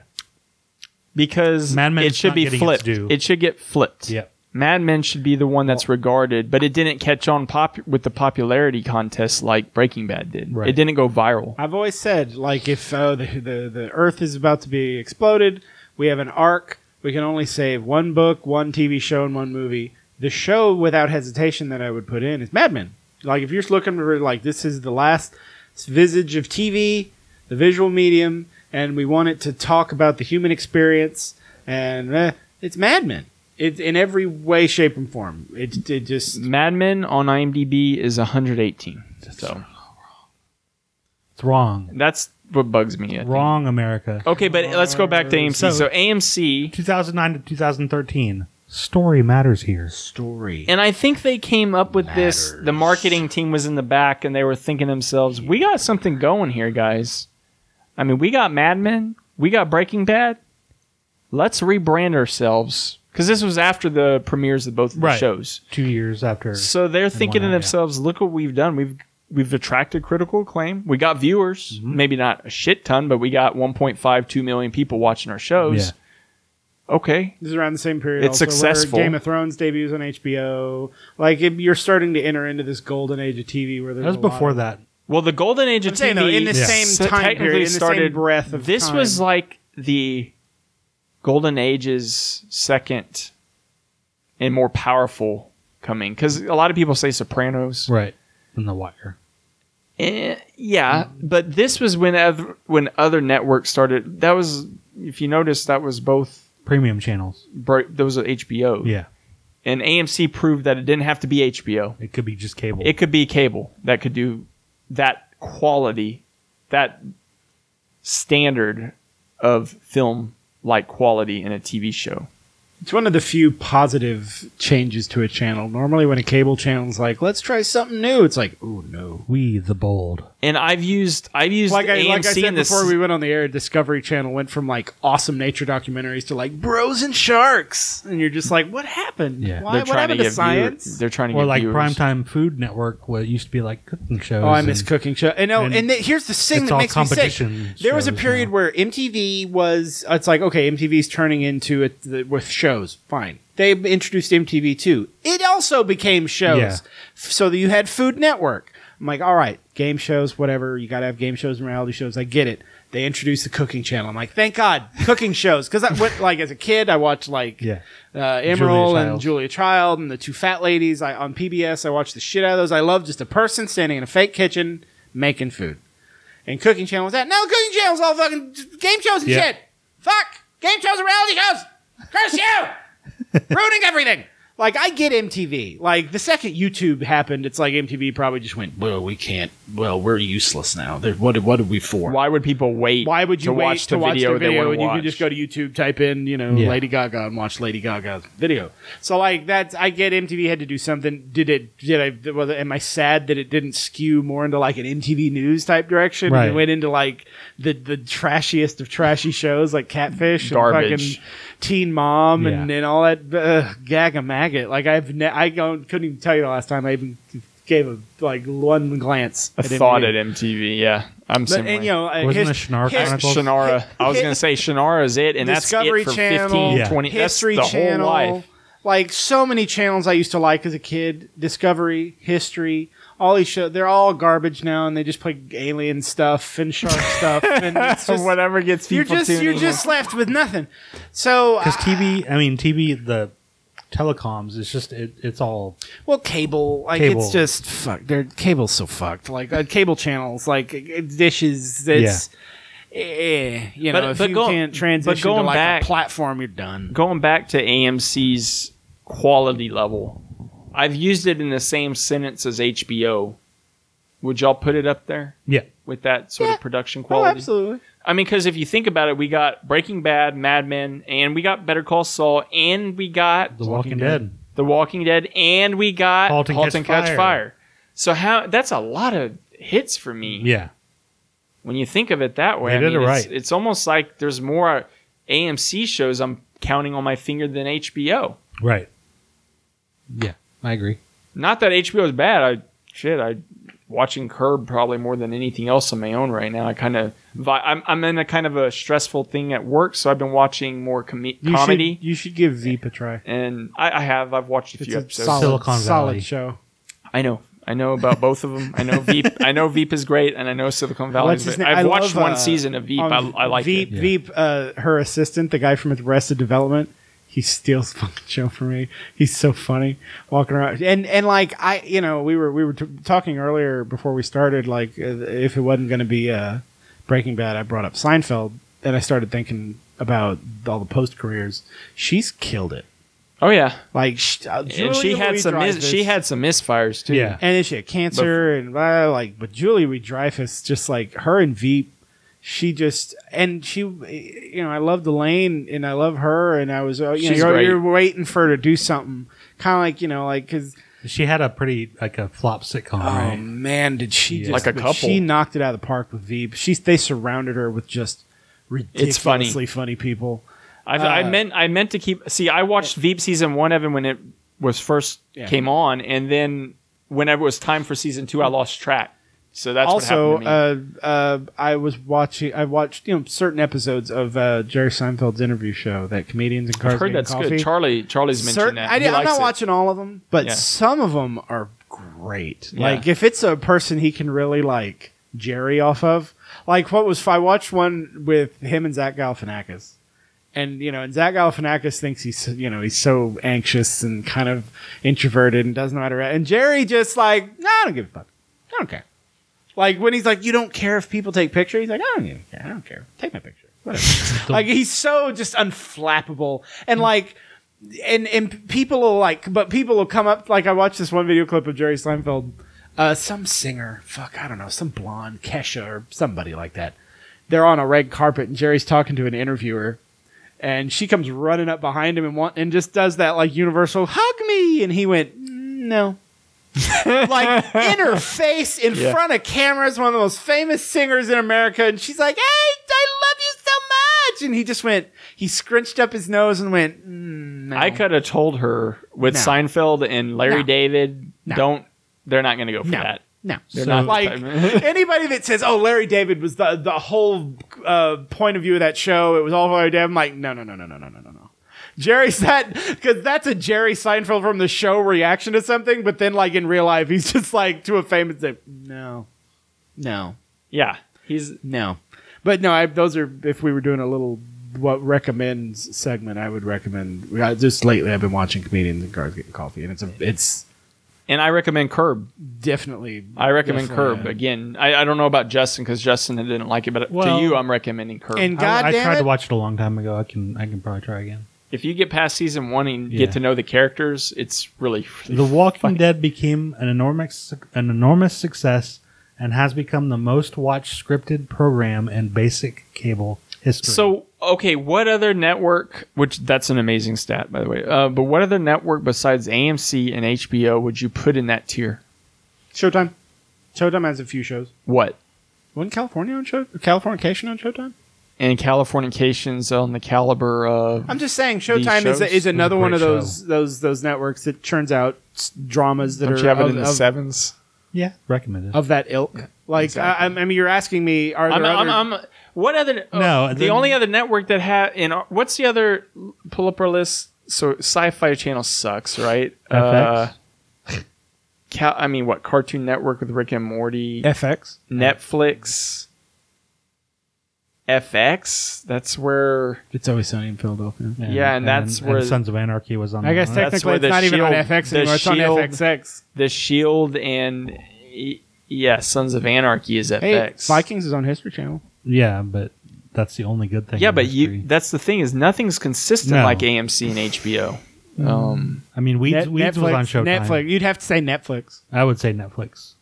S2: because
S3: Mad Men
S2: it
S3: is
S2: should
S3: not
S2: be
S3: getting its
S2: flipped.
S3: due.
S2: It should get flipped.
S3: Yep.
S2: Mad Men should be the one that's regarded, but it didn't catch on pop with the popularity contest like Breaking Bad did.
S3: Right.
S2: It didn't go viral.
S1: I've always said, like, if uh, the, the the Earth is about to be exploded, we have an arc. We can only save one book, one TV show, and one movie. The show, without hesitation, that I would put in is Mad Men. Like, if you're just looking for like this is the last visage of TV, the visual medium, and we want it to talk about the human experience, and eh, it's Mad Men. It's in every way, shape, and form. It, it just
S2: Mad Men on IMDb is 118. So
S3: It's wrong.
S2: that's what bugs me. I think.
S3: Wrong, America.
S1: Oh.
S2: Okay, but let's go back to AMC. So,
S3: Uh, So-
S2: AMC,
S3: 2009 to 2013. Story matters here.
S1: story.
S2: and I think they came up with this. The marketing team was in the back, and they were thinking to themselves, "We got something going here, guys. I mean, we got Mad Men, we got Breaking Bad. Let's rebrand ourselves." Because this was after the premieres of both of the
S3: Right.
S2: shows.
S3: Two years after.
S2: So they're thinking to
S3: whatnot, yeah.
S2: themselves, "Look what we've done. We've we've attracted critical acclaim. We got viewers.
S3: Mm-hmm.
S2: Maybe not a shit ton, but we got 1.52 million people watching our shows. Okay,
S1: This is around the same period.
S2: It's
S1: also, where
S2: successful.
S1: Game of Thrones debuts on HBO. Like it, you're starting to enter into this golden age of TV where there's
S3: that was
S1: a lot
S3: before
S1: of-
S3: that.
S2: Well, the golden age of
S1: I'm
S2: TV
S1: saying, though, in the same
S2: so
S1: time
S2: technically
S1: period, in the same
S2: started
S1: breath of
S2: This
S1: time.
S2: was like the golden age's second and more powerful coming because a lot of people say Sopranos.
S3: Right. In The Wire.
S2: Eh, yeah, but this was when other, when other networks started. That was, if you notice, that was both.
S3: Premium channels.
S2: bro- Those are HBO.
S3: Yeah.
S2: And AMC proved that it didn't have to be HBO.
S3: It could be just cable.
S2: it could be cable that could do that quality that standard of film like quality in a tv show
S1: It's one of the few positive changes to a channel. Normally, when a cable channel's like, "Let's try something new," it's like, "Oh no."
S3: we the bold.
S2: and i've used i've used
S1: Like I,
S2: AMC
S1: like I
S2: in
S1: said
S2: this
S1: before we went on the air, Discovery Channel went from like awesome nature documentaries to like bros and sharks, and you're just like, "What happened?
S3: Yeah.
S1: Why? What happened to,
S2: give viewer-
S1: science?"
S2: they're trying to
S3: Or
S2: get
S3: like
S2: viewers.
S3: Primetime Food Network, what used to be like cooking shows.
S1: Oh, I miss
S3: and-
S1: cooking show. And no,
S3: and
S1: and, the- here's the thing
S3: it's
S1: that
S3: all
S1: makes me sick.
S3: competition
S1: There was a
S3: shows
S1: period
S3: now.
S1: where MTV was. It's like okay, MTV's turning into it th- with shows. Fine, they introduced MTV too. It also became shows.
S3: Yeah.
S1: So that you had Food Network. I'm like, all right, game shows, whatever. You got to have game shows and reality shows. I get it. They introduced the cooking channel. I'm like, thank God, cooking shows. Because I went like as a kid, I watched like
S3: Yeah.
S1: uh, Emerald and
S3: Childs.
S1: Julia Child and the two fat ladies. I on PBS, I watched the shit out of those. I love just a person standing in a fake kitchen making food. And Cooking Channel was that. No, Cooking Channel's all fucking game shows and
S3: Yeah.
S1: shit. Fuck game shows and reality shows. Curse you, ruining everything. Like I get MTV. Like the second YouTube happened, it's like MTV probably just went.
S7: Well, we can't. Well, we're useless now. There- What, what are we for?
S2: why would people wait
S1: Why would you
S2: to
S1: wait
S2: watch
S1: to
S2: the
S1: watch
S2: video
S1: the
S2: they
S1: video
S2: want
S1: when
S2: to
S1: you
S2: watch
S1: could just go to YouTube, type in you know
S3: Yeah.
S1: Lady Gaga and watch Lady Gaga's video? So like that's I get MTV had to do something. Did it? Did I? Was, am I sad that it didn't skew more into like an MTV News type direction?
S3: Right.
S1: It went into like the the trashiest of trashy shows like Catfish, and
S2: Garbage.
S1: fucking Teen Mom, and,
S3: Yeah.
S1: and all that uh, gag maggot. Like I've ne- I don't, couldn't even tell you the last time I even gave a like one glance.
S2: a thought at mtv yeah i'm
S1: But, and you
S2: similar
S1: know, uh,
S3: Wasn't
S1: his-
S3: it Shannara
S1: his- (laughs)
S3: Chronicles?
S2: Shannara. I was going to say Shannara is it, and
S1: Discovery
S2: that's it for
S1: Channel,
S2: 15,
S3: Yeah.
S2: 20.
S1: History
S2: that's the
S1: Channel,
S2: whole life.
S1: like so many channels I used to like as a kid. Discovery, History, all these shows. They're all garbage now, and they just play alien stuff and
S2: (laughs)
S1: shark stuff and it's just,
S2: Whatever gets
S1: You're
S2: people
S1: just you're
S2: tuning in.
S1: just left with nothing. So
S3: Because TV, I mean, TV, the telecoms. It's just it, it's all
S6: Well, cable, like
S3: Cable.
S6: it's just fuck. Their cable's so fucked. Like uh, cable channels, like uh, dishes. It's eh, you know,
S2: But-
S6: if
S2: but
S6: you
S2: go-
S6: can't
S2: but
S6: transition to
S2: going
S6: like
S2: back-
S6: a platform, you're done.
S2: Going back to AMC's quality level, I've used it in the same sentence as HBO. Would y'all put it up there
S3: yeah.
S2: with that sort of production quality?
S6: absolutely.
S2: I mean, because if you think about it, we got Breaking Bad, Mad Men, and we got Better Call Saul, and we got
S3: The Walking, Dead.
S2: The Walking Dead, and we got
S3: Halt and Catch Fire.
S2: So how that's a lot of hits for me.
S3: Yeah,
S2: When you think of it that way,
S3: They
S2: I
S3: did
S2: mean,
S3: it
S2: it's-
S3: right.
S2: It's, almost like there's more AMC shows I'm counting on my finger than HBO.
S3: right. Yeah, I agree.
S2: Not that HBO is bad. I shit. I watching Curb probably more than anything else on my own right now. I kind of vi- I'm I'm in a kind of a stressful thing at work, so I've been watching more com-
S1: You
S2: comedy.
S1: Should, you should give Veep a try.
S2: and I, I have I've watched a
S1: It's
S2: few
S1: a
S2: episodes.
S1: solid,
S3: Silicon Valley.
S1: solid show.
S2: I know. I know about both of them. I know
S1: (laughs)
S2: Veep. I know Veep is great, and I know Silicon Valley.
S1: What's his
S2: Is great.
S1: name? I
S2: I've watched
S1: love,
S2: one
S1: uh,
S2: season of Veep. I,
S1: Um,
S2: I like
S1: Veep.
S2: it.
S1: Veep, uh, her assistant, the guy from Arrested Development, he steals (laughs) the fucking show from me. He's so funny walking around, and and like I, you know, we were we were t- talking earlier before we started, like uh, if it wasn't going to be uh, Breaking Bad, I brought up Seinfeld, and I started thinking about all the post careers. She's killed it.
S2: Oh yeah,
S1: Like she, uh,
S2: and she
S1: Julia
S2: had some. Mis-
S1: Louis-Dreyfus-
S2: she had some misfires too.
S3: Yeah.
S1: and then she had cancer and blah, like but Julie Louis Dreyfus just like her and Veep she just and she you know I loved Elaine and I love her and I was uh, you know
S2: She's
S1: you're,
S2: great.
S1: you're waiting for her to do something kind of like you know like because
S3: She had a pretty like a flop sitcom.
S1: oh
S3: right?
S1: man did she just
S2: Like a couple.
S1: she knocked it out of the park with Veep she they surrounded her with just
S2: It's funny.
S1: ridiculously funny people
S2: I've,
S1: Uh,
S2: I meant. I meant to keep. See, I watched Veep season one Evan when it was first came on, and then whenever it was time for season two, I lost track. So that's
S1: also,
S2: what happened
S1: uh, uh, I was watching. I watched you know certain episodes of uh, Jerry Seinfeld's interview show that comedians and
S2: to me.
S1: cars
S2: I've heard
S1: Getting
S2: that's
S1: coffee.
S2: good. Charlie. Charlie's mentioned
S1: Certain,
S2: that.
S1: I,
S2: He
S1: am
S2: likes
S1: not
S2: it.
S1: watching all of them, but
S2: Yeah.
S1: some of them are great.
S2: Yeah.
S1: Like if it's a person he can really like Jerry off of, like what was I watched one with him and Zach Galifianakis, and you know, and Zach Galifianakis thinks he's you know he's so anxious and kind of introverted and doesn't know how to, react. and Jerry just like no, I don't give a fuck, I don't care. Like when he's like, you don't care if people take pictures. He's like, I don't even care. I don't care. Take my picture. Whatever. like he's so just unflappable and like and and people will like, but people will come up. Like I watched this one video clip of Jerry Seinfeld, uh, some singer, fuck, I don't know, some blonde, Kesha or somebody like that. They're on a red carpet, and Jerry's talking to an interviewer, and she comes running up behind him and want, and just does that like universal hug me, and he went "Mm, no. like in her face in front of cameras, one of the most famous singers in America, and she's like, "Hey, I love you so much," and he just went, he scrunched up his nose and went, "Mm, no."
S2: I could have told her with
S1: No.
S2: Seinfeld and Larry
S1: No.
S2: David.
S1: No.
S2: Don't. They're not going to go for
S1: No.
S2: that.
S1: No.
S2: They're not the
S1: like
S2: type-
S1: anybody that says, "Oh, Larry David was the the whole uh, point of view of that show. It was all Larry David." I'm like, no, no, no, no, no, no, no, no, no. Jerry's that because that's a Jerry Seinfeld from the show reaction to something, but then like in real life, he's (laughs) just like to a famous like, no, no,
S2: (laughs) Yeah, he's
S1: no. But no, I, those are if we were doing a little what recommends segment, I would recommend. I, just lately, I've been watching comedians and cars getting coffee, and it's a it's
S2: and I recommend Curb.
S1: definitely uh,
S2: I recommend
S1: Definitely,
S2: Curb
S1: yeah.
S2: again. I, I don't know about Justin because Justin didn't like it, but
S3: Well-
S2: to you, I'm recommending Curb.
S1: and
S3: I, I
S1: goddamn
S3: tried
S1: it,
S3: to watch it a long time ago. I can I can probably try again.
S2: if you get past season one and
S3: Yeah.
S2: get to know the characters, it's really, really
S3: The Walking Dead became an enormous an enormous success and has become the most watched scripted program in basic cable history.
S2: So okay, what other network? Which that's an amazing stat, by the way. Uh, but what other network besides AMC and HBO would you put in that tier?
S1: Showtime. Showtime has a few shows.
S2: What?
S1: Wasn't California on show? Californication on Showtime?
S2: And Californication's on the caliber of
S1: I'm just saying, Showtime is
S2: shows?
S1: is another one of
S3: Great
S1: those those those networks that churns out s- dramas that
S2: don't
S1: are
S2: you have it
S1: of,
S2: in the
S1: of,
S2: sevens?
S3: yeah, recommended.
S1: of that ilk. Like I, I'm- I mean, you're asking me, are there
S2: I'm,
S1: other?
S2: I'm, I'm, what other?
S3: No,
S2: oh, the
S3: then-
S2: only other network that had in our- what's the other? Pull up our list. So Sci-Fi Channel sucks, right? Uh,
S3: FX?
S2: Cal- I mean, what Cartoon Network with Rick and Morty,
S1: FX.
S2: Netflix, FX. That's where
S6: It's always sunny in Philadelphia.
S2: Yeah, and that's where-
S3: Sons of Anarchy was on.
S1: I guess
S3: that one.
S2: That's
S1: technically
S2: where
S1: it's
S2: the
S1: not even on
S2: Shield-
S1: FX
S2: the
S1: anymore. It's on
S2: Shield-
S1: FXX.
S2: the Shield and y- yeah, Sons of Anarchy is FX.
S1: Hey, Vikings is on History Channel.
S3: yeah, but that's the only good thing.
S2: yeah,
S3: in
S2: but
S3: history.
S2: you that's the thing is nothing's consistent
S3: No.
S2: like AMC and HBO. Um,
S3: I mean, Weeds,
S1: Net-
S3: Weeds
S1: Netflix,
S3: was on Showtime.
S1: Netflix. You'd have to say Netflix.
S3: I would say Netflix.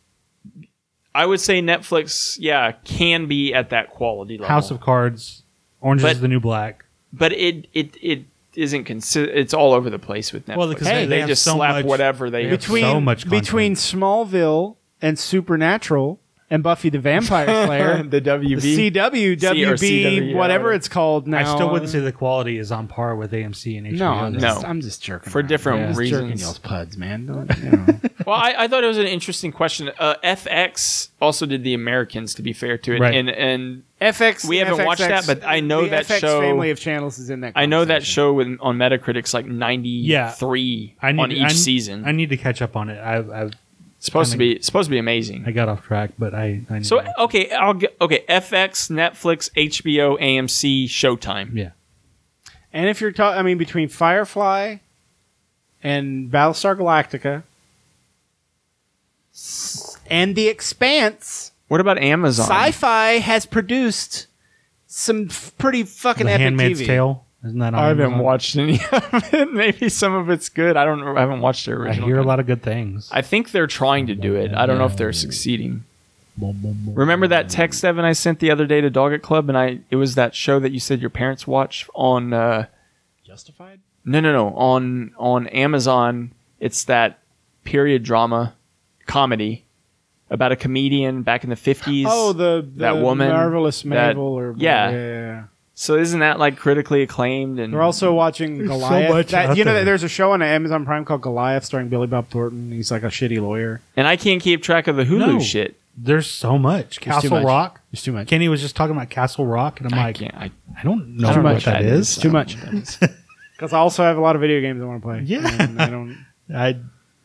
S2: I would say Netflix, yeah, can be at that quality level.
S3: House of Cards, Orange
S2: But-
S3: is the New Black.
S2: but it it it isn't consider it's all over the place with Netflix.
S3: Well, because
S2: they,
S3: they- they have
S2: just
S3: so
S2: slap
S3: much-
S2: whatever they
S3: they
S1: (laughs)
S3: have-
S1: Between
S3: so much content.
S1: between Smallville and Supernatural and Buffy the
S2: (laughs)
S1: Vampire
S3: (laughs)
S1: Slayer,
S2: the WB.
S1: the CW,
S2: C
S1: WB,
S2: or CW,
S1: whatever
S2: yeah.
S1: it's called now.
S3: I still wouldn't say the quality is on par with AMC and HBO.
S1: No, I'm
S2: No.
S3: though.
S1: just, I'm just jerking
S2: For
S1: around.
S2: different
S1: I'm just jerking
S2: reasons.
S1: y'all's puds, man. Don't, you know.
S2: well, I, I thought it was an interesting question. Uh, FX also did the Americans, to be fair to it,
S3: Right.
S2: and and
S1: FX.
S2: We haven't
S1: FXX
S2: watched that, but I know
S1: the
S2: that
S1: FX
S2: show-
S1: family of channels is in that.
S2: I know that
S1: conversation.
S2: show with, on Metacritic's like ninety three
S3: I need
S2: on each
S3: I, need-
S2: season.
S3: I need to catch up on it. I I,
S2: It's supposed
S3: I
S2: to be supposed to be amazing.
S3: I got off track, but I, I need
S2: So
S3: to-
S2: okay, I'll get okay. FX, Netflix, HBO, AMC, Showtime.
S3: yeah,
S1: And if you're talking, I mean, between Firefly and Battlestar Galactica s- and The Expanse,
S2: What about Amazon?
S1: sci-fi has produced some f- pretty fucking
S3: The
S1: epic
S3: Handmaid's
S1: TV.
S3: Tale isn't that? On
S2: I haven't
S3: Amazon?
S2: watched any of it. (laughs) Maybe some of it's good. I don't. know. I haven't watched the
S3: I
S2: original.
S3: hear a lot of good things.
S2: I think they're trying to do it. I don't know if they're succeeding. Remember that text Evan I sent the other day to Doggett Club, and I it was that show that you said your parents watch on. Uh,
S1: Justified.
S2: no, no, no. On on Amazon, it's that period drama comedy about a comedian back in the fifties.
S1: Oh, the, the
S2: that woman,
S1: marvelous
S2: that-
S1: Mabel, or
S2: yeah. Mm.
S1: yeah.
S2: so isn't that like critically acclaimed? And
S1: We're also watching
S3: so
S1: Goliath.
S3: much
S1: That-
S3: out
S1: you know,
S3: there.
S1: that there's a show on Amazon Prime called Goliath, starring Billy Bob Thornton. He's like a shitty lawyer.
S2: and I can't keep track of the Hulu
S3: No.
S2: shit.
S3: There's so much
S1: There's too
S3: Castle
S1: much.
S3: Rock.
S1: There's too much.
S3: Kenny was just talking about Castle Rock, and I'm
S2: I
S3: like,
S2: can't. I,
S3: I don't know
S2: I don't know
S3: what,
S2: what that
S3: that is.
S1: It's too much. Because I also have a lot of video games I want to play.
S3: Yeah.
S1: And I don't.
S3: I,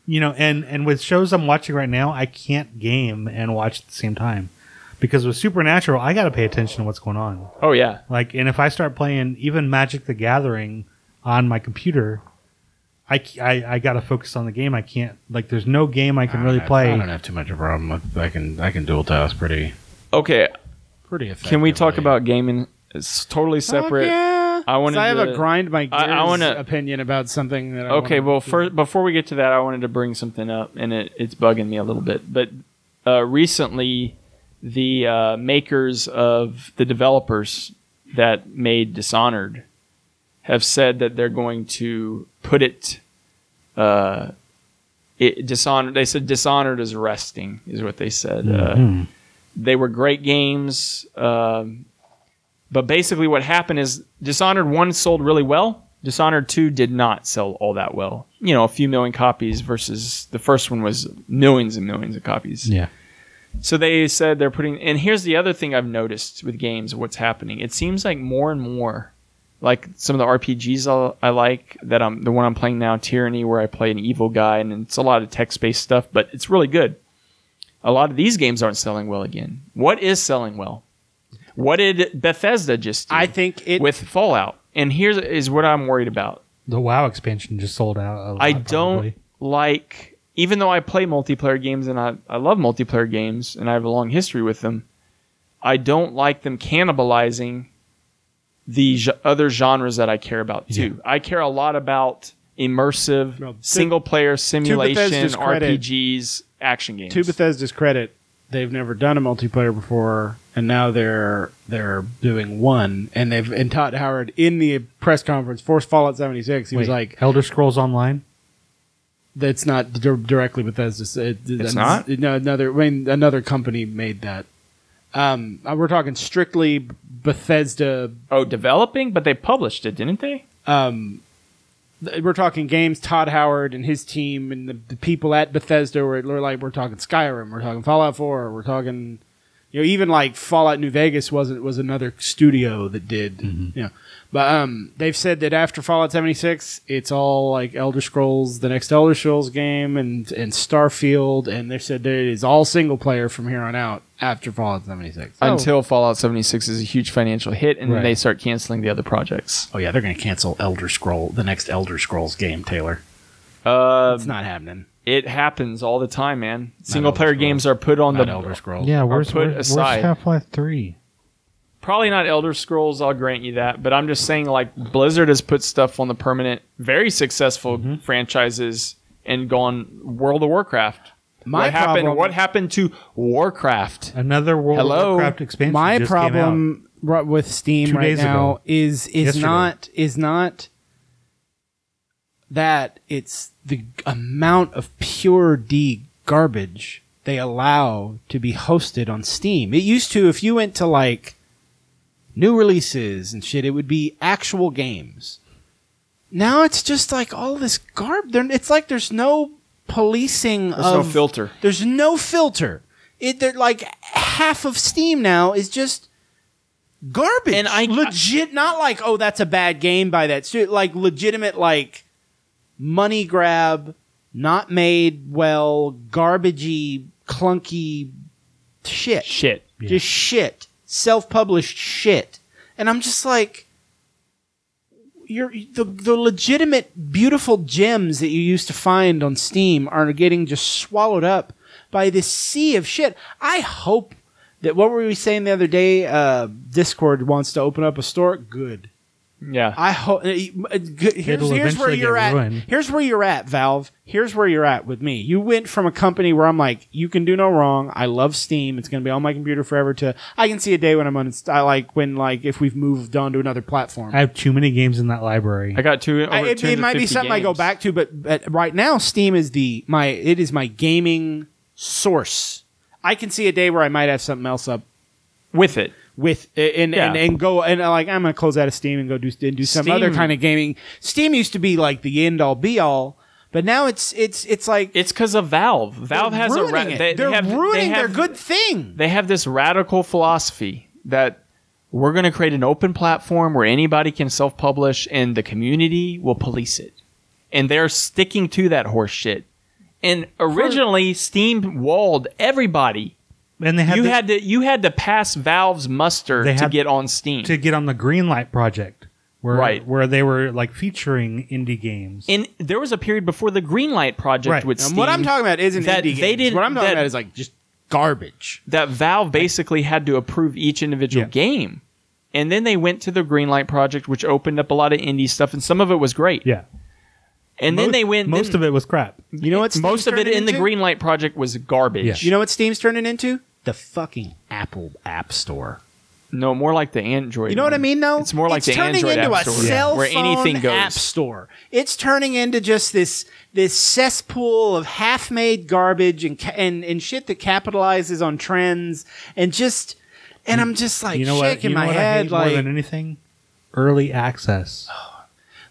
S3: you know, and and with shows I'm watching right now, I can't game and watch at the same time because with Supernatural, I got to pay attention to what's going on.
S2: oh yeah,
S3: Like, and if I start playing even Magic the Gathering on my computer, I c- I, got to focus on the game. I can't like. There's no game I can really
S5: I don't
S3: play.
S5: have too much of a problem. with- I can I can dual task pretty
S2: okay.
S5: pretty effectively.
S2: Can we talk about gaming? It's totally separate.
S1: (laughs) Fuck yeah.
S2: I wanted
S1: 'Cause I have
S2: to-
S1: a grind my gears
S2: I- I wanna-
S1: opinion about something that I
S2: Okay,
S1: wanna-
S2: well, first, before we get to that, I wanted to bring something up, and it, it's bugging me a little bit. But uh, recently, the uh, makers of the developers that made Dishonored have said that they're going to put it. Uh, it Dishonored. They said Dishonored is resting, is what they said.
S1: Mm-hmm.
S2: Uh, they were great games. Um, but basically, what happened is Dishonored 1 sold really well. Dishonored 2 did not sell all that well. You know, a few million copies versus the first one was millions and millions of copies.
S3: Yeah.
S2: So they said they're putting. And here's the other thing I've noticed with games what's happening. It seems like more and more, like some of the RPGs I, I like, that I'm the one I'm playing now, Tyranny, where I play an evil guy, and it's a lot of text based stuff, but it's really good. A lot of these games aren't selling well again. What is selling well? What did Bethesda just do?
S1: I think it.
S2: with Fallout. And here's is what I'm worried about.
S3: The WoW expansion just sold out. a lot,
S2: I don't
S3: probably.
S2: like even though I play multiplayer games and I, I love multiplayer games and I have a long history with them, I don't like them cannibalizing the ge- other genres that I care about too. I care a lot about immersive
S1: Well, to-
S2: single player simulation
S1: Bethesda's credit-
S2: RPGs action games.
S1: to Bethesda's credit, they've never done a multiplayer before, and now they're they're doing one. And they've and Todd Howard in the press conference for Fallout 76, he was
S3: Wait,
S1: like,
S3: Elder Scrolls Online.
S1: "That's not dir- directly Bethesda. It,
S2: It's not?
S1: No, another. I mean, another company made that. Um, uh, we're talking strictly Bethesda.
S2: oh, developing, but they published it, didn't they?
S1: Um, th- we're talking games. Todd Howard and his team and the, the people at Bethesda were, were like, we're talking Skyrim, we're talking Fallout 4, we're talking You know, even like Fallout New Vegas wasn't was another studio that did. You know, but um, they've said that after Fallout seventy six, it's all like Elder Scrolls, the next Elder Scrolls game, and and Starfield, and they said that it is all single player from here on out after Fallout seventy six.
S2: Until Fallout 76 is a huge financial hit, and then they start canceling the other projects.
S1: oh yeah, they're gonna cancel Elder Scroll, the next Elder Scrolls game, Taylor.
S2: Uh,
S1: It's not happening.
S2: it happens all the time, man. Single player games are put on
S1: Not
S2: the
S1: Elder Scrolls.
S9: Yeah, where's,
S2: put
S9: where's,
S2: aside.
S9: where's Half Life 3?
S2: probably not Elder Scrolls. I'll grant you that, but I'm just saying like Blizzard has put stuff on the permanent, very successful
S1: Mm-hmm.
S2: franchises and gone World of Warcraft.
S1: My
S2: what happened?
S1: problem-
S2: What happened to Warcraft?
S3: Another World of
S2: Hello?
S3: Warcraft expansion.
S1: my
S3: just came out.
S1: problem ri- with Steam
S3: Two
S1: right
S3: days
S1: now
S3: ago.
S1: is is
S3: Yesterday.
S1: not is not that it's the amount of pure D garbage they allow to be hosted on Steam. It used to if you went to like new releases and shit, it would be actual games. Now it's just like all this garb. There, it's like there's no policing
S2: There's no
S1: of
S2: filter.
S1: There's no filter. It they're like half of Steam now is just garbage.
S2: And I-
S1: legit not like oh that's a bad game by that studio. Like legitimate like money grab, not made well, garbagey, clunky shit.
S2: Shit.
S1: Just shit. Self-published shit. And I'm just like your the, the legitimate beautiful gems that you used to find on Steam are getting just swallowed up by this sea of shit. I hope that what were we saying the other day? Uh, Discord wants to open up a store. Good.
S2: Yeah.
S1: I uh, hope. Here's, here's where
S3: eventually
S1: you're
S3: get
S1: at.
S3: ruined.
S1: Here's where you're at, Valve. Here's where you're at with me. You went from a company where I'm like, you can do no wrong. I love Steam. It's going to be on my computer forever. To I can see a day when I'm on. I like when like if we've moved on to another platform.
S3: I have too many games in that library.
S2: I got two. Over
S1: I, it, it might be
S2: 250
S1: something I go
S2: games.
S1: back to, but, but right now Steam is the my it is my gaming source. I can see a day where I might have something else up
S2: with it.
S1: with uh, and
S2: Yeah.
S1: and, and go and uh, like I'm gonna close out of Steam and go do and do some
S2: Steam-
S1: other kind of gaming. Steam used to be like the end all be all, but now it's it's it's like
S2: It's because of Valve. Valve
S1: they're
S2: has a ra-
S1: ruining it.
S2: they, they
S1: are
S2: have,
S1: ruining
S2: they have,
S1: their good thing.
S2: They have this radical philosophy that we're going to create an open platform where anybody can self-publish, and the community will police it. And they're sticking to that horse shit. And originally, Steam walled everybody.
S3: and they had
S2: You
S3: the-
S2: had to you had to pass Valve's muster
S3: They
S2: to
S3: had-
S2: get on Steam.
S3: to get on the Greenlight project, where
S2: Right.
S3: where they were like featuring indie games.
S2: and there was a period before the Greenlight project
S3: Right.
S2: with Steam.
S1: And what I'm talking about isn't
S2: that
S1: indie
S2: they
S1: games.
S2: didn't-
S1: What I'm talking
S2: that-
S1: about is like just garbage.
S2: that Valve basically had to approve each individual
S3: Yeah.
S2: game. And then they went to the Greenlight project, which opened up a lot of indie stuff, and some of it was great.
S3: yeah,
S2: And then they went
S3: Most of it was crap.
S1: You know what? Steam's
S2: most of it
S1: turning
S2: in the
S1: into?
S2: Greenlight project was garbage.
S1: You know what Steam's turning into? The fucking Apple App Store.
S2: no, more like the Android.
S1: You know what I
S2: one.
S1: mean, though.
S2: It's more like the
S1: turning
S2: Android
S1: into
S2: app
S1: a
S2: store,
S1: cell
S2: where anything
S1: phone
S2: goes.
S1: app store. It's turning into just this this cesspool of half-made garbage and ca- and and shit that capitalizes on trends and just and I'm just like
S3: you know what?
S1: shaking
S3: You know
S1: my
S3: what I
S1: head
S3: hate more than
S1: like
S3: anything, early
S2: (sighs)
S3: access.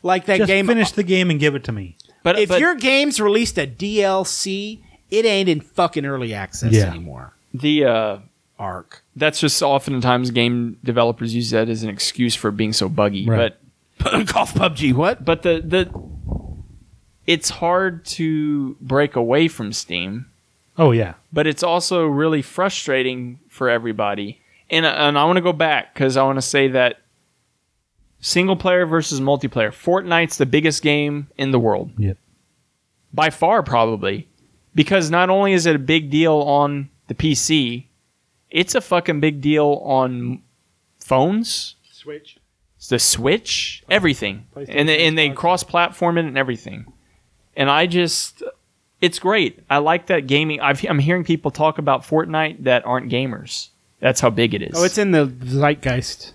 S1: like that
S3: Just
S1: game.
S3: finish the game and give it to me.
S2: But
S1: if
S2: but
S1: your game's released a DLC, it ain't in fucking early access
S3: Yeah.
S1: anymore.
S2: the uh,
S1: Arc.
S2: that's just oftentimes game developers use that as an excuse for being so buggy.
S3: Right.
S2: But
S1: Golf PUBG. What?
S2: but the the it's hard to break away from Steam.
S3: Oh yeah,
S2: but it's also really frustrating for everybody. And and I want to go back because I want to say that single player versus multiplayer. Fortnite's the biggest game in the world.
S3: Yep.
S2: By far, probably, because not only is it a big deal on the PC, it's a fucking big deal on phones. Switch. The Switch, everything, and they, and they cross-platform it and everything. And I just it's great. I like that gaming. I've, I'm hearing people talk about Fortnite that aren't gamers. That's how big it is.
S1: Oh, it's in the zeitgeist.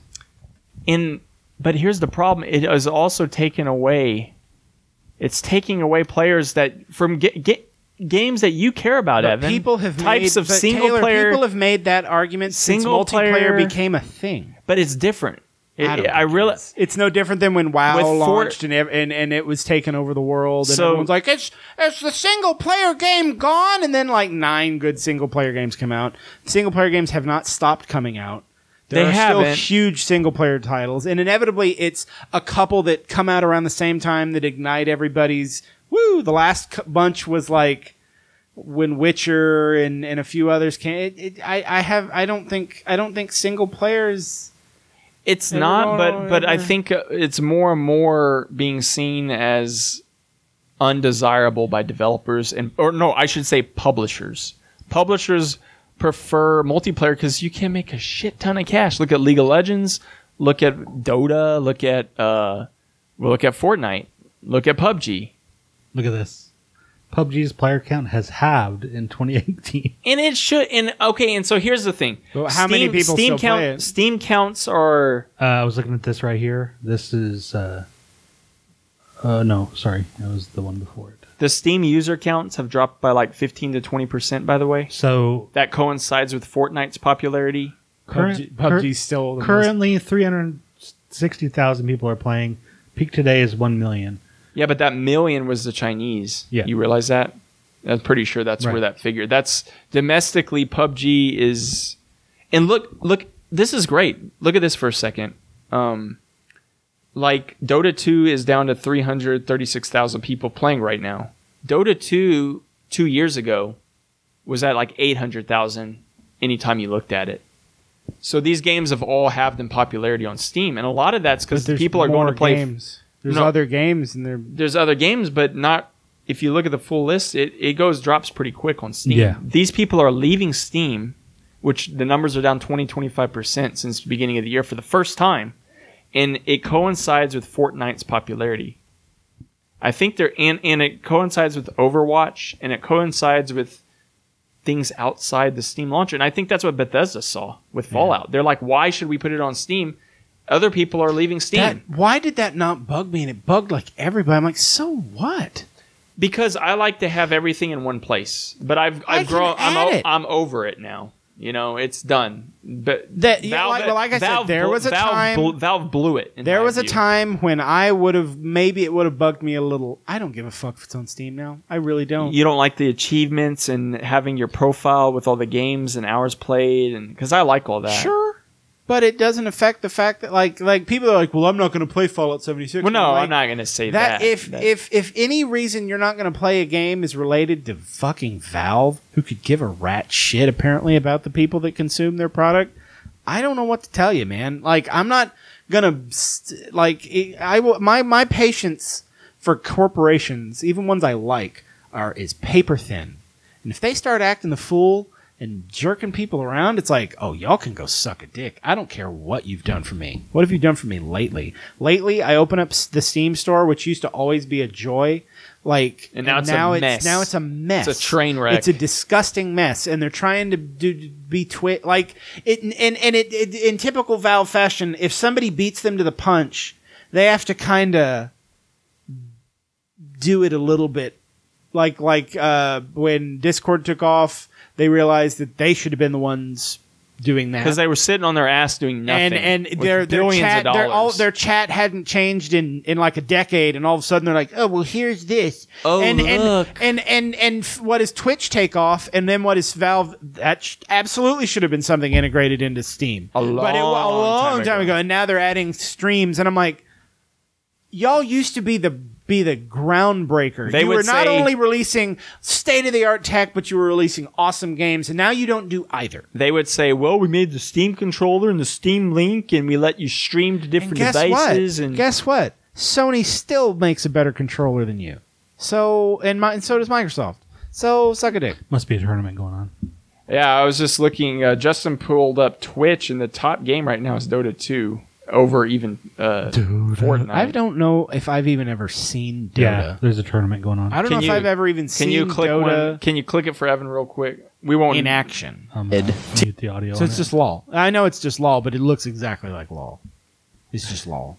S2: in. But here's the problem. It is also taken away. It's taking away players that from get, games that you care about.
S1: But
S2: Evan,
S1: people have
S2: types
S1: made,
S2: of
S1: but
S2: single
S1: Taylor,
S2: player,
S1: People have made that argument since
S2: single
S1: multiplayer
S2: player-
S1: became a thing.
S2: but it's different. It-
S1: I don't
S2: I really
S1: It's no different than when WoW
S2: With four-
S1: launched and, ev- and and it was taking over the world. And
S2: So-
S1: everyone's like, it's it's the single player game gone, and then like nine good single player games come out. Single player games have not stopped coming out. There
S2: They
S1: are
S2: haven't.
S1: still huge single player titles, and inevitably it's a couple that come out around the same time that ignite everybody's. Woo! The last c- bunch was like when Witcher and, and a few others came. It, it, I I have I don't think I don't think single players.
S2: It's
S1: Never
S2: not,
S1: gone
S2: but
S1: on
S2: but I
S1: ever.
S2: think uh, it's more and more being seen as undesirable by developers and or no, I should say publishers. Publishers prefer multiplayer because you can make a shit ton of cash. Look at League of Legends, look at Dota, look at uh, well, look at Fortnite, look at PUBG,
S3: Look at this. PUBG's player count has halved in 2018.
S2: and it should. And okay, and so here's the thing:
S1: But how many people
S2: Steam
S1: still play
S2: count,
S1: it?
S2: Steam counts are
S3: Uh, I was looking at this right here. This is. Uh, uh, no, sorry. That was the one before it.
S2: the Steam user counts have dropped by like fifteen to twenty percent. By the way,
S3: So
S2: that coincides with Fortnite's popularity.
S1: PUBG,
S3: current,
S1: PUBG's still the
S3: cur-
S1: most-
S3: currently 360,000 people are playing. Peak today is 1 million.
S2: Yeah, but that million was the Chinese.
S3: Yeah.
S2: You realize that? I'm pretty sure that's
S3: Right.
S2: where that figure. That's domestically PUBG is and look look this is great. Look at this for a second. Um like Dota 2 is down to 336,000 people playing right now. Dota 2 2 years ago was at like 800,000 anytime you looked at it. So these games have all halved in popularity on Steam and a lot of that's cuz
S1: But there's
S2: people are going
S1: more
S2: to play
S1: games. There's
S2: No.
S1: other games and they're
S2: there's other games, but not if you look at the full list, it, it goes drops pretty quick on Steam.
S3: Yeah.
S2: These people are leaving Steam, which the numbers are down 20, 25% since the beginning of the year for the first time. And it coincides with Fortnite's popularity. I think they're, and, and it coincides with Overwatch and it coincides with things outside the Steam launcher. And I think that's what Bethesda saw with Fallout. They're like, why should we put it on Steam? Other people are leaving Steam.
S1: that, why did that not bug me? And it bugged like everybody. I'm like, so what?
S2: because I like to have everything in one place. But I've
S1: I
S2: I've
S1: can
S2: grown. I'm
S1: add
S2: o-
S1: it.
S2: I'm over it now. You know, it's done. But
S1: That- you know, like- well, like I said, there
S2: bl-
S1: was a
S2: Valve
S1: time-
S2: bl- Valve blew it. in
S1: There
S2: my
S1: was a
S2: view.
S1: time when I would have maybe it would have bugged me a little. I don't give a fuck if it's on Steam now. I really don't.
S2: you don't like the achievements and having your profile with all the games and hours played, and because I like all that.
S1: Sure, but it doesn't affect the fact that like like people are like, well, I'm not going to play Fallout 76.
S2: Well, no,
S1: like,
S2: I'm not gonna say that.
S1: That, if
S2: That-
S1: if if any reason you're not going to play a game is related to fucking Valve, who could give a rat shit apparently about the people that consume their product, I don't know what to tell you, man. Like I'm not gonna st- like it- I will my my patience for corporations, even ones I like, are is paper thin, and if they start acting the fool. And jerking people around, it's like, oh, y'all can go suck a dick. I don't care what you've done for me. What have you done for me lately? Lately, I open up s- the Steam store, which used to always be a joy. Like,
S2: And now it's a mess.
S1: now it's a mess.
S2: It's a train wreck.
S1: It's a disgusting mess, and they're trying to do be twit like it. And and it, it in typical Valve fashion, if somebody beats them to the punch, they have to kind of do it a little bit. Like like uh, when Discord took off, they realized that they should have been the ones doing that
S2: because they were sitting on their ass doing nothing,
S1: and and
S2: with
S1: their their
S2: billions
S1: chat
S2: of
S1: their, all,
S2: dollars.
S1: their chat hadn't changed in in like a decade, and all of a sudden they're like, oh well, here's this.
S2: Oh,
S1: and,
S2: look.
S1: And and and and f- what is Twitch take off, and then what is Valve? That sh- absolutely should have been something integrated into Steam
S2: a
S1: but it, wa- a long time,
S2: ago.
S1: ago. and now they're adding streams, and I'm like, y'all used to be the be the groundbreaker.
S2: They
S1: you
S2: would
S1: were not
S2: say-
S1: only releasing state of the art tech, but you were releasing awesome games, and now you don't do either.
S2: they would say, "Well, we made the Steam controller and the Steam Link, and we let you stream to different devices."
S1: What?
S2: And
S1: guess what? Sony still makes a better controller than you. So and, my, and so does Microsoft. So suck a dick.
S3: Must be a tournament going on.
S2: yeah, I was just looking. Uh, Justin pulled up Twitch, and the top game right now is Dota Two over even uh, Fortnite.
S1: I don't know if I've even ever seen Dota.
S3: Yeah, there's a tournament going on.
S1: I don't
S2: Can
S1: know
S2: you-
S1: if I've ever even
S2: can
S1: seen
S2: you click
S1: Dota
S2: one? Can you click it for Evan real quick? We won't.
S1: in action.
S3: Um, uh, mute the audio.
S1: So
S3: on
S1: it's
S3: it.
S1: just LOL. I know it's just LOL, but it looks exactly like LOL. It's just LOL.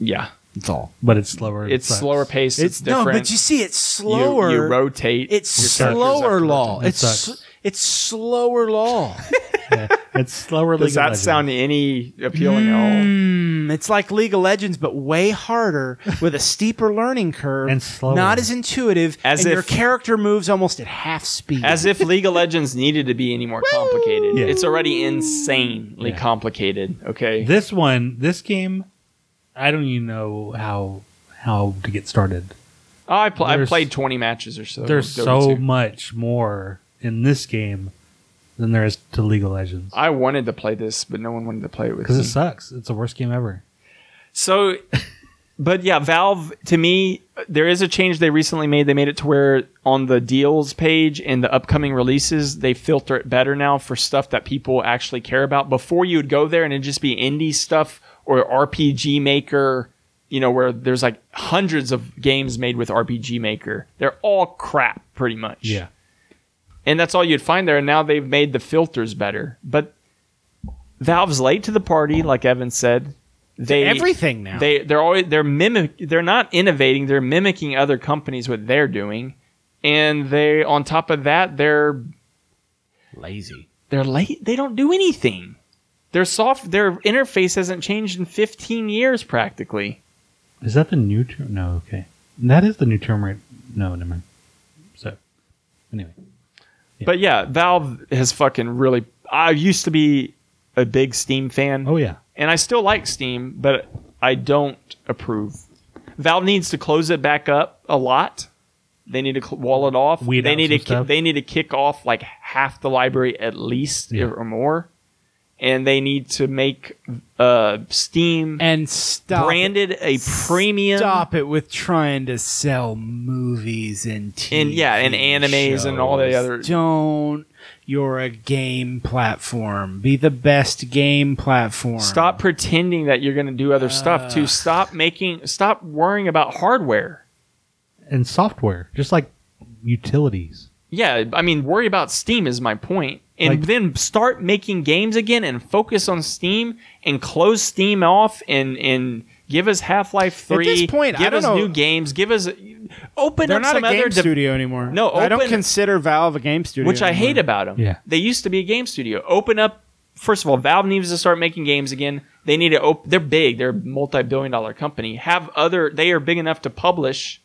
S2: yeah,
S1: It's all.
S3: but it's slower.
S2: it's
S3: sucks. (laughs)
S2: slower pace. It's, different.
S1: no, but you see, it's
S2: You-
S1: slower.
S2: You, rotate.
S1: it's
S2: your characters
S1: slower
S2: after
S1: LOL.
S3: It
S1: It's
S2: (laughs)
S3: sucks.
S1: sl- it's slower LOL.
S3: Yeah, it's slower.
S2: Does
S3: League of
S2: that
S3: Legends.
S2: sound any appealing at all?
S1: Mm, it's like League of Legends, but way harder with a steeper learning
S2: (laughs)
S1: curve
S3: And slower.
S1: not as intuitive.
S2: As
S1: and your
S2: if-
S1: character moves almost at half speed.
S2: As if League of Legends needed to be any more complicated.
S3: Yeah.
S2: It's already insanely complicated. Okay.
S3: This one, this game, I don't even know how how to get started.
S2: Oh, I, pl- I
S3: There's-
S2: played 20 matches or so.
S3: There's
S2: Dota
S3: so
S2: 2.
S3: much more in this game than there is to League of Legends
S2: I wanted to play this, but no one wanted to play it with
S3: because
S2: me.
S3: it sucks. It's the worst game ever.
S2: So, but yeah, Valve to me, there is a change they recently made. They made it to where on the deals page and the upcoming releases, they filter it better now for stuff that people actually care about. Before you would go there and it'd just be indie stuff or RPG Maker, you know, where there's like hundreds of games made with RPG Maker. They're all crap, pretty much
S3: Yeah,
S2: and that's all you'd find there. And now they've made the filters better, but Valve's late to the party, like Evan said. They
S1: everything now.
S2: They they're always they're mimic. They're not innovating. They're mimicking other companies what they're doing, and they on top of that they're
S4: Lazy.
S2: they're late. They don't do anything. Their soft their interface hasn't changed in 15 years practically.
S3: is that the new term? No, okay, that is the new term, right? No, never mind. So, anyway,
S2: But yeah, Valve has fucking really. I used to be a big Steam fan.
S3: oh yeah,
S2: and I still like Steam, but I don't approve. Valve needs to close it back up a lot. They need to cl- wall it off.
S3: Weed
S2: they
S3: out
S2: need
S3: some
S2: to ki-
S3: stuff.
S2: they need to kick off like half the library at least
S3: Yeah.
S2: or more, and they need to make uh, Steam
S1: and stop
S2: branded a premium
S1: Stop it with trying to sell movies and TV
S2: and yeah and animes and all the
S1: shows.
S2: other
S1: Don't. You're a game platform. Be the best game platform.
S2: Stop pretending that you're going to do other stuff too. Stop making. Stop worrying about hardware.
S3: and software, just like utilities.
S2: Yeah, I mean, worry about Steam is my point, and
S3: Like-
S2: then start making games again and focus on Steam and close Steam off and and give us Half Life Three.
S1: this point, I
S2: give
S1: don't
S2: us
S1: know-
S2: new games. Give us open
S1: They're
S2: up
S1: not a
S2: some
S1: game
S2: other de-
S1: studio anymore.
S2: No,
S1: I don't
S2: open-
S1: consider Valve a game studio.
S2: which I
S1: anymore.
S2: hate about them.
S3: Yeah.
S2: they used to be a game studio. Open up. First of all, Valve needs to start making games again. They need to. Op- they're big. They're a multi-billion-dollar company. Have other. They are big enough to publish.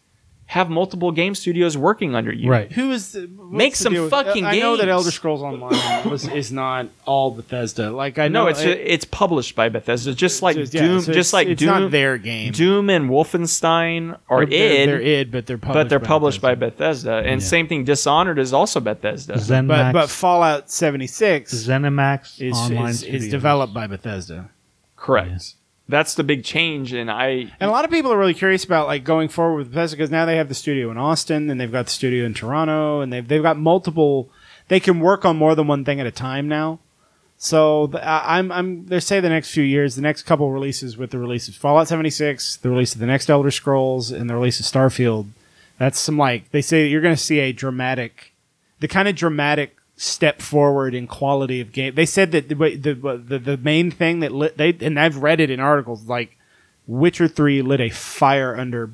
S2: Have multiple game studios working under you.
S3: Right.
S1: Who is the, what's
S2: Make
S1: the
S2: some
S1: deal with-
S2: fucking
S1: I know that
S2: games.
S1: Elder Scrolls Online (coughs) was, is not all Bethesda. Like I know
S2: No, it's
S1: it-
S2: it's published by Bethesda, just like
S1: just- yeah,
S2: Doom,
S1: so it's-
S2: just like
S1: it's
S2: Doom.
S1: not their game.
S2: Doom and Wolfenstein are
S1: they're, they're-
S2: id,
S1: they're id, but they're published
S2: but they're
S1: by
S2: published
S1: Bethesda.
S2: by Bethesda. And same thing, Dishonored is also Bethesda.
S3: Zenmax,
S1: But but Fallout 76 is
S3: Zenimax online
S1: is, is
S3: studios.
S1: developed by Bethesda.
S2: Correct. That's the big change, and I
S1: And a lot of people are really curious about like going forward with Bethesda because now they have the studio in Austin and they've got the studio in Toronto and they've they've got multiple. They can work on more than one thing at a time now. So the, I, I'm I'm they say the next few years, the next couple releases with the release of Fallout 76, the release of the next Elder Scrolls, and the release of Starfield. That's some like they say you're going to see a dramatic, the kind of dramatic step forward in quality of game. They said that the the the, the main thing that lit, they and I've read it in articles like Witcher Three lit a fire under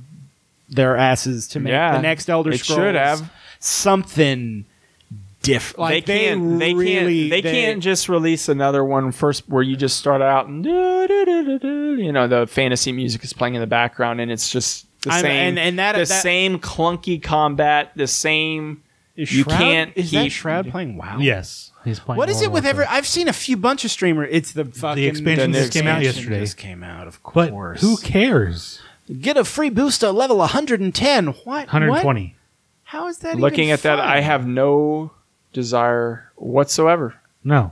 S1: their asses to make
S2: Yeah,
S1: the next Elder
S2: it
S1: Scrolls
S2: should have.
S1: something different. Like
S2: they
S1: they,
S2: can't they
S1: really-
S2: can't they, can't just release another one first where you just start out and do, do, do, do, do, you know the fantasy music is playing in the background and it's just the
S1: I'm-
S2: same
S1: and- and that-
S2: the
S1: that-
S2: same clunky combat the same
S1: Is
S2: you
S1: Shroud-
S2: can't
S1: Is that
S2: keep-
S1: Shroud playing WoW?
S3: Yes, he's playing.
S1: What is
S3: World
S1: it with
S3: War
S1: every?
S3: II.
S1: I've seen a few bunch of streamer. It's the fucking
S3: expansion
S2: just came out
S1: expansion
S3: yesterday.
S1: Just came out, of
S3: But
S1: course.
S3: who cares?
S1: Get a free boost to level 110. What? What?
S3: 120.
S1: How is that?
S2: looking
S1: even
S2: at that
S1: fun?
S2: I have no desire whatsoever
S3: No,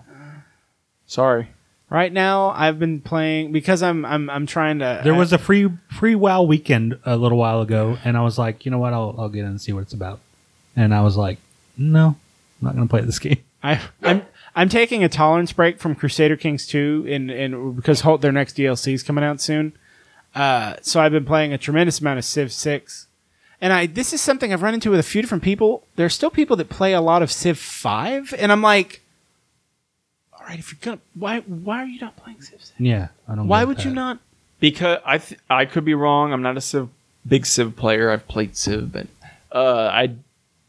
S2: sorry
S1: right now. I've been playing because I'm I'm I'm trying to.
S3: there was a free free WoW weekend a little while ago, and I was like, you know what? I'll I'll get in and see what it's about. And I was like, no, I'm not gonna play this (laughs) game.
S1: I, I'm I'm taking a tolerance break from Crusader Kings 2 in in because Holt, their next DLC is coming out soon. Uh, so I've been playing a tremendous amount of Civ 6. And I this is something I've run into with a few different people. There's still people that play a lot of Civ 5 and I'm like all right, if you're going to why why are you not playing Civ 6?
S3: Yeah, I don't.
S1: Why
S3: get
S1: would you
S3: that.
S1: not?
S2: because I th- I could be wrong I'm not a civ big civ player I've played civ but uh I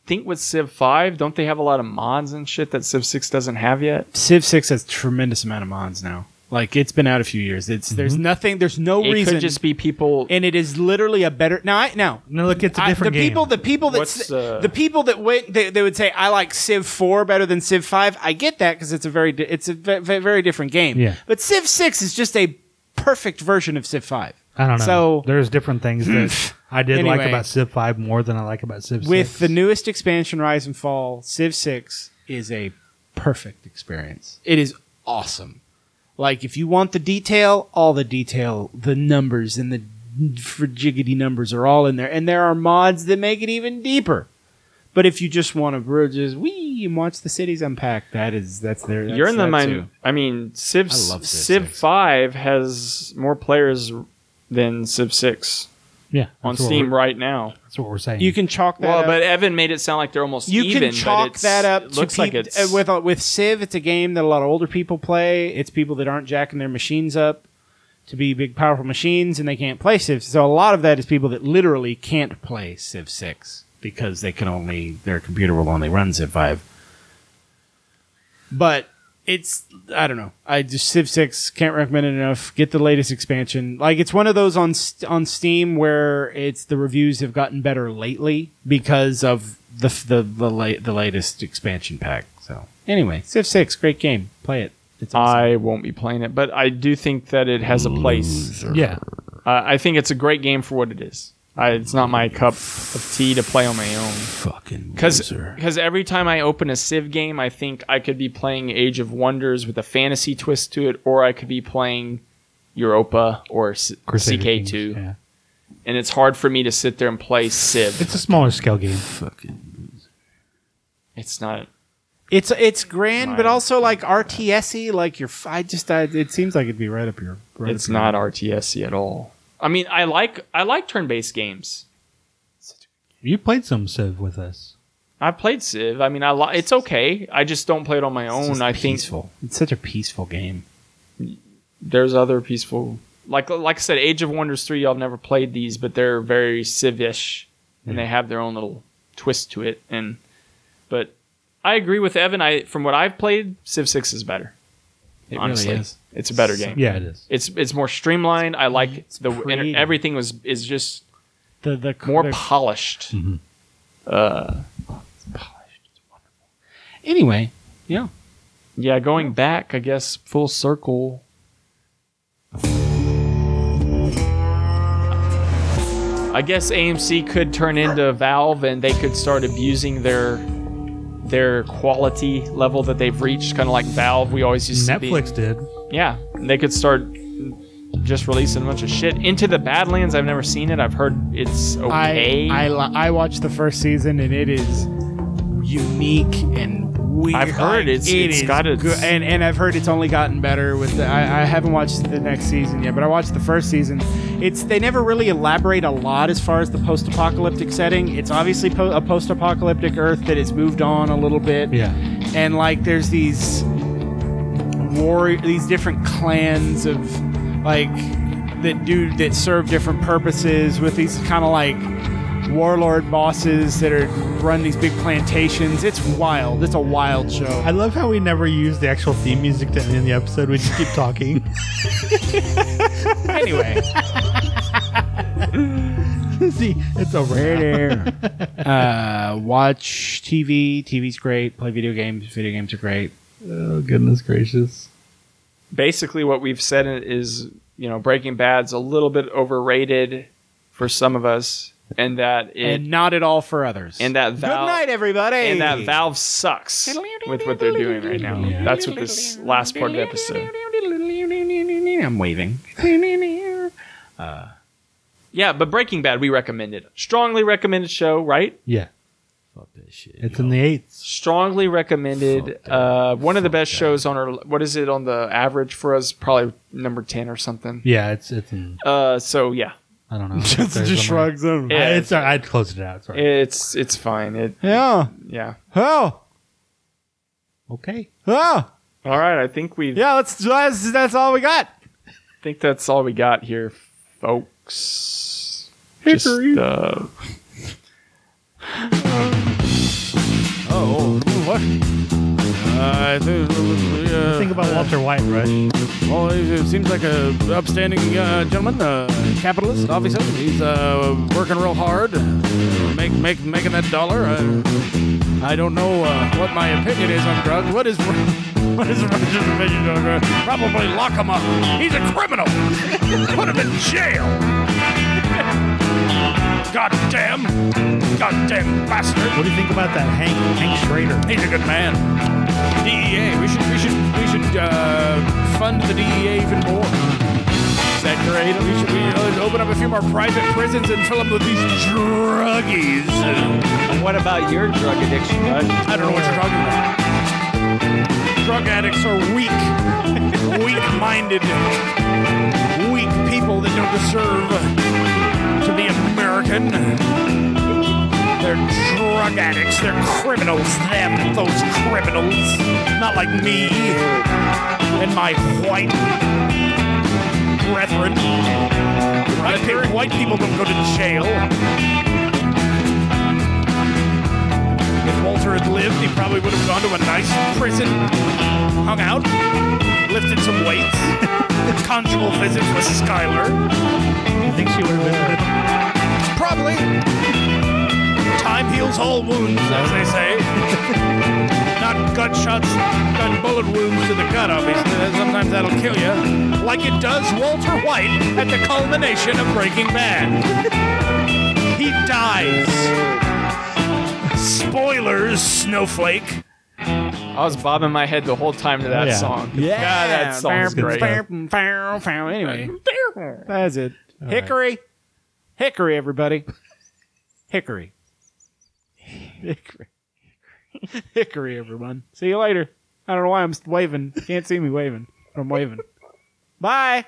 S2: think with Civ 5, don't they have a lot of mods and shit that Civ 6 doesn't have yet?
S1: Civ Six has tremendous amount of mods now. Like it's been out a few years. It's there's nothing. There's no
S2: Mm-hmm. It
S1: reason.
S2: could just be people.
S1: and it is literally a better now. I, now
S3: No, look, it's a
S1: I-
S3: different
S1: the
S3: game.
S1: people, the people that
S2: What's,
S1: s-
S2: uh,
S1: the people that went, they, they would say, "I like Civ four better than Civ 5. I get that because it's a very, di- it's a ve- ve- very different game.
S3: Yeah.
S1: But Civ six is just a perfect version of Civ five.
S3: I don't know.
S1: So
S3: there's different things that
S1: (laughs)
S3: I did like
S1: Anyway.
S3: about Civ Five more than I like about Civ Six.
S1: with the newest expansion, Rise and Fall, Civ six is a perfect experience. It is awesome. Like if you want the detail, all the detail, the numbers and the frigiggity numbers are all in there, and there are mods that make it even deeper. But if you just want to bro- just wee and watch the cities unpack, that is that's their. That's
S2: You're in the
S1: that
S2: mind.
S1: too.
S2: I mean, Civ,
S1: I love
S2: Civ,
S1: Civ 6.
S2: 5 has more players than Civ 6
S3: yeah
S2: on
S3: that's what
S2: Steam
S3: we're-
S2: right now.
S3: That's what we're saying.
S1: You can chalk that.
S2: Well,
S1: up.
S2: but Evan made it sound like they're almost
S1: you
S2: even.
S1: can
S2: but
S1: chalk
S2: it's-
S1: that up
S2: it
S1: to
S2: looks like
S1: peop-
S2: it's
S1: uh, with uh, with Civ. It's a game that a lot of older people play. It's people that aren't jacking their machines up to be big, powerful machines, and they can't play Civ. So a lot of that is people that literally can't play Civ Six because they can only their computer will only run Civ Five. But it's I don't know. I just Civ Six can't recommend it enough. Get the latest expansion. Like it's one of those on st- on Steam where it's the reviews have gotten better lately because of the f- the the, la- the latest expansion pack. So anyway, Civ Six, great game. Play it. It's awesome.
S2: I won't be playing it, but I do think that it has a place.
S3: yeah,
S2: Uh, I think it's a great game for what it is. I, it's not my cup of tea to play on my own.
S6: Fucking
S2: Because
S6: loser.
S2: every time I open a Civ game, I think I could be playing Age of Wonders with a fantasy twist to it, or I could be playing Europa or S-
S3: Crusader
S2: CK2.
S3: Kings, yeah.
S2: And it's hard for me to sit there and play Civ.
S3: It's a smaller scale game.
S2: It's not.
S1: It's it's grand, but
S2: My-
S1: also like RTS y. Like you're, f- I just I, it seems like it'd be right up your. Right
S2: It's
S1: up your-
S2: not RTS at all. I mean, I like I like turn-based games.
S3: You played some Civ with us.
S2: I played Civ. I mean, I li- it's okay. I just don't play it on my own.
S1: just
S2: I think
S1: peaceful. It's such a peaceful game.
S2: there's other peaceful like like I said, Age of Wonders three. I've never played these, but they're very civish, and they have their own little twist to it. And but I agree with Evan. I from what I've played, Civ six is better.
S1: It
S2: honestly,
S1: really is.
S2: it's a better game.
S3: Yeah, it is.
S2: It's it's more streamlined. I like the
S1: pretty.
S2: everything was is just
S1: The the
S2: more
S1: the- Uh,
S2: polished.
S1: anyway. Yeah.
S2: Yeah, going back, I guess full circle. I guess AMC could turn into Valve and they could start abusing their their quality level that they've reached, kind of like Valve. We always used to be.
S3: Netflix did.
S2: Yeah, they could start just releasing a bunch of shit. Into the Badlands, I've never seen it. I've heard it's okay.
S1: I I, li- I watched the first season and it is unique and weird.
S2: I've heard it's- it's
S1: is
S2: got its-
S1: good, and and I've heard it's only gotten better with the. I, I haven't watched the next season yet, but I watched the first season. It's they never really elaborate a lot as far as the post-apocalyptic setting. It's obviously po- a post-apocalyptic Earth that has moved on a little bit
S3: Yeah,
S1: and like there's these warrior these different clans of like that do that serve different purposes with these kind of like warlord bosses that are run these big plantations it's wild it's a wild show
S3: I love how we never use the actual theme music to end the episode. We just keep talking.
S1: anyway
S3: (laughs) See, it's over.
S1: uh, watch tv tv's great play video games video games are great
S3: Oh goodness gracious!
S2: basically what we've said is you know breaking bad's a little bit overrated for some of us and that it
S1: and
S2: and,
S1: not at all for others
S2: that valve
S1: good night everybody
S2: and that valve sucks with what they're doing right now that's what this last part of the episode
S1: i'm waving
S2: yeah but breaking bad we recommend it strongly recommended show right
S3: Yeah,
S6: Fuck that shit.
S3: it's in the eights.
S2: strongly recommended uh one of the best shows on our what is it on the average for us probably number 10 or something
S3: Yeah, it's it's in.
S2: uh so yeah
S3: I (laughs) don't know. It's there somewhere.
S1: them.
S3: I,
S2: Yeah.
S3: it's, all right. I'd close it out. Sorry.
S2: it's it's fine it
S1: Yeah.
S2: yeah
S1: Oh.
S3: okay.
S1: Oh.
S2: all right i think we've
S1: Yeah. Let's. That's, that's all we got.
S2: think that's all we got here, folks. Just, uh,
S5: What? Uh, I think, uh,
S3: Think about Walter White, right?
S5: Well, he he seems like a upstanding uh, gentleman, uh, capitalist. Obviously, he's uh, working real hard, make make making that dollar. Uh, I don't know uh, what my opinion is on drugs. What is (laughs) what is Roger's opinion on drugs? Probably lock him up. He's a criminal. (laughs) Put him in jail. (laughs) Goddamn, goddamn bastard.
S3: What do you think about that Hank Hank Schrader?
S5: He's a good man. DEA. We should we should we should uh, fund the DEA even more. Is that great? We should we uh, open up a few more private prisons and fill them with these druggies.
S2: What about your drug addiction, Rush?
S5: I don't know what you're talking about. Drug addicts are weak, (laughs) weak-minded, weak people that don't deserve to be American. They're drug addicts. They're criminals. Them, those criminals. Not like me and my white brethren. I think white people don't go to jail. If Walter had lived, he probably would have gone to a nice prison, hung out, lifted some weights, (laughs) conjugal visits with Skylar.
S3: I think she would have been.
S5: Probably. Time heals all wounds, as they say. Not gunshots, gun bullet wounds to the gut, obviously. Sometimes that'll kill you. Like it does Walter White at the culmination of Breaking Bad. He dies. Spoilers, Snowflake.
S2: I was bobbing my head the whole time to that
S3: Yeah.
S2: song. Yeah, God, that song's
S3: good
S2: great.
S3: stuff.
S1: Anyway, that's it. Hickory, hickory, everybody, hickory, hickory, hickory, everyone. See you later. I don't know why I'm waving. You Can't see me waving, but I'm waving. Bye.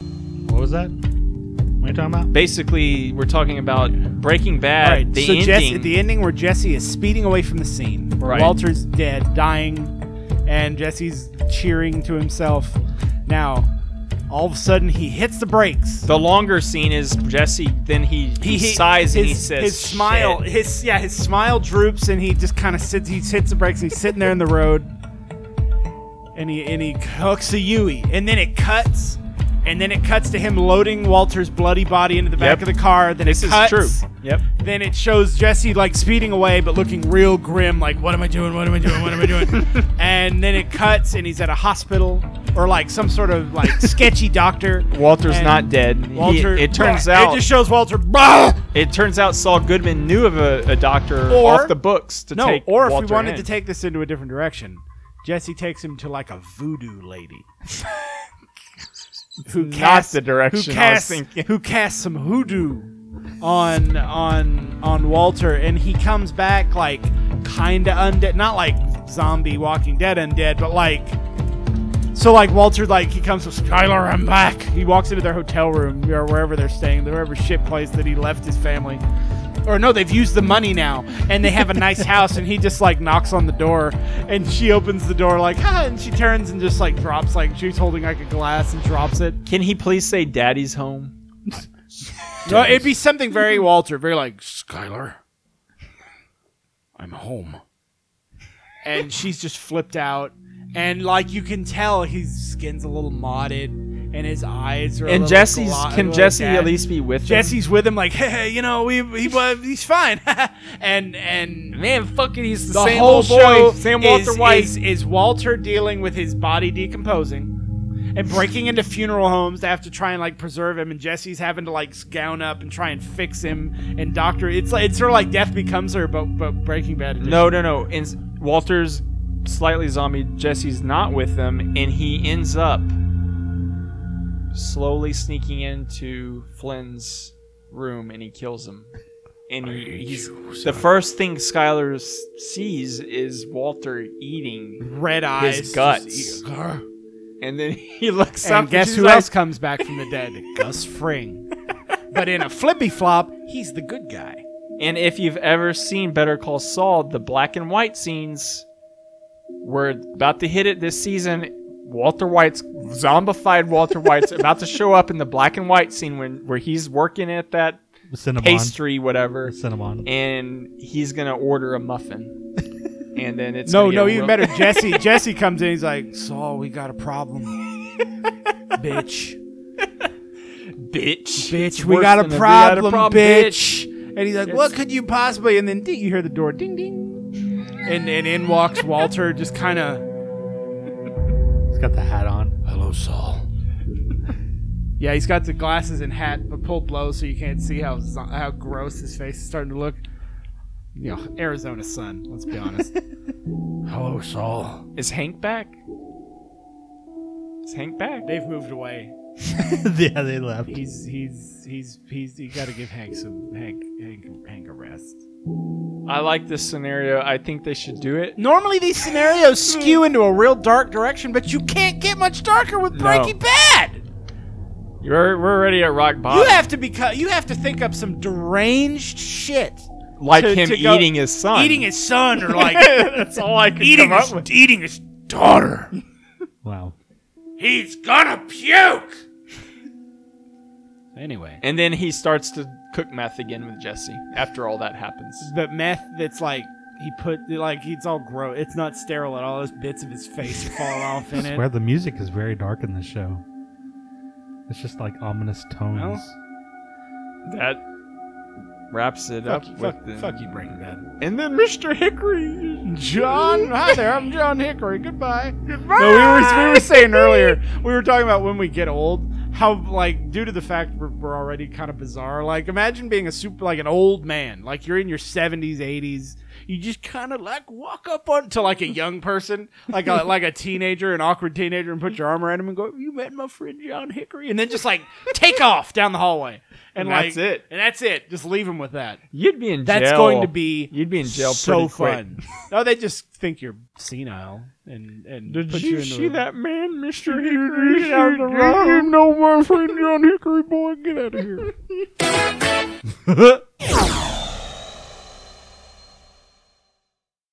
S3: What was that? What are you talking about?
S2: Basically, we're talking about Breaking Bad. the
S1: so
S2: ending.
S1: Jesse, the ending where Jesse is speeding away from the scene, where
S2: Right.
S1: Walter's dead, dying, and Jesse's cheering to himself. Now, all of a sudden, he hits the brakes.
S2: The longer scene is Jesse. Then he he, sighs
S1: his,
S2: and he says,
S1: his smile,
S2: "Shit."
S1: his yeah, his smile droops, and he just kind of sits. He hits the brakes. And he's sitting there in the road, and he and he hooks a Yui, and then it cuts. And then it cuts to him loading Walter's bloody body into the back
S2: Yep.
S1: of the car. Then
S2: This
S1: it
S2: is
S1: cuts,
S2: true. Yep.
S1: then it shows Jesse like speeding away, but looking real grim, like, what am I doing? What am I doing? What am I
S2: (laughs)
S1: doing? and then it cuts, and he's at a hospital or like some sort of like sketchy doctor.
S2: Walter's
S1: And
S2: not dead.
S1: Walter,
S2: (laughs) He- it turns out
S1: It just shows Walter. "Bah!"
S2: It turns out Saul Goodman knew of a, a doctor
S1: Or-
S2: off the books to
S1: No,
S2: take.
S1: or if
S2: Walter
S1: we wanted
S2: in.
S1: to take this into a different direction, Jesse takes him to like a voodoo lady. who
S2: not
S1: casts
S2: the direction
S1: who
S2: I was
S1: casts,
S2: thinking.
S1: who casts some hoodoo on on on Walter and he comes back like kinda undead not like zombie walking dead undead but like so like Walter like he comes with Skylar I'm back he walks into their hotel room or wherever they're staying wherever shit place that he left his family or no they've used the money now and they have a nice house and he just like knocks on the door and she opens the door like ah, and she turns and just like drops like she's holding like a glass and drops it (laughs)
S2: Can he please say "Daddy's home"?
S1: No, it'd be something very Walter, very like,
S5: Skylar, I'm home.
S1: and she's just flipped out, and like you can tell his skin's a little modded, and his eyes are. a
S2: And
S1: little
S2: Jesse's
S1: glo-
S2: can
S1: like
S2: Jesse
S1: that.
S2: at least be with him?
S1: Jesse's with him, like, hey, you know, we, he, was he's fine, (laughs) and and
S2: Man, fucking, he's the,
S1: the
S2: same
S1: whole
S2: old boy,
S1: show
S2: Sam Walter
S1: is,
S2: White.
S1: is, is Walter dealing with his body decomposing and breaking into funeral homes to have to try and like preserve him, and Jesse's having to like gown up and try and fix him, and Doctor, it's like it's sort of like Death Becomes Her, but but Breaking Bad. edition.
S2: No, no, no. In, Walter's slightly zombie. Jesse's not with them, and he ends up slowly sneaking into Flynn's room, and he kills him. And he, he's the first thing Skylar s- sees is Walter eating
S1: red Mhm. eyes,
S2: his guts, and then (laughs) he looks up.
S1: And guess
S2: she's
S1: who
S2: like,
S1: else comes back from the dead? Gus Fring. But in a flippy flop, he's the good guy.
S2: And if you've ever seen Better Call Saul, the black and white scenes, we're about to hit it this season. Walter White's zombified Walter White's about to show up in the black and white scene when where he's working at that
S3: Cinnamon.
S2: pastry, whatever,
S3: Cinnamon.
S2: and he's gonna order a muffin. And then it's
S1: No,
S2: gonna
S1: no,
S2: get
S1: even
S2: real-
S1: better. Jesse,
S2: (laughs)
S1: Jesse comes in. He's like, "Saul, we got a problem, bitch,
S2: bitch.
S1: bitch,
S2: It's
S1: we
S2: worse
S1: got,
S2: than
S1: a
S2: the- we
S1: problem,
S2: bitch."
S1: bitch. And he's like, "What could you possibly?" And then ding, you hear the door, ding, ding, and and in walks Walter, just kind of.
S3: He's got the hat on. (laughs)
S5: Hello, Saul.
S1: Yeah, he's got the glasses and hat, but pulled low so you can't see how zo- how gross his face is starting to look. You know, Arizona sun. Let's be honest.
S5: Hello, Saul.
S2: Is Hank back? Is Hank back?
S1: They've moved away.
S3: yeah, they left.
S1: He's he's he's he's you got to give Hank some Hank Hank Hank a rest.
S2: I like this scenario. I think they should do it.
S1: Normally these scenarios (laughs) skew into a real dark direction, but you can't get much darker with Breaking Bad.
S2: You're, we're already at rock bottom.
S1: You have to become you have to think up some deranged shit.
S2: like
S1: to-
S2: him
S1: to go-
S2: eating his son.
S1: Eating his (laughs) son or like (laughs)
S2: That's all I could
S1: eating
S2: come up
S1: his,
S2: with.
S1: eating his daughter.
S3: Wow.
S1: He's gonna puke. Anyway,
S2: And then he starts to cook meth again with Jesse after all that happens.
S1: the meth that's like he put like he's all gross. It's not sterile at all. Those bits of his face are falling off in
S3: I
S1: it.
S3: swear the music is very dark in this show. It's just like ominous tones.
S2: That wraps it up with
S1: Fuck,
S2: the,
S1: fuck you, Breaking Bad.
S2: And then Mr. Hickory.
S1: John, hi there. I'm John Hickory. Goodbye. Goodbye. No, we were we were saying earlier. We were talking about when we get old. How like due to the fact we're, we're already kind of bizarre. Like imagine being a super like an old man. Like you're in your 70s, 80s. You just kind of like walk up on to like a young person, like
S2: (laughs)
S1: a like a teenager, an awkward teenager, and put your arm around him and go, "You met my friend John Hickory," and then just like take off down the hallway, and,
S2: And that's
S1: like,
S2: it.
S1: And that's it. Just leave him with that.
S2: You'd be in jail.
S1: That's going to be
S2: You'd be in jail
S1: So
S2: pretty quick.
S1: fun. (laughs) no, they just think you're senile and and
S2: Did
S1: put
S2: you
S1: in
S2: see
S1: a-
S2: that man, Mr. Hickory, down the road?
S1: You know my friend John Hickory boy, get out of here.